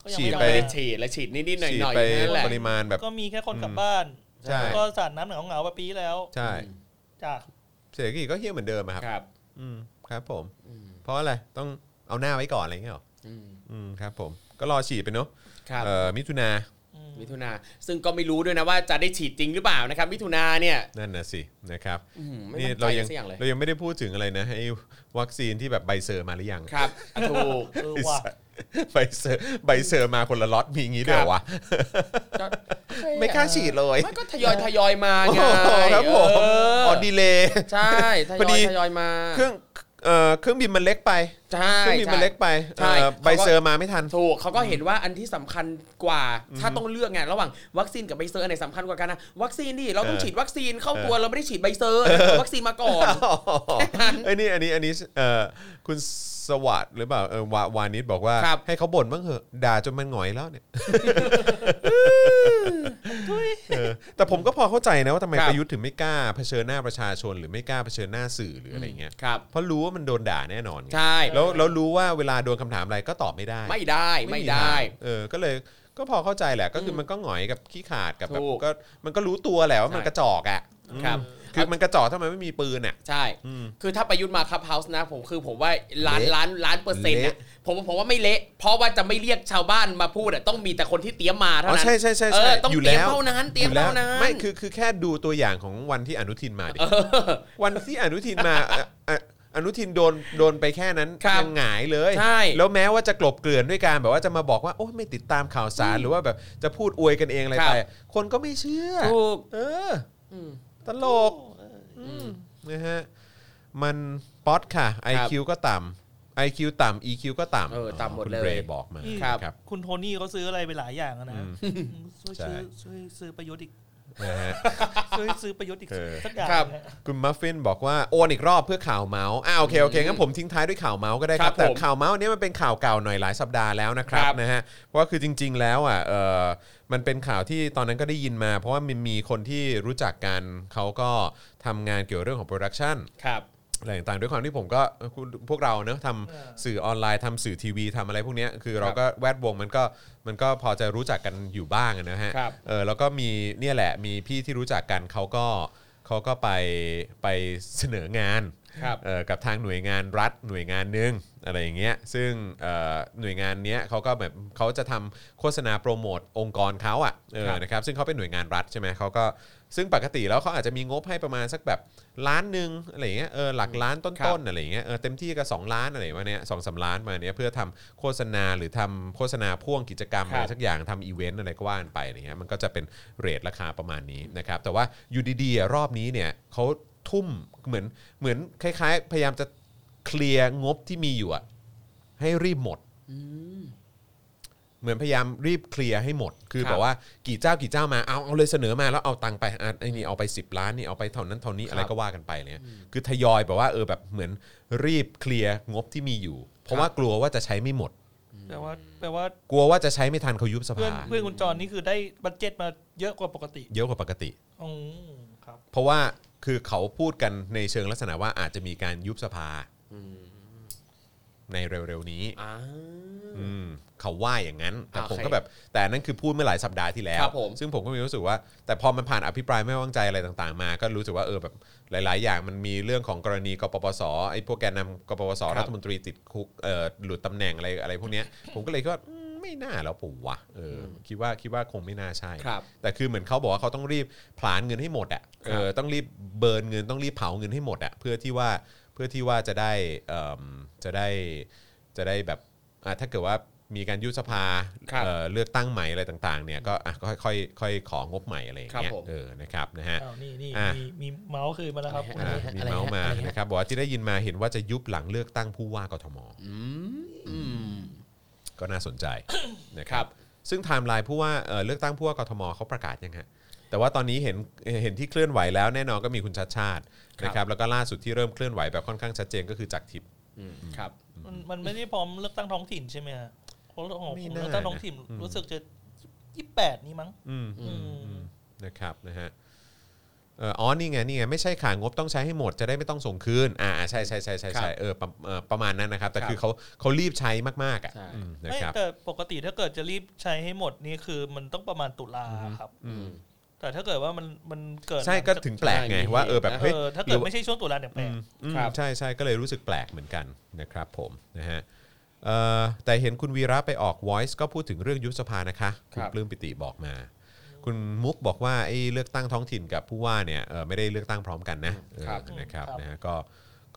Speaker 4: ก็ยั
Speaker 2: ฉีด
Speaker 4: ง
Speaker 3: ยัง
Speaker 2: ไป
Speaker 3: ไม่ได้ฉีดและฉีดนิดๆหน่
Speaker 2: ฉีด
Speaker 3: อย
Speaker 2: ไป
Speaker 3: ๆนั่นแหละ
Speaker 2: ปริมาณแบบ
Speaker 4: ก็มีแค่คนกลับบ้าน
Speaker 2: ใช่
Speaker 4: แล้วก็สาดน้ำเหงาเหงาๆแบบปีที่แล้ว
Speaker 2: ใช่
Speaker 4: จ้ะ
Speaker 2: เศรษฐกิจก็เฮี้ยเหมือนเดิมอะครับ
Speaker 3: ครับ
Speaker 2: อืมครับผม เพราะอะไรต้องเอาหน้าไว้ก่อนอะไรอย่างเงี้ยหรอ
Speaker 3: อืม
Speaker 2: อืมครับผมก็รอฉีดไปเนาะ
Speaker 3: ครับ
Speaker 2: เอ่อมิถุนา
Speaker 4: อืม
Speaker 3: มิถุนาซึ่งก็ไม่รู้ด้วยนะว่าจะได้ฉีดจริงหรือเปล่านะครับ มิถุนาเนี่ย
Speaker 2: นั่นนะสินะครับ
Speaker 3: อืมไม่
Speaker 2: นี่
Speaker 3: มั่นใจ
Speaker 2: เรายัง
Speaker 3: สักอย่างเลย
Speaker 2: เรายังไม่ได้พูดถึงอะไรนะไอ้วัคซีนที่แบบไบเซอร์มาหรือยัง
Speaker 3: ครับอ่ะถูก
Speaker 4: เออว่ะ
Speaker 2: ไบเซอร์ไบเซอร์มาคนละล็อตมีงี้ด้วยเหรอวะ
Speaker 3: ก็
Speaker 2: ไม่กล้าฉีดเลย
Speaker 3: มันก็ทยอยทยอยมา
Speaker 2: โอ้
Speaker 3: ไง
Speaker 2: โหครับผม
Speaker 3: เออ
Speaker 2: ออดีเลย
Speaker 3: ใช่ท
Speaker 2: พอย
Speaker 3: อ
Speaker 2: ดี
Speaker 3: ยทยอยมา
Speaker 2: เครื่องเอ่อเครื่องบินมันเล็กไป
Speaker 3: ใช่
Speaker 2: เครื่องบินมันเล็ก
Speaker 3: ใช่
Speaker 2: ไป
Speaker 3: ใช่
Speaker 2: เอ่อ
Speaker 3: เขาก็
Speaker 2: ไบเซอร์มาไม่ทัน
Speaker 3: ถูกเขาก็เห็นว่าอันที่สำคัญกว่า ถ้าต้องเลือกไงระหว่างวัคซีนกับไบเซอร์อันไหนสำคัญกว่ากันนะวัคซีนดิเราต้อง
Speaker 2: เออ
Speaker 3: ฉีดวัคซีนเข้าตัวเราไม่ได้ฉีดไบเซอร์นะเอาวัคซีนมาก่อน
Speaker 2: ไอ้ยนี่อันนี้อันนี้เอ่อคุณสวัสดหรือเปล่าเออวาวานิดบอกว่า
Speaker 3: ครับ
Speaker 2: ให้เขาบ่นบ้างเหอะด่าจนมันหงอยแล้วเนี่ย เออแต่ผมก็พอเข้าใจนะว่าทำไม
Speaker 3: ครับ
Speaker 2: ประยุทธ์ถึงไม่กล้าเผชิญหน้าประชาชน หรือไม่กล้าเผชิญหน้าสื่อหรืออะไรเงี้ย
Speaker 3: ครับ
Speaker 2: เพราะรู้ว่ามันโดนด่าแน่นอนไง
Speaker 3: ใช่
Speaker 2: แล้วแล้วรู้ว่าเวลาโดนคำถามอะไรก็ตอบไม่ได้
Speaker 3: ไม่ได้ไม่ได้
Speaker 2: ทางเออ ก็เลยก็พอเข้าใจแหละ ก็คือมันก็หงอยกับขี้ขาดกับแบบ
Speaker 3: ถูก
Speaker 2: ก็มันก็รู้ตัวแหละว่ามัน
Speaker 3: ใช่
Speaker 2: กระจอกอ่ะอืม
Speaker 3: ครับ
Speaker 2: คือมันกระจอกถ้ามันไม่มีปืนอ่ะ
Speaker 3: ใช่
Speaker 2: อืม
Speaker 3: คือถ้าประยุทธ์มาครับเฮาส์นะผมคือผมว่าล้าน
Speaker 2: เละ
Speaker 3: ล้านล้านเปอร์เซ็นต์นะ
Speaker 2: เละ
Speaker 3: ผมผมว่าไม่เละ เพราะว่าจะไม่เรียกชาวบ้านมาพูดอะต้องมีแต่คนที่เตรียมมาเท่า
Speaker 2: อ๋อ
Speaker 3: นั้น
Speaker 2: ใช่ใช่ใช่
Speaker 3: เอ
Speaker 2: ใช่
Speaker 3: อต้อง
Speaker 2: อยู่
Speaker 3: เตรียม
Speaker 2: แล้ว
Speaker 3: เท่านั้นเตรียม
Speaker 2: อ
Speaker 3: เท่านั้น
Speaker 2: ไม่คือคือแค่ดูตัวอย่างของวันที่อนุทินมาดิ
Speaker 3: เออ
Speaker 2: วันที่อนุทินมา เอ่อเอ่ออนุทินโดนโดนไปแค่นั้น
Speaker 3: ครับ
Speaker 2: ยังหงายเลย
Speaker 3: ใช่
Speaker 2: แล้วแม้ว่าจะกลบเกลื่อนด้วยการแบบว่าจะมาบอกว่าโอ้ไม่ติดตามข่าวสารหรือว่าแบบจะพูดอวยกันเองอะไร
Speaker 3: ครับ
Speaker 2: ไปคนก็ไม่เชื่อ
Speaker 3: ถูก
Speaker 2: เอออ
Speaker 3: ม
Speaker 2: ตลกนะฮะ มันป๊อตค่ะ IQ ก็ต่ำ IQ ต่ำ EQ ก็ต่ำ
Speaker 3: เออต่ำหมด
Speaker 2: คุณ
Speaker 3: เลย
Speaker 2: เรย์บอกมา
Speaker 4: นี่
Speaker 3: ครับ
Speaker 2: ครับ
Speaker 4: คุณโทนี่เขาซื้ออะไรไปหลายอย่างอะนะ
Speaker 2: อืม
Speaker 4: ช่วย
Speaker 2: ใช่
Speaker 4: ซื้อช่วยซื้อประยุทธ์อีก
Speaker 2: นะฮะ
Speaker 4: ช่วยซื้อประยุทธ์อีก
Speaker 2: เออ
Speaker 4: สักอย่าง
Speaker 3: ครับ
Speaker 4: นะ
Speaker 2: คุณมัฟฟินบอกว่าโอนอีกรอบเพื่อข่าวเมาส์อ้าวโอเคโอเคงั้นผมทิ้งท้ายด้วยข่าวเมาส์ก็ได้ค
Speaker 3: ครั
Speaker 2: รับบ แต่
Speaker 3: ผม
Speaker 2: ข่าวเมาส์เนี้ยมันเป็นข่าวเก่าหน่อยหลายสัปดาห์แล้วนะครับ
Speaker 3: ครับ
Speaker 2: นะฮะเพราะว่าคือจริง ๆ แล้วอ่ะเออมันเป็นข่าวที่ตอนนั้นก็ได้ยินมา เพราะว่ามันมีคนที่รู้จักกันเขาก็ทำงานเกี่ยวเรื่องของโปรดักชัน
Speaker 3: ครับ
Speaker 2: อะไรต่างๆด้วยความที่ผมก็พวกเราเนอะท
Speaker 4: เออ
Speaker 2: ำสื่อออนไลน์ทำสื่อทีวีทำอะไรพวกเนี้ยคือเราก็แวดวงมันก็มันก็พอจะรู้จักกันอยู่บ้างอะนะฮะ
Speaker 3: ครับ
Speaker 2: เออแล้วก็มีเนี่ยแหละมีพี่ที่รู้จักกันเขาก็เขาก็ไปไปเสนองาน
Speaker 3: ครับ
Speaker 2: เอ่อกับทางหน่วยงานรัฐหน่วยงานหนึงอะไรอย่างเงี้ยซึ่งเอ่อหน่วยงานเนี้ยเขาก็แบบเขาจะทำโฆษณาโปรโมทองค์กรเขาอะเออ
Speaker 3: ครับ
Speaker 2: นะครับซึ่งเขาเป็นหน่วยงานรัฐใช่ไหมเขาก็ซึ่งปกติแล้วเขาอาจจะมีงบให้ประมาณสักแบบล้านหนึ่งอะไรอย่างเงี้ยเออหลักล้านต้นๆอะไรอย่างเงี้ยเออเต็มที่ก็2ล้านอะไรมาเนี้ยสองสามล้านมาเนี้ยเพื่อทำโฆษณาหรือทำโฆษณาพ่วงกิจกรรม
Speaker 3: ครับ
Speaker 2: อะไรสักอย่างทำอีเวนต์อะไรก็ว่ากันไปอะไรเงี้ยมันก็จะเป็นเรทราคาประมาณนี้นะครับแต่ว่าอยู่ดีๆอะรอบนี้เนี่ยเขาทุ่มเหมือนเหมือนคล้ายๆ พยายามจะเคลียร์งบที่มีอยู่อะให้รีบหมด เหมือนพยายามรีบเคลียร์ให้หมด คือ
Speaker 3: ครับ
Speaker 2: แบบว่ากี่เจ้ากี่เจ้ามา เอาเอาเลยเสนอมาแล้วเอาตังค์ไปอ่ะไอ้นี่เอาไป 10 ล้านนี่เอาไปเท่านั้นเท่านี้อะไรก็ว่ากันไปเนี่ยคือทยอยแบบว่าเออแบบเหมือนรีบเคลียร์งบที่มีอยู่ เพราะว่ากลัวว่าจะใช้ไม่หมด
Speaker 4: แปลว่าแปลว่าก
Speaker 2: ลัวว่าจะใช้ไม่ทันเขายุบส
Speaker 4: เพื่อ
Speaker 2: ภา
Speaker 4: นเพื่อนคุณจรนี่คือได้บัตเจ็ตมาเยอะกว่าปกติ
Speaker 2: เยอะกว่าปกติ
Speaker 4: อ๋อครับ
Speaker 2: เพราะว่าคือเขาพูดกันในเชิงลักษณะว่าอาจจะมีการยุบสภาในเร็วๆนี้
Speaker 3: อ่า
Speaker 2: อืมเขาว่าอย่างนั้น แต่
Speaker 3: โอเค
Speaker 2: ผมก็แบบแต่อันนั้นคือพูดเมื่อหลายสัปดาห์ที่แล้ว
Speaker 3: ครับผม
Speaker 2: ซึ่งผมก็มีรู้สึกว่า แต่พอมันผ่านอภิปรายไม่ไว้วางใจอะไรต่างๆมา ก็รู้สึกว่าเออแบบหลาย ๆ อย่างมันมีเรื่องของกรณีกปปสไอ้พวกแกนนำกปปส
Speaker 3: ครับ
Speaker 2: รัฐมนตรีติดคุกเอ่อหลุดตำแหน่งอะไรอะไรพวกเนี้ย ผมก็เลยคิดว่าอืมไม่น่าแล้วปู่วะเอออคิดว่าคิดว่าคงไม่น่าใช่
Speaker 3: ครับ
Speaker 2: แต่คือเหมือนเขาบอกว่าเขาต้องรีบผลาญเงินให้หมดอ่ะเออต้องรีบเบิร์นเงินต้องรีบเผาเงินให้หมดอ่ะเพื่อที่ว่าเพื่อที่ว่าจะได้เอิ่มจะได้จะได้แบบอ่ะถ้าเกิดว่ามีการยุบสภา
Speaker 3: ครับ
Speaker 2: เอ่อเลือกตั้งใหม่อะไรต่างๆเนี่ยก็อ่ะก็ค่อยๆค่อยๆของบใหม่อะไรอย่าง
Speaker 3: ครั
Speaker 2: เงี้ย
Speaker 3: บผม
Speaker 2: เออนะครับนะฮะ
Speaker 4: อ้าวนี่นี่
Speaker 2: อ่ะ
Speaker 4: มีมีเมาส์คืนมาแล้วครับ
Speaker 2: อ่ะมีเมาส์มานะครับบอกว่าที่ได้ยินมาเห็นว่าจะยุบหลังเลือกตั้งผู้ว่ากทม
Speaker 3: อืม
Speaker 2: ก็น่าส นใจ นะครับ ซึ่งไทม์ไลน์ผู้ว่าเอ่อเลือกตั้งผู้ว่ากทมเขาประกาศยังฮะ แต่ว่าตอนนี้เห็นเห็นที่เคลื่อนไหวแล้วแน่นอนก็มีคุณชัดชาติ
Speaker 3: ครับ
Speaker 2: นะครับ แล้วก็ล่าสุดที่เริ่มเคลื่อนไหวแบบค่อนข้างชัดเจนก็คือจากรทิพย์
Speaker 3: อืมครับ
Speaker 4: มันมันไม่ได้พร้อมเลือกตั้งท้องถิ่นใช่ไหมฮะเพราะของ
Speaker 2: ไม่
Speaker 4: ผม
Speaker 2: น่า
Speaker 4: เลือกตั้งท้องถิ่น
Speaker 2: นะอืม
Speaker 4: รู้สึกจะยี่แปดนี้มั้ง
Speaker 2: อืม
Speaker 4: อืม
Speaker 2: นะครับนะฮะเอ่ออ๋อนี่ไงนี่ไงไม่ใช่ขางบต้องใช้ให้หมดจะได้ไม่ต้องส่งคืนอ่าใช่ใช่ใช่ใช่
Speaker 3: ครั
Speaker 2: ใช่
Speaker 3: บ
Speaker 2: เออประเอ่อประมาณนั้นนะครับ แต่
Speaker 3: ครับ
Speaker 2: คือเขาเขารีบใช้มากๆอ่ะ
Speaker 3: ใช่
Speaker 2: อืมนะ
Speaker 4: ไม่
Speaker 2: ครับ
Speaker 4: แต่ปกติถ้าเกิดจะรีบใช้ให้หมดนี่คือมันต้องประมาณตุลาครับ
Speaker 2: อืม
Speaker 4: แต่ถ้าเกิดว่ามันมันเกิด
Speaker 2: ใช่ก็ถึงแปลกไงว่าเออแบบ
Speaker 4: เอ
Speaker 2: เฮ้ย
Speaker 4: อถ้าเกิดไม่ใช่ช่วงตุลาเนี่ยแปลก
Speaker 2: อืม
Speaker 3: ครับ
Speaker 2: ใช่ใช่ก็เลยรู้สึกแปลกเหมือนกันนะครับผมนะฮะเอ่อแต่เห็นคุณวีระไปออก Voice ก็พูดถึงเรื่องยุบสภานะคะคุณปลื้มปิติบอกมา คุณมุกบอกว่าไอ้เลือกตั้งท้องถิ่นกับผู้ว่าเนี่ยเอ่อไม่ได้เลือกตั้งพร้อมกันนะเออ
Speaker 3: ครับ
Speaker 2: นะครับ
Speaker 4: ครับ
Speaker 2: นะฮะก็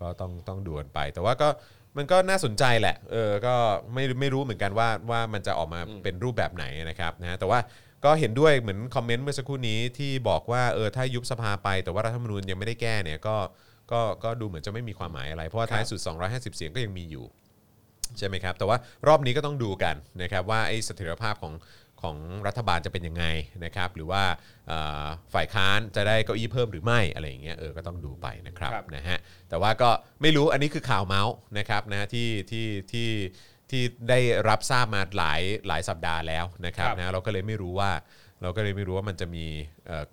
Speaker 2: ก็ต้องต้องดูกันไป แต่ว่าก็มันก็น่าสนใจแหละเออก็ไม่ไม่รู้เหมือนกันว่าว่ามันจะออกมาเป็นรูปแบบไหนนะครับนะฮะแต่ว่าก็เห็นด้วยเหมือนคอมเมนต์เมื่อสักครู่นี้ที่บอกว่าเออถ้ายุบสภาไป แต่ว่ารัฐธรรมนูญยังไม่ได้แก้เนี่ยก็ ก็ก็ดูเหมือนจะไม่มีความหมายอะไร เพราะว่าท้ายสุด 250 เสียงก็ยังมีอยู่ ใช่ไหมครับ แต่ว่ารอบนี้ก็ต้องดูกันนะครับว่าไอ้เสถียรภาพของของรัฐบาลจะเป็นยังไงนะครับ หรือว่าเอ่อฝ่ายค้านจะได้เก้าอี้เพิ่มหรือไม่อะไรอย่างเงี้ยเออก็ต้องดูไปนะครับ
Speaker 3: ครับ
Speaker 2: นะฮะแต่ว่าก็ไม่รู้อันนี้คือข่าวเมาส์นะครับนะฮะที่ที่ที่ที่ได้รับทราบมาหลายหลายสัปดาห์แล้วนะครับ
Speaker 3: ครับ
Speaker 2: นะเราก็เลยไม่รู้ว่า เราก็เลยไม่รู้ว่ามันจะมีเอ่อ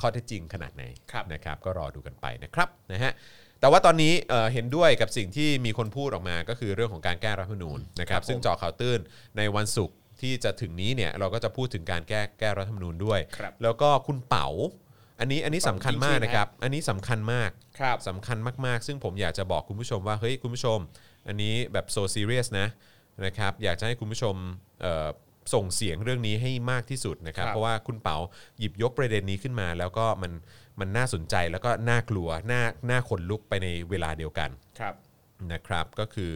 Speaker 2: ข้อเท็จจริงขนาดไหน
Speaker 3: ครับ
Speaker 2: นะครับ ก็รอดูกันไปนะครับนะฮะแต่ว่าตอนนี้เอ่อเห็นด้วยกับสิ่งที่มีคนพูดออกมาก็คือเรื่องของการแก้รัฐธรรมนูญนะครับ ซึ่งเจอข่าวตื้นในวันศุกร์ที่จะถึงนี้เนี่ยเราก็จะพูดถึงการแก้แก้รัฐธรรมนูญด้วย
Speaker 3: ครับ
Speaker 2: แล้วก็คุณเป๋า อันนี้อันนี้สำคัญมากนะครับ อันนี้สำคัญมาก
Speaker 3: ครับ
Speaker 2: สำคัญมาก ๆ ซึ่งผมอยากจะบอกคุณผู้ชมว่าเฮ้ยคุณผู้ชม อันนี้แบบโซซีเรียสนะนะครับอยากจะให้คุณผู้ชมเอ่อส่งเสียงเรื่องนี้ให้มากที่สุดนะครับ
Speaker 3: ครับ
Speaker 2: เพราะว่าคุณเปาหยิบยกประเด็นนี้ขึ้นมา แล้วก็มันมันน่าสนใจแล้วก็น่ากลัวน่าน่าขนลุกไปในเวลาเดียวกันนะครับก็คือ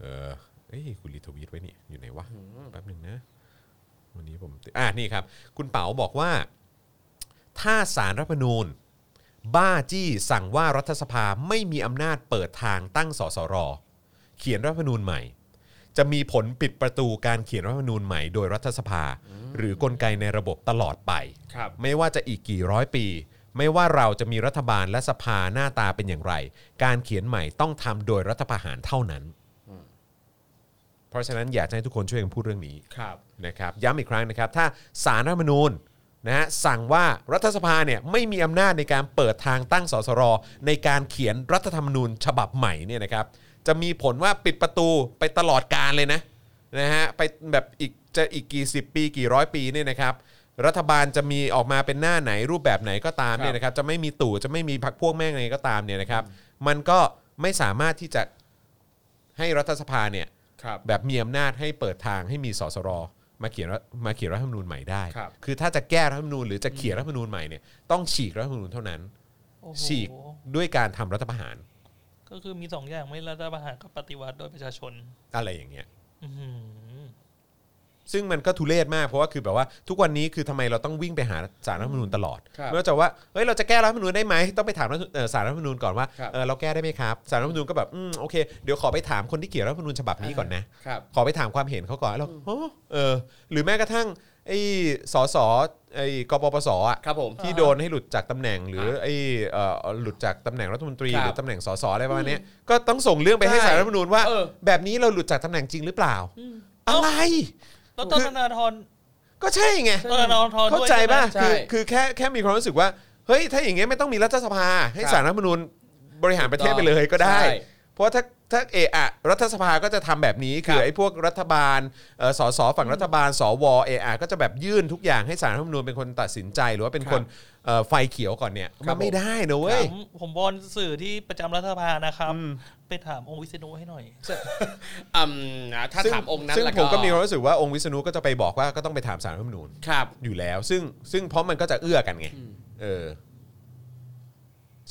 Speaker 2: เออเอ้ยคุณรีทวีตไว้นี่อยู่ไหนวะแป๊บหนึ่งนะวันนี้ผมอ่ะนี่ครับ คุณเปาบอกว่า ถ้าสารรัฐธรรมนูญ บ้าจี้สั่งว่ารัฐสภาไม่มีอำนาจเปิดทางตั้งสสร เขียนรัฐธรรมนูญใหม่ จะมีผลปิดประตูการเขียนรัฐธรรมนูญใหม่โดยรัฐสภา หรือกลไกในระบบตลอดไป
Speaker 3: ครับ
Speaker 2: ไม่ว่าจะอีกกี่ร้อยปี ไม่ว่าเราจะมีรัฐบาลและสภาหน้าตาเป็นอย่างไร การเขียนใหม่ต้องทำโดยรัฐประหารเท่านั้น เพราะฉะนั้นอยากจะให้ทุกคนช่วยกันพูดเรื่องนี้
Speaker 3: ครับ
Speaker 2: นะครับย้ำอีกครั้งนะครับ ถ้าสารรัฐธรรมนูญนะฮะสั่งว่ารัฐสภาเนี่ยไม่มีอำนาจในการเปิดทางตั้งสสร ในการเขียนรัฐธรรมนูญฉบับใหม่เนี่ยนะครับจะมีผลว่าปิดประตูไปตลอดการเลยนะนะฮะไปแบบอีกจะอีกกี่สิบปีกี่ร้อยปีเนี่ยนะครับรัฐบาลจะมีออกมาเป็นหน้าไหนรูปแบบไหนก็ตามเนี่ยนะครับจะไม่มีตู่จะไม่มีพรรคพวกแม่งอะไรก็ตามเนี่ยนะครับ มันก็ไม่สามารถที่จะให้รัฐสภาเนี่ย
Speaker 3: ครับ
Speaker 2: แบบมีอำนาจให้เปิดทางให้มีสสรมาเขียนรัฐมาเขียนรัฐธรรมนูญใหม่ได้
Speaker 3: ครับ
Speaker 2: คือถ้าจะแก้รัฐธรรมนูญหรือจะเขียนรัฐธรรมนูญใหม่เนี่ยต้องฉีกรัฐธรรมนูญเท่านั้น
Speaker 4: โอ้โห
Speaker 2: ฉีกด้วยการทำรัฐประหาร
Speaker 4: ก็คือมีสองอย่างไม่รัฐประหารกับปฏิวัติโดยประชาชน
Speaker 2: อะไรอย่างเงี้ย
Speaker 4: อื้อหือ
Speaker 2: ซึ่งมันก็ทุเรศมากเพราะว่าคือแบบว่าทุกวันนี้คือทำไมเราต้องวิ่งไปหาสารรัฐธรรมนูญตลอด
Speaker 3: ครับ
Speaker 2: ไม่ว่าจะว่าเฮ้ยเราจะแก้รัฐธรรมนูญได้ไหมต้องไปถามรัฐเอ่อสารรัฐธรรมนูญก่อนว่า
Speaker 3: ครับ
Speaker 2: เออเราแก้ได้ไหมครับสารรัฐธรรมนูญก็แบบอืมโอเคเดี๋ยวขอไปถามคนที่เขียนรัฐธรรมนูญฉบับนี้ก่อนนะ
Speaker 3: ครับ
Speaker 2: ขอไปถามความเห็นเขาก่อนแล้วอ๋อเออ หรือแม้กระทั่งไอ้สสไอ้กปปสอ่ะ
Speaker 3: ครับผม
Speaker 2: ที่โดนให้หลุดจากตำแหน่ง หรือไอ้เอ่อหลุดจากตำแหน่งรัฐมนตรี
Speaker 3: ครับ
Speaker 2: หรือตำแหน่งสสอะไรประมาณเนี้ยก็ต้องส่งเรื่องไปให้
Speaker 3: ใช่
Speaker 2: สารรัฐธรรมนูญว่า
Speaker 3: เออ
Speaker 2: แบบนี้เราหลุดจากตำแหน่งจริงหรือเปล่า อะไร
Speaker 4: แล้วตอนธนาธร
Speaker 2: ก็ใช่ไง
Speaker 4: ตอนธนาธร
Speaker 2: เข้า
Speaker 4: ด้วย
Speaker 2: ใจ
Speaker 4: ช่ไหม
Speaker 2: ป่ะ
Speaker 3: ใช่
Speaker 2: คือคือแค่แค่มีความรู้สึกว่า เฮ้ย ถ้าอย่างเงี้ยไม่ต้องมีรัฐสภา ให้
Speaker 3: ครับ
Speaker 2: สารรัฐธรรมนูญบริหารประเทศไปเลยก็ได้
Speaker 3: ใช่
Speaker 2: เพราะถ้าถ้าเอะอะรัฐสภาก็จะทำแบบนี้ คือ
Speaker 3: ครับ
Speaker 2: ไอ้พวกรัฐบาลเอ่อสสฝั่งรัฐบาล สวเอะอะก็จะแบบยื่นทุกอย่างให้สารรัฐธรรมนูญเป็นคนตัดสินใจ หรือว่าเป็นคนเอ่อไฟเขียวก่อนเนี่ย
Speaker 3: ครั
Speaker 2: มั
Speaker 3: บ
Speaker 2: นไม่ได้นะ
Speaker 4: ผ
Speaker 2: เว้ย
Speaker 4: มผมบอลสื่อที่ประจำรัฐสภานะครับ ไปถามองค์วิษณุให้หน่อย
Speaker 3: อืมนะถ้า
Speaker 2: ซึ่
Speaker 3: ถามองค์นั้น
Speaker 2: ซึ่ง
Speaker 3: แล้ว
Speaker 2: ผมก็มีความรู้สึกว่าองค์วิษณุก็จะไปบอกว่าก็ต้องไปถามสารรัฐธรรมนูญ
Speaker 3: ครับ
Speaker 2: อยู่แล้ว ซึ่งซึ่งเพราะมันก็จะเอื้อกันไงเออ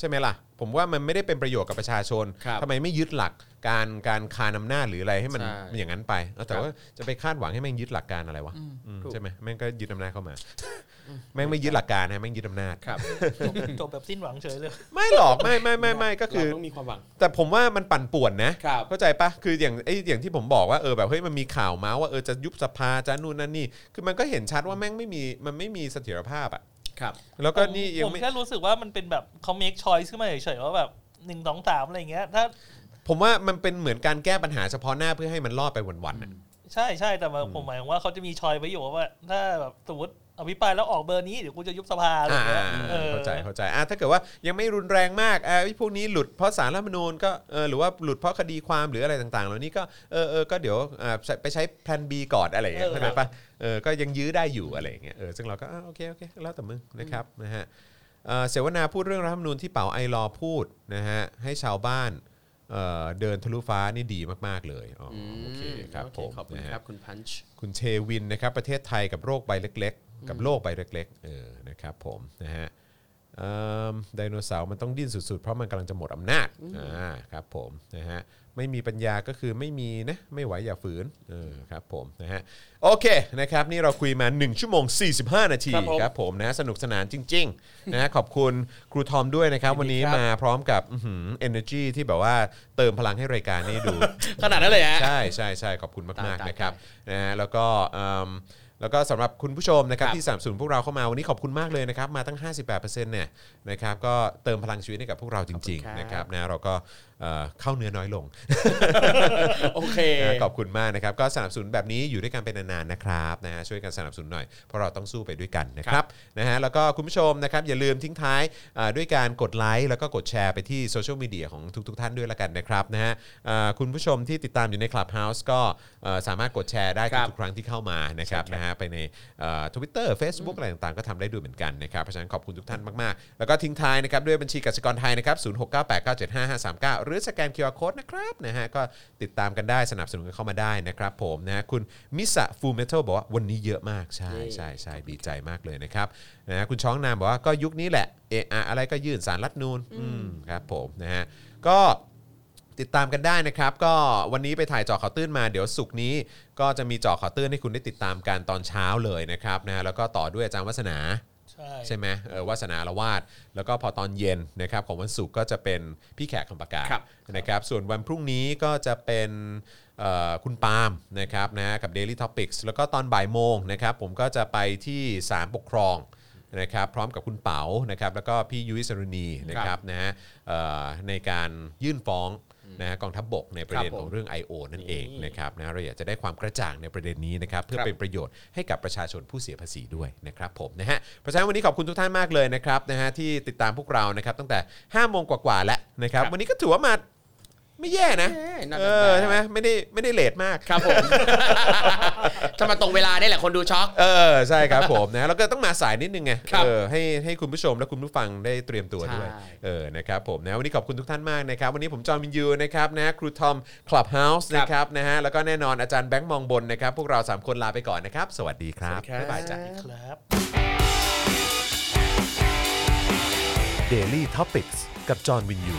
Speaker 2: ใช่ไหมล่ะ ผมว่ามันไม่ได้เป็นประโยชน์กับประชาชน
Speaker 3: ครับ
Speaker 2: ทำไมไม่ยึดหลักการการคานอำนาจหรืออะไรให้มัน
Speaker 3: ใช่
Speaker 2: อย่างนั้นไปเออแต่ว่าจะไปคาดหวังให้แม่งยึดหลักการอะไรวะอืม
Speaker 3: ถูก
Speaker 2: ใช่ไหมแม่งก็ยึดอำนาจเข้ามา แม่งไม่ยึดหลักการนะแม่งยึดอำ นาจ
Speaker 3: ครับ
Speaker 4: จบจบแบบสิ้นหวังเฉยเลย
Speaker 2: ไม่หรอกไม่ไม่ไม่ไม่ก็คือ
Speaker 3: เราต้องมีความหวัง
Speaker 2: แต่ผมว่ามันปั่นป่วนนะครับ เข้าใจปะคืออย่างไอ้อย่างที่ผมบอกว่าเออแบบเฮ้ยมันมีข่าวเมาส์ว่าเออจะยุบสภาจะนู่นนั่นนี่ คือมันก็เห็นชัดว่าแม่งไม่มีมันไม่มีเสถียรภาพอ่ะ
Speaker 3: ครับ
Speaker 2: แล้วก็นี่
Speaker 4: ผม
Speaker 2: ยัง
Speaker 4: ผม
Speaker 2: ไม่
Speaker 4: แค่รู้สึกว่ามันเป็นแบบเขาเมคชอยส์ขึ้นมาเฉยๆว่าแบบหนึ่งสองสามอะไรอย่างเงี้ย ถ้า
Speaker 2: ผมว่ามันเป็นเหมือนการแก้ปัญหาเฉพาะหน้าเพื่อให้มันรอดไปวันๆอะ
Speaker 4: ใช่ใช่แต่ว่าผมหมายความว่าเขาจะมีชอยไว้อยู่ว่า ถ้าแบบสมมติอภิปรายแล้วออกเบอร์นี้เดี๋ยวกูจะยุบสภาอะไรอ
Speaker 2: อ่า
Speaker 4: ย่างเงี้ยออ
Speaker 2: เข้าใจเข้าใจอ่ะถ้าเกิดว่ายังไม่รุนแรงมากอ่ะไอ้พวกนี้หลุดเพราะสารรัฐธรรมนูญก็เออหรือว่าหลุดเพราะคดีความหรืออะไรต่างๆ เหล่านี้ก็เออเออก็เดี๋ยวอ่าไปใช้แพลน B ก่อนอะไรอย่างเงี้ยเข้าใจปะเออก็ยังยื้อได้อยู่อะไรอย่างเงี้ยเออซึ่งเราก็อ่ะโอเคโอเคแล้วแต่มึงนะครับนะฮะ เอ่อเสวนาพูดเรื่องรัฐธรรมนูญที่เป๋าไอรอว์พูดนะฮะให้ชาวบ้านเอ่อเดินทะลุฟ้านี่ดีมาก ๆ เลยอ๋ออโอเคครับผม
Speaker 3: ขอบคุณ
Speaker 2: นะ
Speaker 3: ค
Speaker 2: ฮะ
Speaker 3: รับคุณพันช์
Speaker 2: คุณเชวินนะครับประเทศไทยกับโรคใบเล็ก ๆ กับโรคใบเล็กๆเออนะครับผมนะฮะเอิ่มไดโนเสาร์มันต้องดิ้นสุด ๆ เพราะมันกำลังจะหมดอำนาจอ่าครับผมนะฮะไม่มีปัญญาก็คือไม่มีนะไม่ไหวอย่าฝืนเออครับผมนะฮะโอเคนะครับนี่เราคุยมา 1 ชั่วโมง 45 นาที
Speaker 3: ค
Speaker 2: ค
Speaker 3: รับผม
Speaker 2: รับผมนะสนุกสนานจริงๆ นะขอบคุณครูทอมด้วยนะครับ วันนี้มาพร้อมกับอื้อหือ energy ที่แบบว่าเติมพลังให้รายการนี่ดู
Speaker 3: ขนาดนั้นเลยฮะ
Speaker 2: ใช่ใช่ใช่ขอบคุณมาก
Speaker 3: ตาม
Speaker 2: ๆ
Speaker 3: ๆ
Speaker 2: นะครับนะฮะแล้วก็เอิ่มแล้วก็สำหรับคุณผู้ชมนะครับ
Speaker 3: ครับ
Speaker 2: ที่สามสูนพวกเราเข้ามาวันนี้ขอบคุณมากเลยนะครับมาตั้ง 58%เนี่ยนะครับก็เติมพลังชีวิตให้กับพวกเราจริง
Speaker 3: ขอบ
Speaker 2: ๆ
Speaker 3: คุณครับ
Speaker 2: นะครับนะเราก็เอ่อเข้าเนื้อน้อยลง
Speaker 3: โอเค
Speaker 2: นะขอบคุณมากนะครับ ก็สนับสนุนแบบนี้อยู่ด้วยกันเป็นนานๆนะครับนะฮะช่วยกันสนับสนุนหน่อยเพราะเราต้องสู้ไปด้วยกันนะครับนะฮะแล้วก็คุณผู้ชมนะครับอย่าลืมทิ้งท้ายอ่าด้วยการกดไลค์แล้วก็กดแชร์ไปที่โซเชียลมีเดียของทุกๆ ท่านด้วยละกันนะครับนะฮะอ่าคุณผู้ชมที่ติดตามอยู่ใน Clubhouse ก็เอ่อสามารถกดแชร์ได้
Speaker 3: ครับ
Speaker 2: ทุกๆครั้งที่เข้ามานะครับนะฮะไปในทวิตเตอร์เฟซบุ๊กอะไรต่างๆก็ทำได้ด้วยเหมือนกันนะครับเพราะฉะนั้นขอบคุณทุกท่านมากๆ แล้วก็ทิ้งท้ายนะครับด้วยบัญชีกสิกรไทยนะครับ0698975539 หรือสแกน QR Code นะครับนะฮะก็ติดตามกันได้สนับสนุนกันเข้ามาได้นะครับผมนะฮะคุณมิสะฟูเมทัลบอกว่าวันนี้เยอะมากใช่ใช่ใช่ดีใจมากเลยนะครับนะฮะคุณช้องนามบอกว่าก็ยุคนี้แหละเอะอะอะไรก็ยื่นสารรัฐธรรมนูนครับผมนะฮะก็ ติดตามกันได้นะครับ ก็วันนี้ไปถ่ายเจอข่าวตื้นมาเดี๋ยวสุกร์นี้ ก็จะมีเจอข่าวตื้นให้คุณได้ติดตามกันตอนเช้าเลยนะครับนะแล้วก็ต่อด้วยอาจารย์วัฒนา
Speaker 4: ใช่
Speaker 2: ใช่ไหมเออวัฒนาละวาด แล้วก็พอตอนเย็นนะครับของวันศุกร์ก็จะเป็นพี่แขกคำปากกา
Speaker 3: ครับ
Speaker 2: นะครับส่วนวันพรุ่งนี้ก็จะเป็นเอ่อคุณปาล์มนะครับนะกับ Daily Topics แล้วก็ตอนบ่ายโมงนะครับผมก็จะไปที่ศาลปกครองนะครับพร้อมกับคุณเป๋านะครับแล้วก็พี่ยุ้ยสรุณีนะค
Speaker 3: ครั
Speaker 2: รับ บ นะฮะเอ่อในการยื่นฟ้องนะฮะกองทัพบบกในประเด็น
Speaker 3: ครับผ
Speaker 2: ข
Speaker 3: ม
Speaker 2: องเรื่อง I.O. นั่นเอง
Speaker 3: นี่
Speaker 2: นะครับนะเราอยากจะได้ความกระจ่างในประเด็นนี้นะครับเพื่อ
Speaker 3: ครับ
Speaker 2: เป็นประโยชน์ให้กับประชาชนผู้เสียภาษีด้วยนะครับผมนะฮะเพราะฉะนั้นวันนี้ขอบคุณทุกท่านมากเลยนะครับนะฮะที่ติดตามพวกเรานะครับตั้งแต่5้าโมงกว่าๆแล้วนะครับวันนี้ก็ถือว่ามา ไม่แย่นะ
Speaker 5: เอ้ยน่าจะ
Speaker 2: เอ
Speaker 5: แป
Speaker 2: อ
Speaker 5: ลก
Speaker 2: ใช่ไหมไม่ได้ไม่ได้เลทมาก
Speaker 5: ครับผม ถ้ามาตรงเวลาได้แหละคนดูช็อก
Speaker 2: เออใช่ครับผมนะแล้วก็ต้องมาสายนิดนึงไง
Speaker 5: ครับ
Speaker 2: เออให้ให้คุณผู้ชมและคุณผู้ฟังได้เตรียมตัวด้วย
Speaker 5: ใช่
Speaker 2: เออนะครับผมนะวันนี้ขอบคุณทุกท่านมากนะครับ วันนี้ผมจอห์นวินยูนะครับนะครูทอมคลับเฮาส์นะครับนะฮะแล้วก็แน่นอนอาจารย์แบงค์มองบนนะครับพวกเรา 3 คนลาไปก่อนนะครับ สวัสดีครับบ๊ายบายจ้ะ
Speaker 4: ครับ
Speaker 1: Daily t o p i c กกับจอห์นวินยู